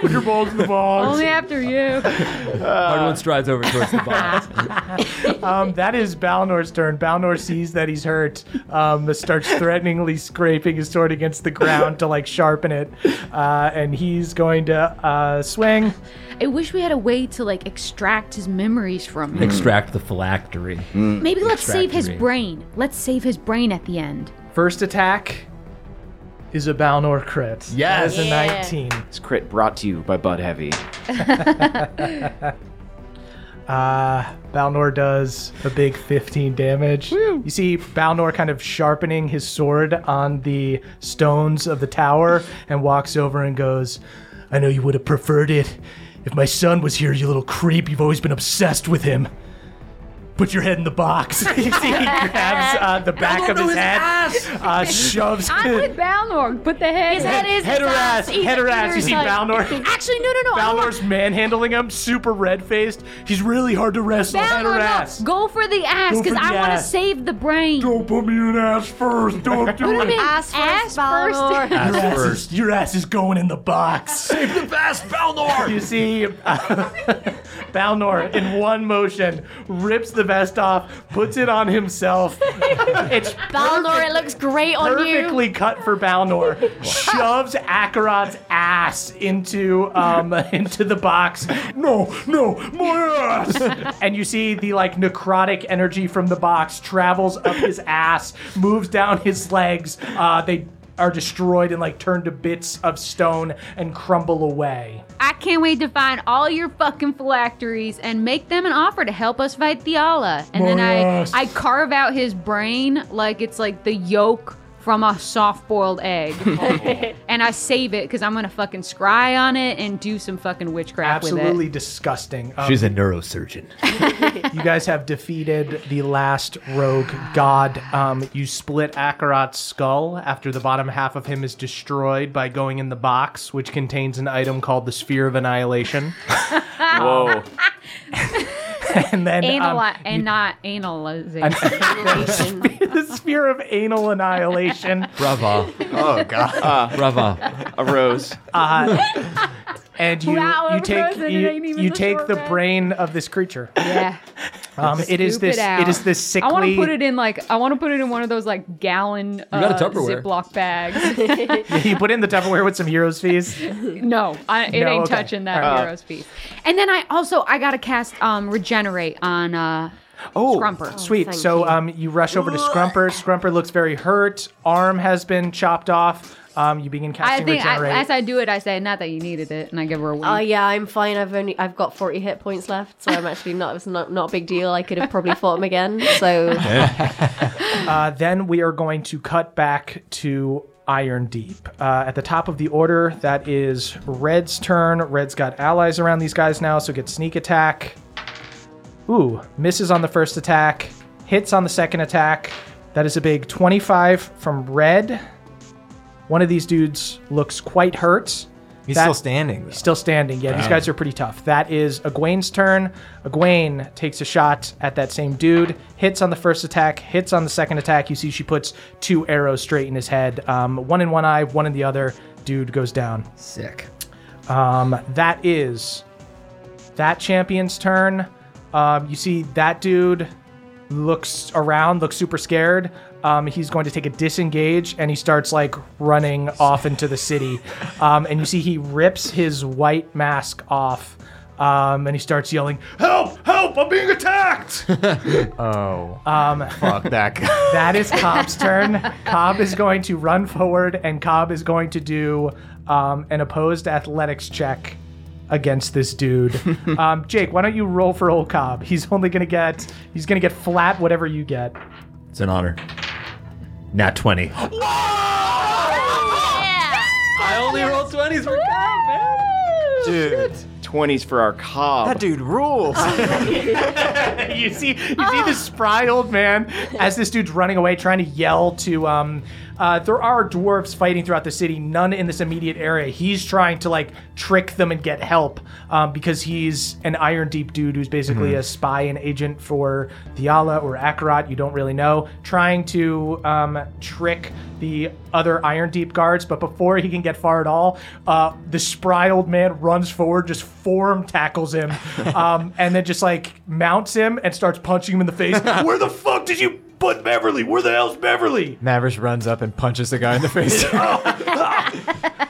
Speaker 8: Put your balls in the box.
Speaker 4: Only after you.
Speaker 3: Hard one strides over towards the box.
Speaker 1: um, that is Balnor's turn. Balnor sees that he's hurt, um, starts threateningly scraping his sword against the ground to like sharpen it, uh, and he's going to uh, swing.
Speaker 4: I wish we had a way to like extract his memories from him.
Speaker 3: Extract the phylactery.
Speaker 4: Maybe let's save his
Speaker 3: Extractory.
Speaker 4: brain. Let's save his brain at the end.
Speaker 1: First attack is a Balnor crit.
Speaker 5: Yes.
Speaker 1: That is a
Speaker 5: Yeah.
Speaker 1: 19.
Speaker 5: This crit brought to you by Bud Heavy.
Speaker 1: Uh, Balnor does a big 15 damage. You see Balnor kind of sharpening his sword on the stones of the tower and walks over and goes,
Speaker 14: I know you would have preferred it. If my son was here, you little creep, you've always been obsessed with him. Put your head in the box.
Speaker 1: You see, he grabs uh, the back of his, head, uh, shoves
Speaker 4: I'm with Balnor. Put the head.
Speaker 1: His head is Head his or ass. ass, either- Head or ass. either You see side. Balnor?
Speaker 4: Actually, no, no, no. I want
Speaker 1: Balnor's manhandling him, super red faced. He's really hard to wrestle. Head or
Speaker 4: Balnor, no,
Speaker 1: ass.
Speaker 4: Go for the ass
Speaker 1: Go
Speaker 4: because
Speaker 1: for
Speaker 4: I
Speaker 1: the
Speaker 4: want to
Speaker 1: ass.
Speaker 4: save the brain. Don't
Speaker 8: put me in ass first. Don't
Speaker 4: Put him in
Speaker 6: Ass first,
Speaker 4: ass first.
Speaker 6: Balnor.
Speaker 8: Ass
Speaker 14: your, ass
Speaker 8: first.
Speaker 14: Is, your ass is going in the box.
Speaker 8: Save the best, Balnor!
Speaker 1: You see, uh, Balnor in one motion rips the vest off, puts it on himself. It's
Speaker 6: Balnor, it looks great on you.
Speaker 1: perfectly cut for Balnor. shoves Akarat's ass into um into the box. No, no, my ass! and you see the like necrotic energy from the box travels up his ass, moves down his legs. Uh, they are destroyed and like turned to bits of stone and crumble away.
Speaker 4: I can't wait to find all your fucking phylacteries and make them an offer to help us fight Theala. And then
Speaker 14: Yes.
Speaker 4: I, I carve out his brain like it's like the yolk from a soft-boiled egg, and I save it because I'm gonna fucking scry on it and do some fucking witchcraft with
Speaker 1: Absolutely
Speaker 4: it.
Speaker 1: disgusting. Um,
Speaker 3: She's a neurosurgeon.
Speaker 1: you guys have defeated the last rogue god. Um, you split Akarat's skull after the bottom half of him is destroyed by going in the box, which contains an item called the Sphere of Annihilation.
Speaker 5: Whoa.
Speaker 1: and then um,
Speaker 4: Anal and not analyzing.
Speaker 1: the Sphere of Anal Annihilation.
Speaker 3: Brava.
Speaker 5: Oh, God. Uh,
Speaker 3: Brava.
Speaker 5: A rose.
Speaker 1: Uh, and you
Speaker 4: Wow,
Speaker 1: you take
Speaker 4: frozen, it ain't
Speaker 1: you,
Speaker 4: even
Speaker 1: you
Speaker 4: the
Speaker 1: take
Speaker 4: short
Speaker 1: the
Speaker 4: bit.
Speaker 1: brain of this creature.
Speaker 4: yeah.
Speaker 1: Um, it is
Speaker 4: Scoop it
Speaker 1: this it
Speaker 4: out.
Speaker 1: is this sickly.
Speaker 4: I want to put it in like I want to put it in one of those like gallon uh,
Speaker 1: got a Tupperware.
Speaker 4: Ziploc bags.
Speaker 1: you put it in the Tupperware with some heroes fees.
Speaker 4: no, I, it
Speaker 1: No,
Speaker 4: ain't
Speaker 1: okay.
Speaker 4: touching that
Speaker 1: Uh,
Speaker 4: hero's piece. And then I also I gotta cast um regenerate on uh
Speaker 1: Oh,
Speaker 4: Scrumper.
Speaker 1: sweet. So um, you rush over to Scrumper. Scrumper looks very hurt. Arm has been chopped off. Um, you begin
Speaker 4: I
Speaker 1: casting
Speaker 4: think
Speaker 1: regenerate.
Speaker 4: I, as I do it, I say not that you needed it, and I give her a wink.
Speaker 6: Oh yeah, I'm fine. I've only I've got 40 hit points left, so I'm actually not it's not not a big deal. I could have probably fought him again. So
Speaker 1: uh, then we are going to cut back to Iron Deep. Uh, at the top of the order, that is Red's turn. Red's got allies around these guys now, so get sneak attack. Ooh, misses on the first attack, hits on the second attack. That is a big 25 from Red. One of these dudes looks quite hurt.
Speaker 15: He's still standing, though.
Speaker 1: He's still standing. Yeah, these
Speaker 15: Wow.
Speaker 1: guys are pretty tough. That is Egwene's turn. Egwene takes a shot at that same dude. Hits on the first attack. Hits on the second attack. You see, she puts two arrows straight in his head. Um, one in one eye, one in the other. Dude goes down.
Speaker 3: Sick.
Speaker 1: Um, that is that champion's turn. Um, you see that dude looks around, looks super scared. Um, he's going to take a disengage and he starts like running off into the city. Um, and you see he rips his white mask off um, and he starts yelling, Help! Help! I'm being attacked!
Speaker 15: Oh.
Speaker 1: Um,
Speaker 15: Fuck that guy.
Speaker 1: that is Cobb's turn. Cobb is going to run forward, and Cobb is going to do um, an opposed athletics check against this dude. um, Jake, why don't you roll for old Cobb? He's only gonna get he's gonna get flat whatever you get.
Speaker 3: It's an honor. Nat 20. only rolled 20s for comp, man.
Speaker 5: Dude. 20s for our cob.
Speaker 1: That dude rules. you see, you see this spry old man as this dude's running away, trying to yell to. Um, uh, there are dwarves fighting throughout the city. None in this immediate area. He's trying to like trick them and get help um, because he's an iron deep dude who's basically
Speaker 7: Mhm.
Speaker 1: a spy and agent for Diala or Akarat. You don't really know. Trying to um, trick the other iron deep guards, but before he can get far at all, uh, the spry old man runs forward, just form tackles him, um, and then just like mounts him and starts punching him in the face.
Speaker 8: Where the fuck did you put Beverly? Where the hell's Beverly?
Speaker 7: Maverick runs up and punches the guy in the face.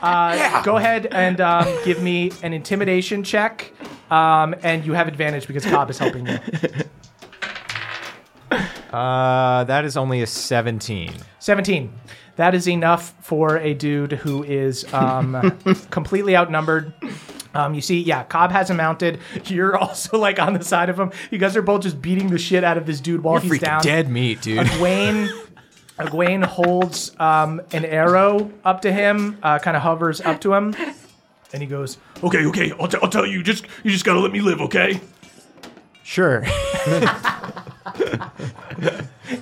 Speaker 1: Uh, Go ahead and um, give me an intimidation check, um, and you have advantage because Cobb is helping you.
Speaker 7: Uh, that is only a 17.
Speaker 1: 17. That is enough for a dude who is um, completely outnumbered. Um, you see, yeah, Cobb has him mounted. You're also like on the side of him. You guys are both just beating the shit out of this dude while
Speaker 7: You're
Speaker 1: he's
Speaker 7: freaking
Speaker 1: down.
Speaker 7: dead meat, dude.
Speaker 1: Egwene, Egwene holds um, an arrow up to him, uh, kind of hovers up to him, and he goes,
Speaker 8: Okay, okay, I'll, t- I'll tell you. Just you just gotta let me live, okay?
Speaker 7: Sure.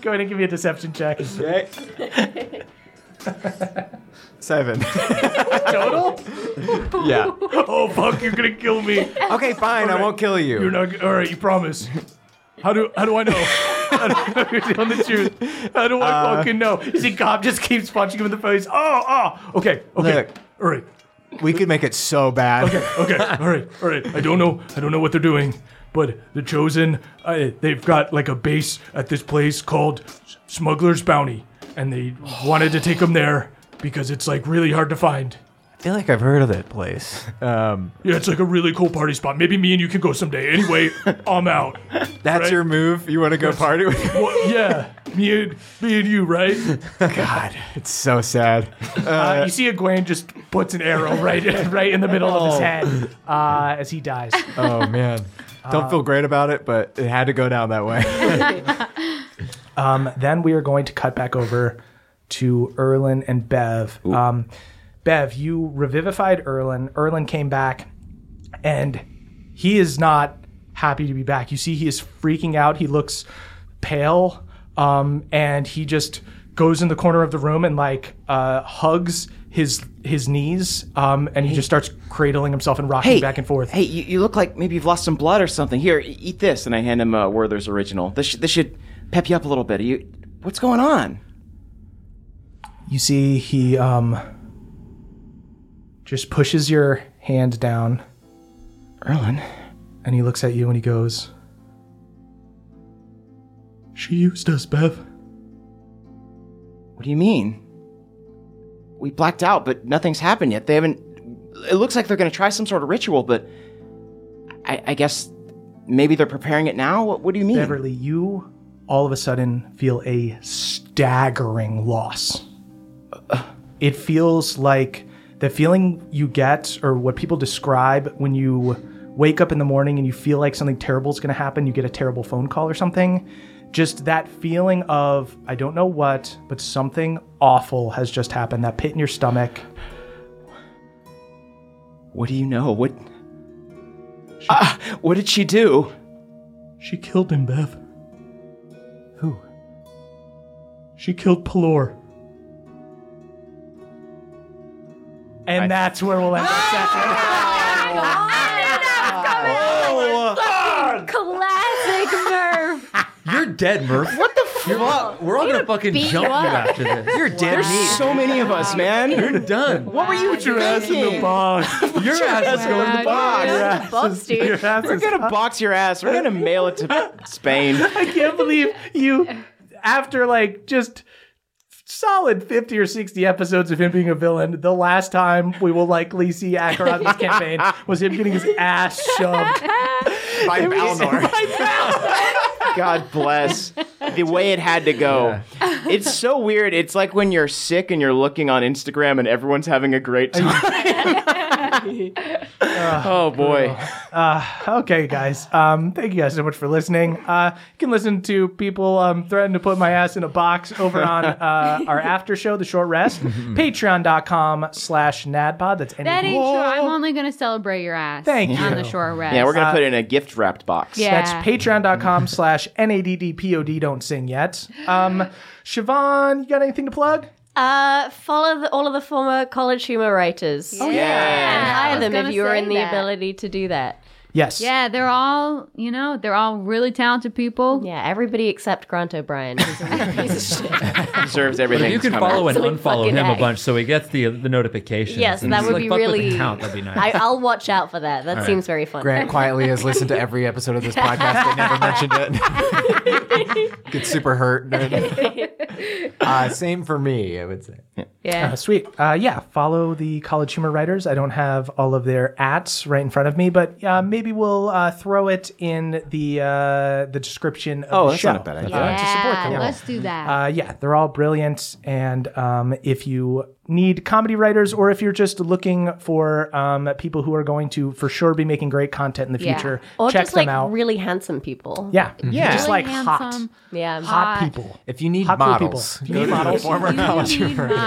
Speaker 1: Go ahead and give me a deception check.
Speaker 7: Seven.
Speaker 1: Total?
Speaker 7: yeah.
Speaker 8: Oh fuck, you're gonna kill me.
Speaker 7: Okay, fine, I won't kill you.
Speaker 8: You're not. g- All right, you promise. How do how do I know? How do I know you're telling the truth? How do I
Speaker 1: Uh,
Speaker 8: fucking know?
Speaker 1: You see, Cobb just keeps punching him in the face. Oh, oh.
Speaker 8: Okay, okay,
Speaker 7: Look.
Speaker 8: all right.
Speaker 7: We could make it so bad.
Speaker 8: okay, all right, all right. I don't know, I don't know what they're doing, but the Chosen, uh, they've got like a base at this place called S- Smuggler's Bounty, and they wanted to take them there because it's like really hard to find.
Speaker 7: I feel like I've heard of that place. Um,
Speaker 8: Yeah, it's like a really cool party spot. Maybe me and you can go someday. Anyway, I'm out.
Speaker 7: that's your move? You want to go party with
Speaker 8: What, yeah, me and me and you, right?
Speaker 7: God, it's so sad.
Speaker 1: Uh, you see, Egwene just puts an arrow right, right in the middle of his
Speaker 7: Oh.
Speaker 1: head uh, as he dies.
Speaker 7: Oh, man.
Speaker 8: Uh,
Speaker 7: Don't feel great about it, but it had to go down that way.
Speaker 1: Um, then we are going to cut back over to Erlin and Bev. Um, Bev, you revivified Erlin. Erlin came back, and he is not happy to be back. You see, he is freaking out. He looks pale, um, and he just goes in the corner of the room and like uh, hugs his his knees, um, and he just starts cradling himself and rocking
Speaker 5: Hey,
Speaker 1: back and forth.
Speaker 5: Hey, you, you look like maybe you've lost some blood or something. Here, e- eat this. And I hand him a Werther's original. This, sh- this should pep you up a little bit. Are you, what's going on?
Speaker 1: You see, he um, just pushes your hand down.
Speaker 5: Erlen.
Speaker 1: And he looks at you and he goes,
Speaker 8: She used us, Bev.
Speaker 5: What do you mean? We blacked out, but nothing's happened yet. They haven't. It looks like they're going to try some sort of ritual, but I, I guess maybe they're preparing it now. What, what do you mean?
Speaker 1: Beverly, you all of a sudden feel a staggering loss. It feels like the feeling you get, or what people describe when you wake up in the morning and you feel like something terrible is going to happen, you get a terrible phone call or something. Just that feeling of, I don't know what, but something awful has just happened. That pit in your stomach.
Speaker 5: What do you know? What? Ah, what did she do?
Speaker 8: She killed him, Bev.
Speaker 1: Who?
Speaker 8: She killed Pelor.
Speaker 1: And that's where we'll end our session.
Speaker 6: Classic Merv.
Speaker 3: You're dead, Murph. What the fuck? we're all gonna fucking
Speaker 6: beat
Speaker 3: jump
Speaker 6: you
Speaker 3: you
Speaker 6: up.
Speaker 3: after this.
Speaker 6: You're dead
Speaker 5: There's
Speaker 6: meat.
Speaker 5: so many of us, man.
Speaker 3: You're done.
Speaker 5: What were you
Speaker 6: Put your ass in the thinking?
Speaker 8: box.
Speaker 5: your ass is going to the box.
Speaker 6: Your ass is- box, dude. your ass
Speaker 5: We're
Speaker 6: is
Speaker 5: going to box your ass. We're going to mail it to Spain.
Speaker 1: I can't believe you, after like just solid 50 or 60 episodes of him being a villain, the last time we will likely see Acker on this campaign was him getting his ass shoved.
Speaker 5: By Balnor.
Speaker 1: By Balnor.
Speaker 5: God bless. the way it had to go. It's so weird. It's like when you're sick and you're looking on Instagram and everyone's having a great time. oh boy.
Speaker 1: Uh, okay, guys. Um, thank you guys so much for listening. Uh, you can listen to people um, threaten to put my ass in a box over on uh, our after show, The Short Rest, patreon.com slash nadpod. That's
Speaker 4: That
Speaker 1: N-A-D-
Speaker 4: ain't true. I'm only gonna celebrate your ass.
Speaker 1: Thank
Speaker 4: On
Speaker 1: you. Uh,
Speaker 4: the shore rest.
Speaker 5: Yeah, we're gonna put it in a gift wrapped box.
Speaker 4: Yeah.
Speaker 1: That's patreon.com slash N-A-D-D-P-O-D don't sing yet. Um, Siobhan, you got anything to plug?
Speaker 6: Uh, follow the, all of the former college humor writers.
Speaker 4: Oh, yeah.
Speaker 6: And
Speaker 4: Yeah. I
Speaker 6: hire
Speaker 4: was
Speaker 6: them
Speaker 4: gonna
Speaker 6: if you're
Speaker 4: say
Speaker 6: in the
Speaker 4: that.
Speaker 6: ability to do that.
Speaker 1: Yes.
Speaker 4: Yeah, they're all you know, they're all really talented people.
Speaker 6: Yeah, everybody except Grant O'Brien. He's a piece of shit.
Speaker 5: Deserves
Speaker 3: But
Speaker 5: everything.
Speaker 3: if you can
Speaker 5: coming.
Speaker 3: follow and
Speaker 6: Absolute
Speaker 3: unfollow
Speaker 6: fucking
Speaker 3: him
Speaker 6: A.
Speaker 3: a bunch so he gets the the notifications.
Speaker 6: Yes,
Speaker 3: and
Speaker 6: that
Speaker 3: just, like,
Speaker 6: would be
Speaker 3: fuck with the
Speaker 6: really.
Speaker 3: count, That'd be nice.
Speaker 6: I, I'll watch out for that. That
Speaker 7: All right.
Speaker 6: seems very fun.
Speaker 7: Grant quietly has listened to every episode of this podcast but never mentioned it. Gets super hurt. Uh, same for me, I would say.
Speaker 6: Yeah.
Speaker 1: Uh, sweet. Uh, yeah, follow the College Humor Writers. I don't have all of their ats right in front of me, but uh, maybe we'll uh, throw it in the uh, the description of
Speaker 5: Oh,
Speaker 1: the
Speaker 5: that's
Speaker 1: show.
Speaker 5: not a bad idea.
Speaker 1: uh, to support
Speaker 4: Yeah,
Speaker 1: them all.
Speaker 4: let's do that.
Speaker 1: Uh, yeah, they're all brilliant. And um, if you need comedy writers or if you're just looking for um, people who are going to for sure be making great content in the
Speaker 6: Yeah.
Speaker 1: future,
Speaker 6: Or
Speaker 1: check
Speaker 6: just
Speaker 1: them
Speaker 6: like
Speaker 1: out.
Speaker 6: really handsome people.
Speaker 1: yeah,
Speaker 7: Yeah.
Speaker 1: just like hot.
Speaker 4: handsome,
Speaker 6: Yeah.
Speaker 1: Hot people.
Speaker 7: If you need
Speaker 1: Hot cool
Speaker 7: models,
Speaker 1: people. If you
Speaker 7: go
Speaker 1: need
Speaker 7: to the
Speaker 1: models.
Speaker 7: former college
Speaker 4: You need
Speaker 7: humor.
Speaker 4: models.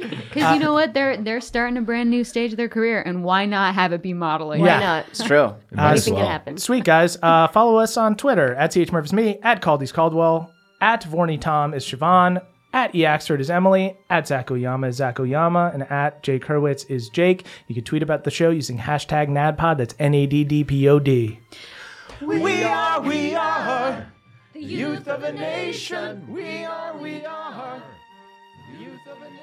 Speaker 4: Because
Speaker 1: Uh,
Speaker 4: you know what? They're they're starting a brand new stage of their career, and why not have it be modeling?
Speaker 6: Why
Speaker 1: Yeah.
Speaker 6: not?
Speaker 5: It's true.
Speaker 1: Uh,
Speaker 6: Anything can happen.
Speaker 1: Sweet guys, uh, follow us on Twitter at chmurphysme, at Caldy's Caldwell, at Vorny Tom is Siobhan, at eaxford is Emily, at Zach Oyama is Zach Oyama, and at Jake Hurwitz is Jake. You can tweet about the show using hashtag NADPOD. That's N A D D P O D.
Speaker 16: We are, we are.
Speaker 5: The youth of a nation. We are, we are. Youth of a nation.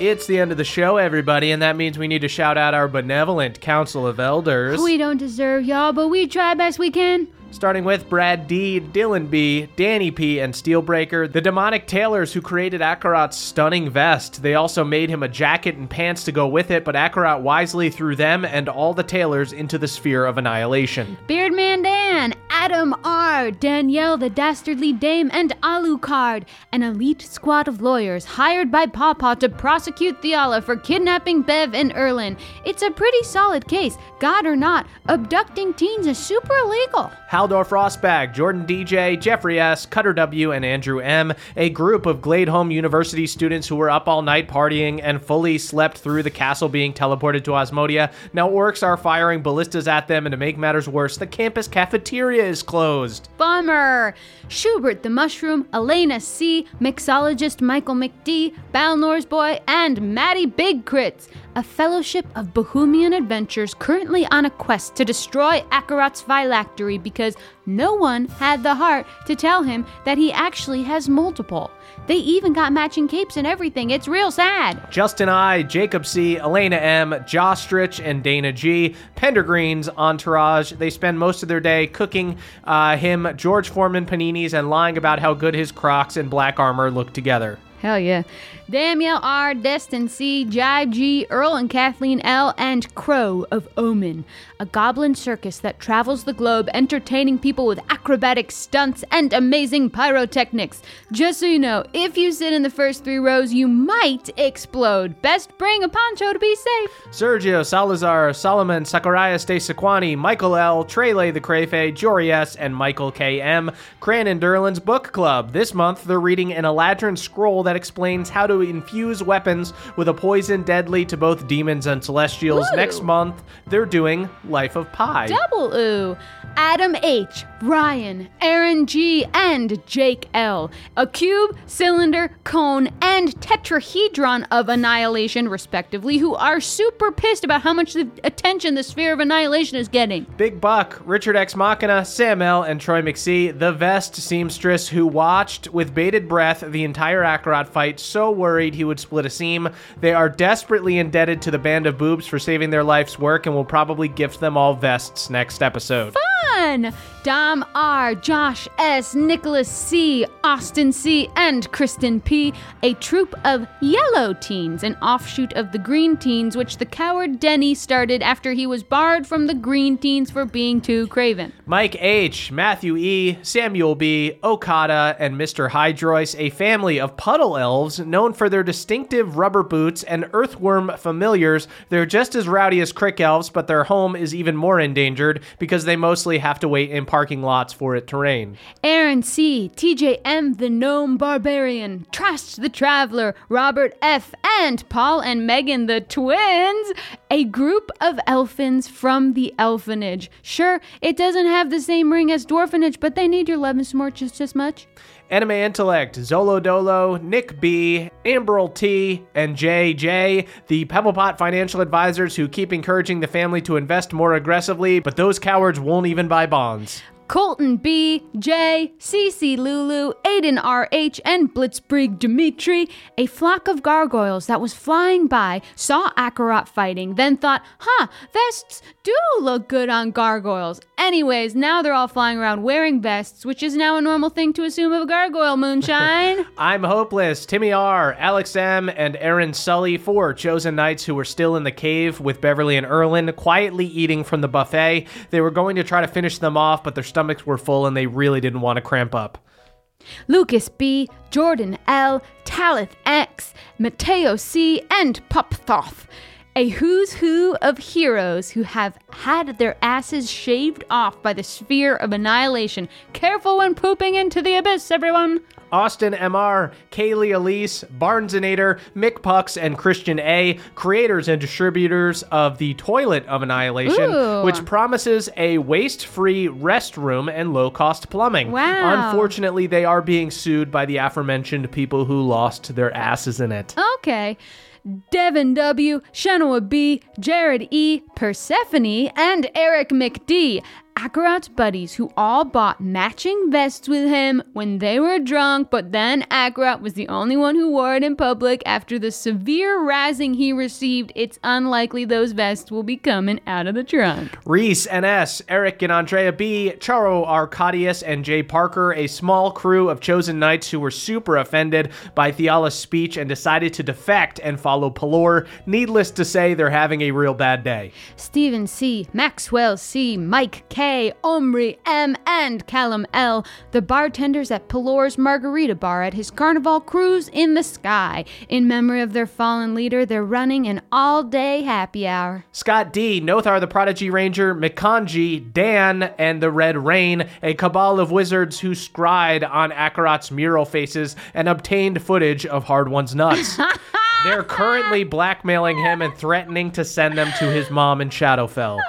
Speaker 1: It's the end of the show, everybody, and that means we need to shout out our benevolent Council of Elders.
Speaker 4: We don't deserve y'all, but we try best we can.
Speaker 1: Starting with Brad D, Dylan B, Danny P, and Steelbreaker, the demonic tailors who created Akarat's stunning vest. They also made him a jacket and pants to go with it, but Akarat wisely threw them and all the tailors into the sphere of annihilation.
Speaker 4: Beardman Dan, Adam R, Danielle the Dastardly Dame, and Alucard, an elite squad of lawyers hired by Pawpaw to prosecute Theala for kidnapping Bev and Erlin. It's a pretty solid case. God or not, abducting teens is super illegal.
Speaker 1: Haldor Frostbag, Jordan DJ, Jeffrey S., Cutter W., and Andrew M., a group of Gladeholm University students who were up all night partying and fully slept through the castle being teleported to Osmodia. Now orcs are firing ballistas at them, and to make matters worse, the campus cafeteria is closed.
Speaker 4: Bummer. Schubert the Mushroom, Elena C., mixologist Michael McD., Balnor's Boy, and Maddie Big Crits. A fellowship of Bohemian adventures currently on a quest to destroy Akarat's phylactery because no one had the heart to tell him that he actually has multiple. They even got matching capes and everything. It's real sad.
Speaker 1: Justin I, Jacob C, Elena M, Jostrich, and Dana G. Pendergreen's entourage. They spend most of their day cooking uh, him George Foreman paninis and lying about how good his Crocs and black armor look together.
Speaker 4: Hell yeah. Danielle R, Destin C, Jive G, Earl and Kathleen L, and Crow of Omen, a goblin circus that travels the globe entertaining people with acrobatic stunts and amazing pyrotechnics. Just so you know, if you sit in the first three rows, you might explode. Best bring a poncho to be safe.
Speaker 1: Sergio, Salazar, Solomon, Zacharias de Sequani, Michael L, Trele the Crayfe, Jory S, and Michael K.M. Cran and Derlin's Book Club. This month, they're reading an Eladrin scroll that explains how to infuse weapons with a poison deadly to both demons and celestials.
Speaker 4: Ooh.
Speaker 1: Next month, they're doing Life of Pi.
Speaker 4: Double ooh. Adam H, Ryan, Aaron G, and Jake L. A cube, cylinder, cone, and tetrahedron of annihilation, respectively, who are super pissed about how much the attention the sphere of annihilation is getting.
Speaker 1: Big Buck, Richard X Machina, Sam L, and Troy McSee, the vest seamstress who watched with bated breath the entire Akarat fight, so worried he would split a seam. They are desperately indebted to the band of boobs for saving their life's work and will probably gift them all vests next episode.
Speaker 4: One! Dom R, Josh S, Nicholas C, Austin C, and Kristen P, a troop of yellow teens, an offshoot of the green teens, which the coward Denny started after he was barred from the green teens for being too craven.
Speaker 1: Mike H., Matthew E., Samuel B., Okada, and Mr. Hydroice, a family of puddle elves known for their distinctive rubber boots and earthworm familiars. They're just as rowdy as crick elves, but their home is even more endangered because they mostly have to wait in parking lots for it to rain.
Speaker 4: Aaron C., TJM the Gnome Barbarian, Trust the Traveler, Robert F., and Paul and Megan the Twins, a group of elfins from the Elfinage. Sure, it doesn't have the same ring as Dwarfinage, but they need your love and smart just as much.
Speaker 1: Anime Intellect, Zolodolo, Nick B, Amberl T, and JJ, the Pebblepot financial advisors who keep encouraging the family to invest more aggressively, but those cowards won't even buy bonds.
Speaker 4: Colton B, J, CC Lulu, Aiden RH, and Blitzbrig Dimitri, a flock of gargoyles that was flying by, saw Akarot fighting, then thought, huh, vests do look good on gargoyles. Anyways, now they're all flying around wearing vests, which is now a normal thing to assume of a gargoyle moonshine.
Speaker 1: I'm Hopeless, Timmy R, Alex M, and Aaron Sully, four chosen knights who were still in the cave with Beverly and Erlin, quietly eating from the buffet. They were going to try to finish them off, but their stomachs were full and they really didn't want to cramp up.
Speaker 4: Lucas B, Jordan L, Talith X, Mateo C, and Popthoth. A who's who of heroes who have had their asses shaved off by the sphere of annihilation. Careful when pooping into the abyss, everyone!
Speaker 1: Austin MR, Kaylee Elise, Barnesonator, Mick Pucks, and Christian A, creators and distributors of the Toilet of Annihilation,
Speaker 4: Ooh.
Speaker 1: which promises a waste free restroom and low cost plumbing.
Speaker 4: Wow.
Speaker 1: Unfortunately, they are being sued by the aforementioned people who lost their asses in it.
Speaker 4: Okay. Devin W., Shanoa B., Jared E., Persephone, and Eric McD. Akarat's buddies who all bought matching vests with him when they were drunk, but then Akarat was the only one who wore it in public after the severe razzing he received. It's unlikely those vests will be coming out of the trunk.
Speaker 1: Reese NS, Eric and Andrea B, Charo Arcadius, and Jay Parker, a small crew of chosen knights who were super offended by Theala's speech and decided to defect and follow Pelor. Needless to say, they're having a real bad day.
Speaker 4: Stephen C., Maxwell C., Mike K., Omri M., and Callum L., the bartenders at Pelor's Margarita Bar at his carnival cruise in the sky. In memory of their fallen leader, they're running an all day happy hour.
Speaker 1: Scott D, Nothar the Prodigy Ranger, Mikanji, Dan, and the Red Rain, a cabal of wizards who scried on Akarat's mural faces and obtained footage of Hard One's nuts. They're currently blackmailing him and threatening to send them to his mom in Shadowfell.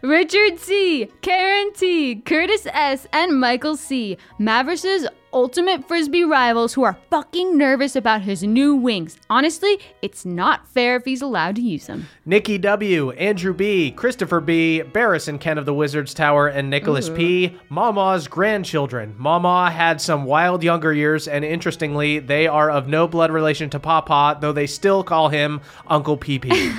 Speaker 4: Richard C., Karen T., Curtis S., and Michael C., Mavericks' ultimate frisbee rivals who are fucking nervous about his new wings. Honestly, it's not fair if he's allowed to use them.
Speaker 1: Nikki W, Andrew B, Christopher B, Barris and Ken of the Wizards Tower, and Nicholas
Speaker 4: Ooh.
Speaker 1: P, Mama's grandchildren. Mama had some wild younger years, and interestingly, they are of no blood relation to Papa, though they still call him Uncle PP.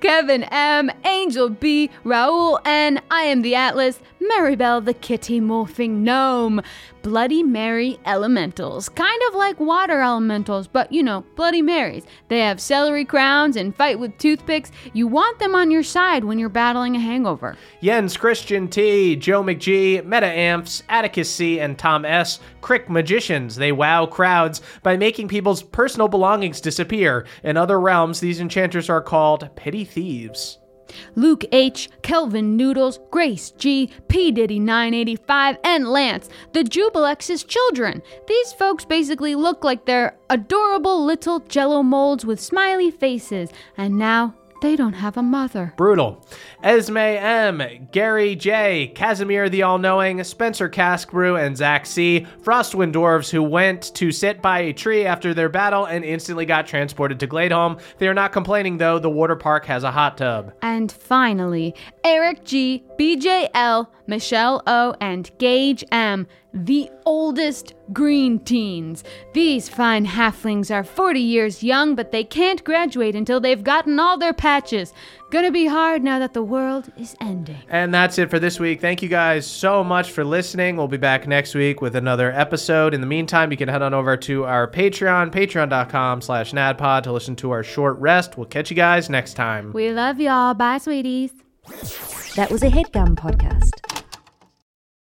Speaker 4: Kevin M, Angel B, Raoul N, I am the Atlas, Maribel the kitty morphing gnome, Bloody Mary elementals, kind of like water elementals, but you know, Bloody Marys. They have celery crowns and fight with toothpicks. You want them on your side when you're battling a hangover.
Speaker 1: Jens Christian T, Joe McG, Meta Amps, Atticus C, and Tom S, Crick Magicians. They wow crowds by making people's personal belongings disappear. In other realms, these enchanters are called petty thieves.
Speaker 4: Luke H, Kelvin Noodles, Grace G, P Diddy 985, and Lance, the Jubilex's children. These folks basically look like they're adorable little jello molds with smiley faces, and now they don't have a mother.
Speaker 1: Brutal. Esme M, Gary J, Casimir the All Knowing, Spencer Caskbrew, and Zach C, Frostwind Dwarves who went to sit by a tree after their battle and instantly got transported to Gladeholm. They are not complaining though, the water park has a hot tub.
Speaker 4: And finally, Eric G, BJL, Michelle O, and Gage M. the oldest green teens. These fine halflings are 40 years young, but they can't graduate until they've gotten all their patches. Gonna be hard now that the world is ending.
Speaker 1: And that's it for this week. Thank you guys so much for listening. We'll be back next week with another episode. In the meantime, you can head on over to our Patreon, patreon.com slash nadpod to listen to our short rest. We'll catch you guys next time.
Speaker 4: We love y'all. Bye, sweeties.
Speaker 17: That was a headgum podcast.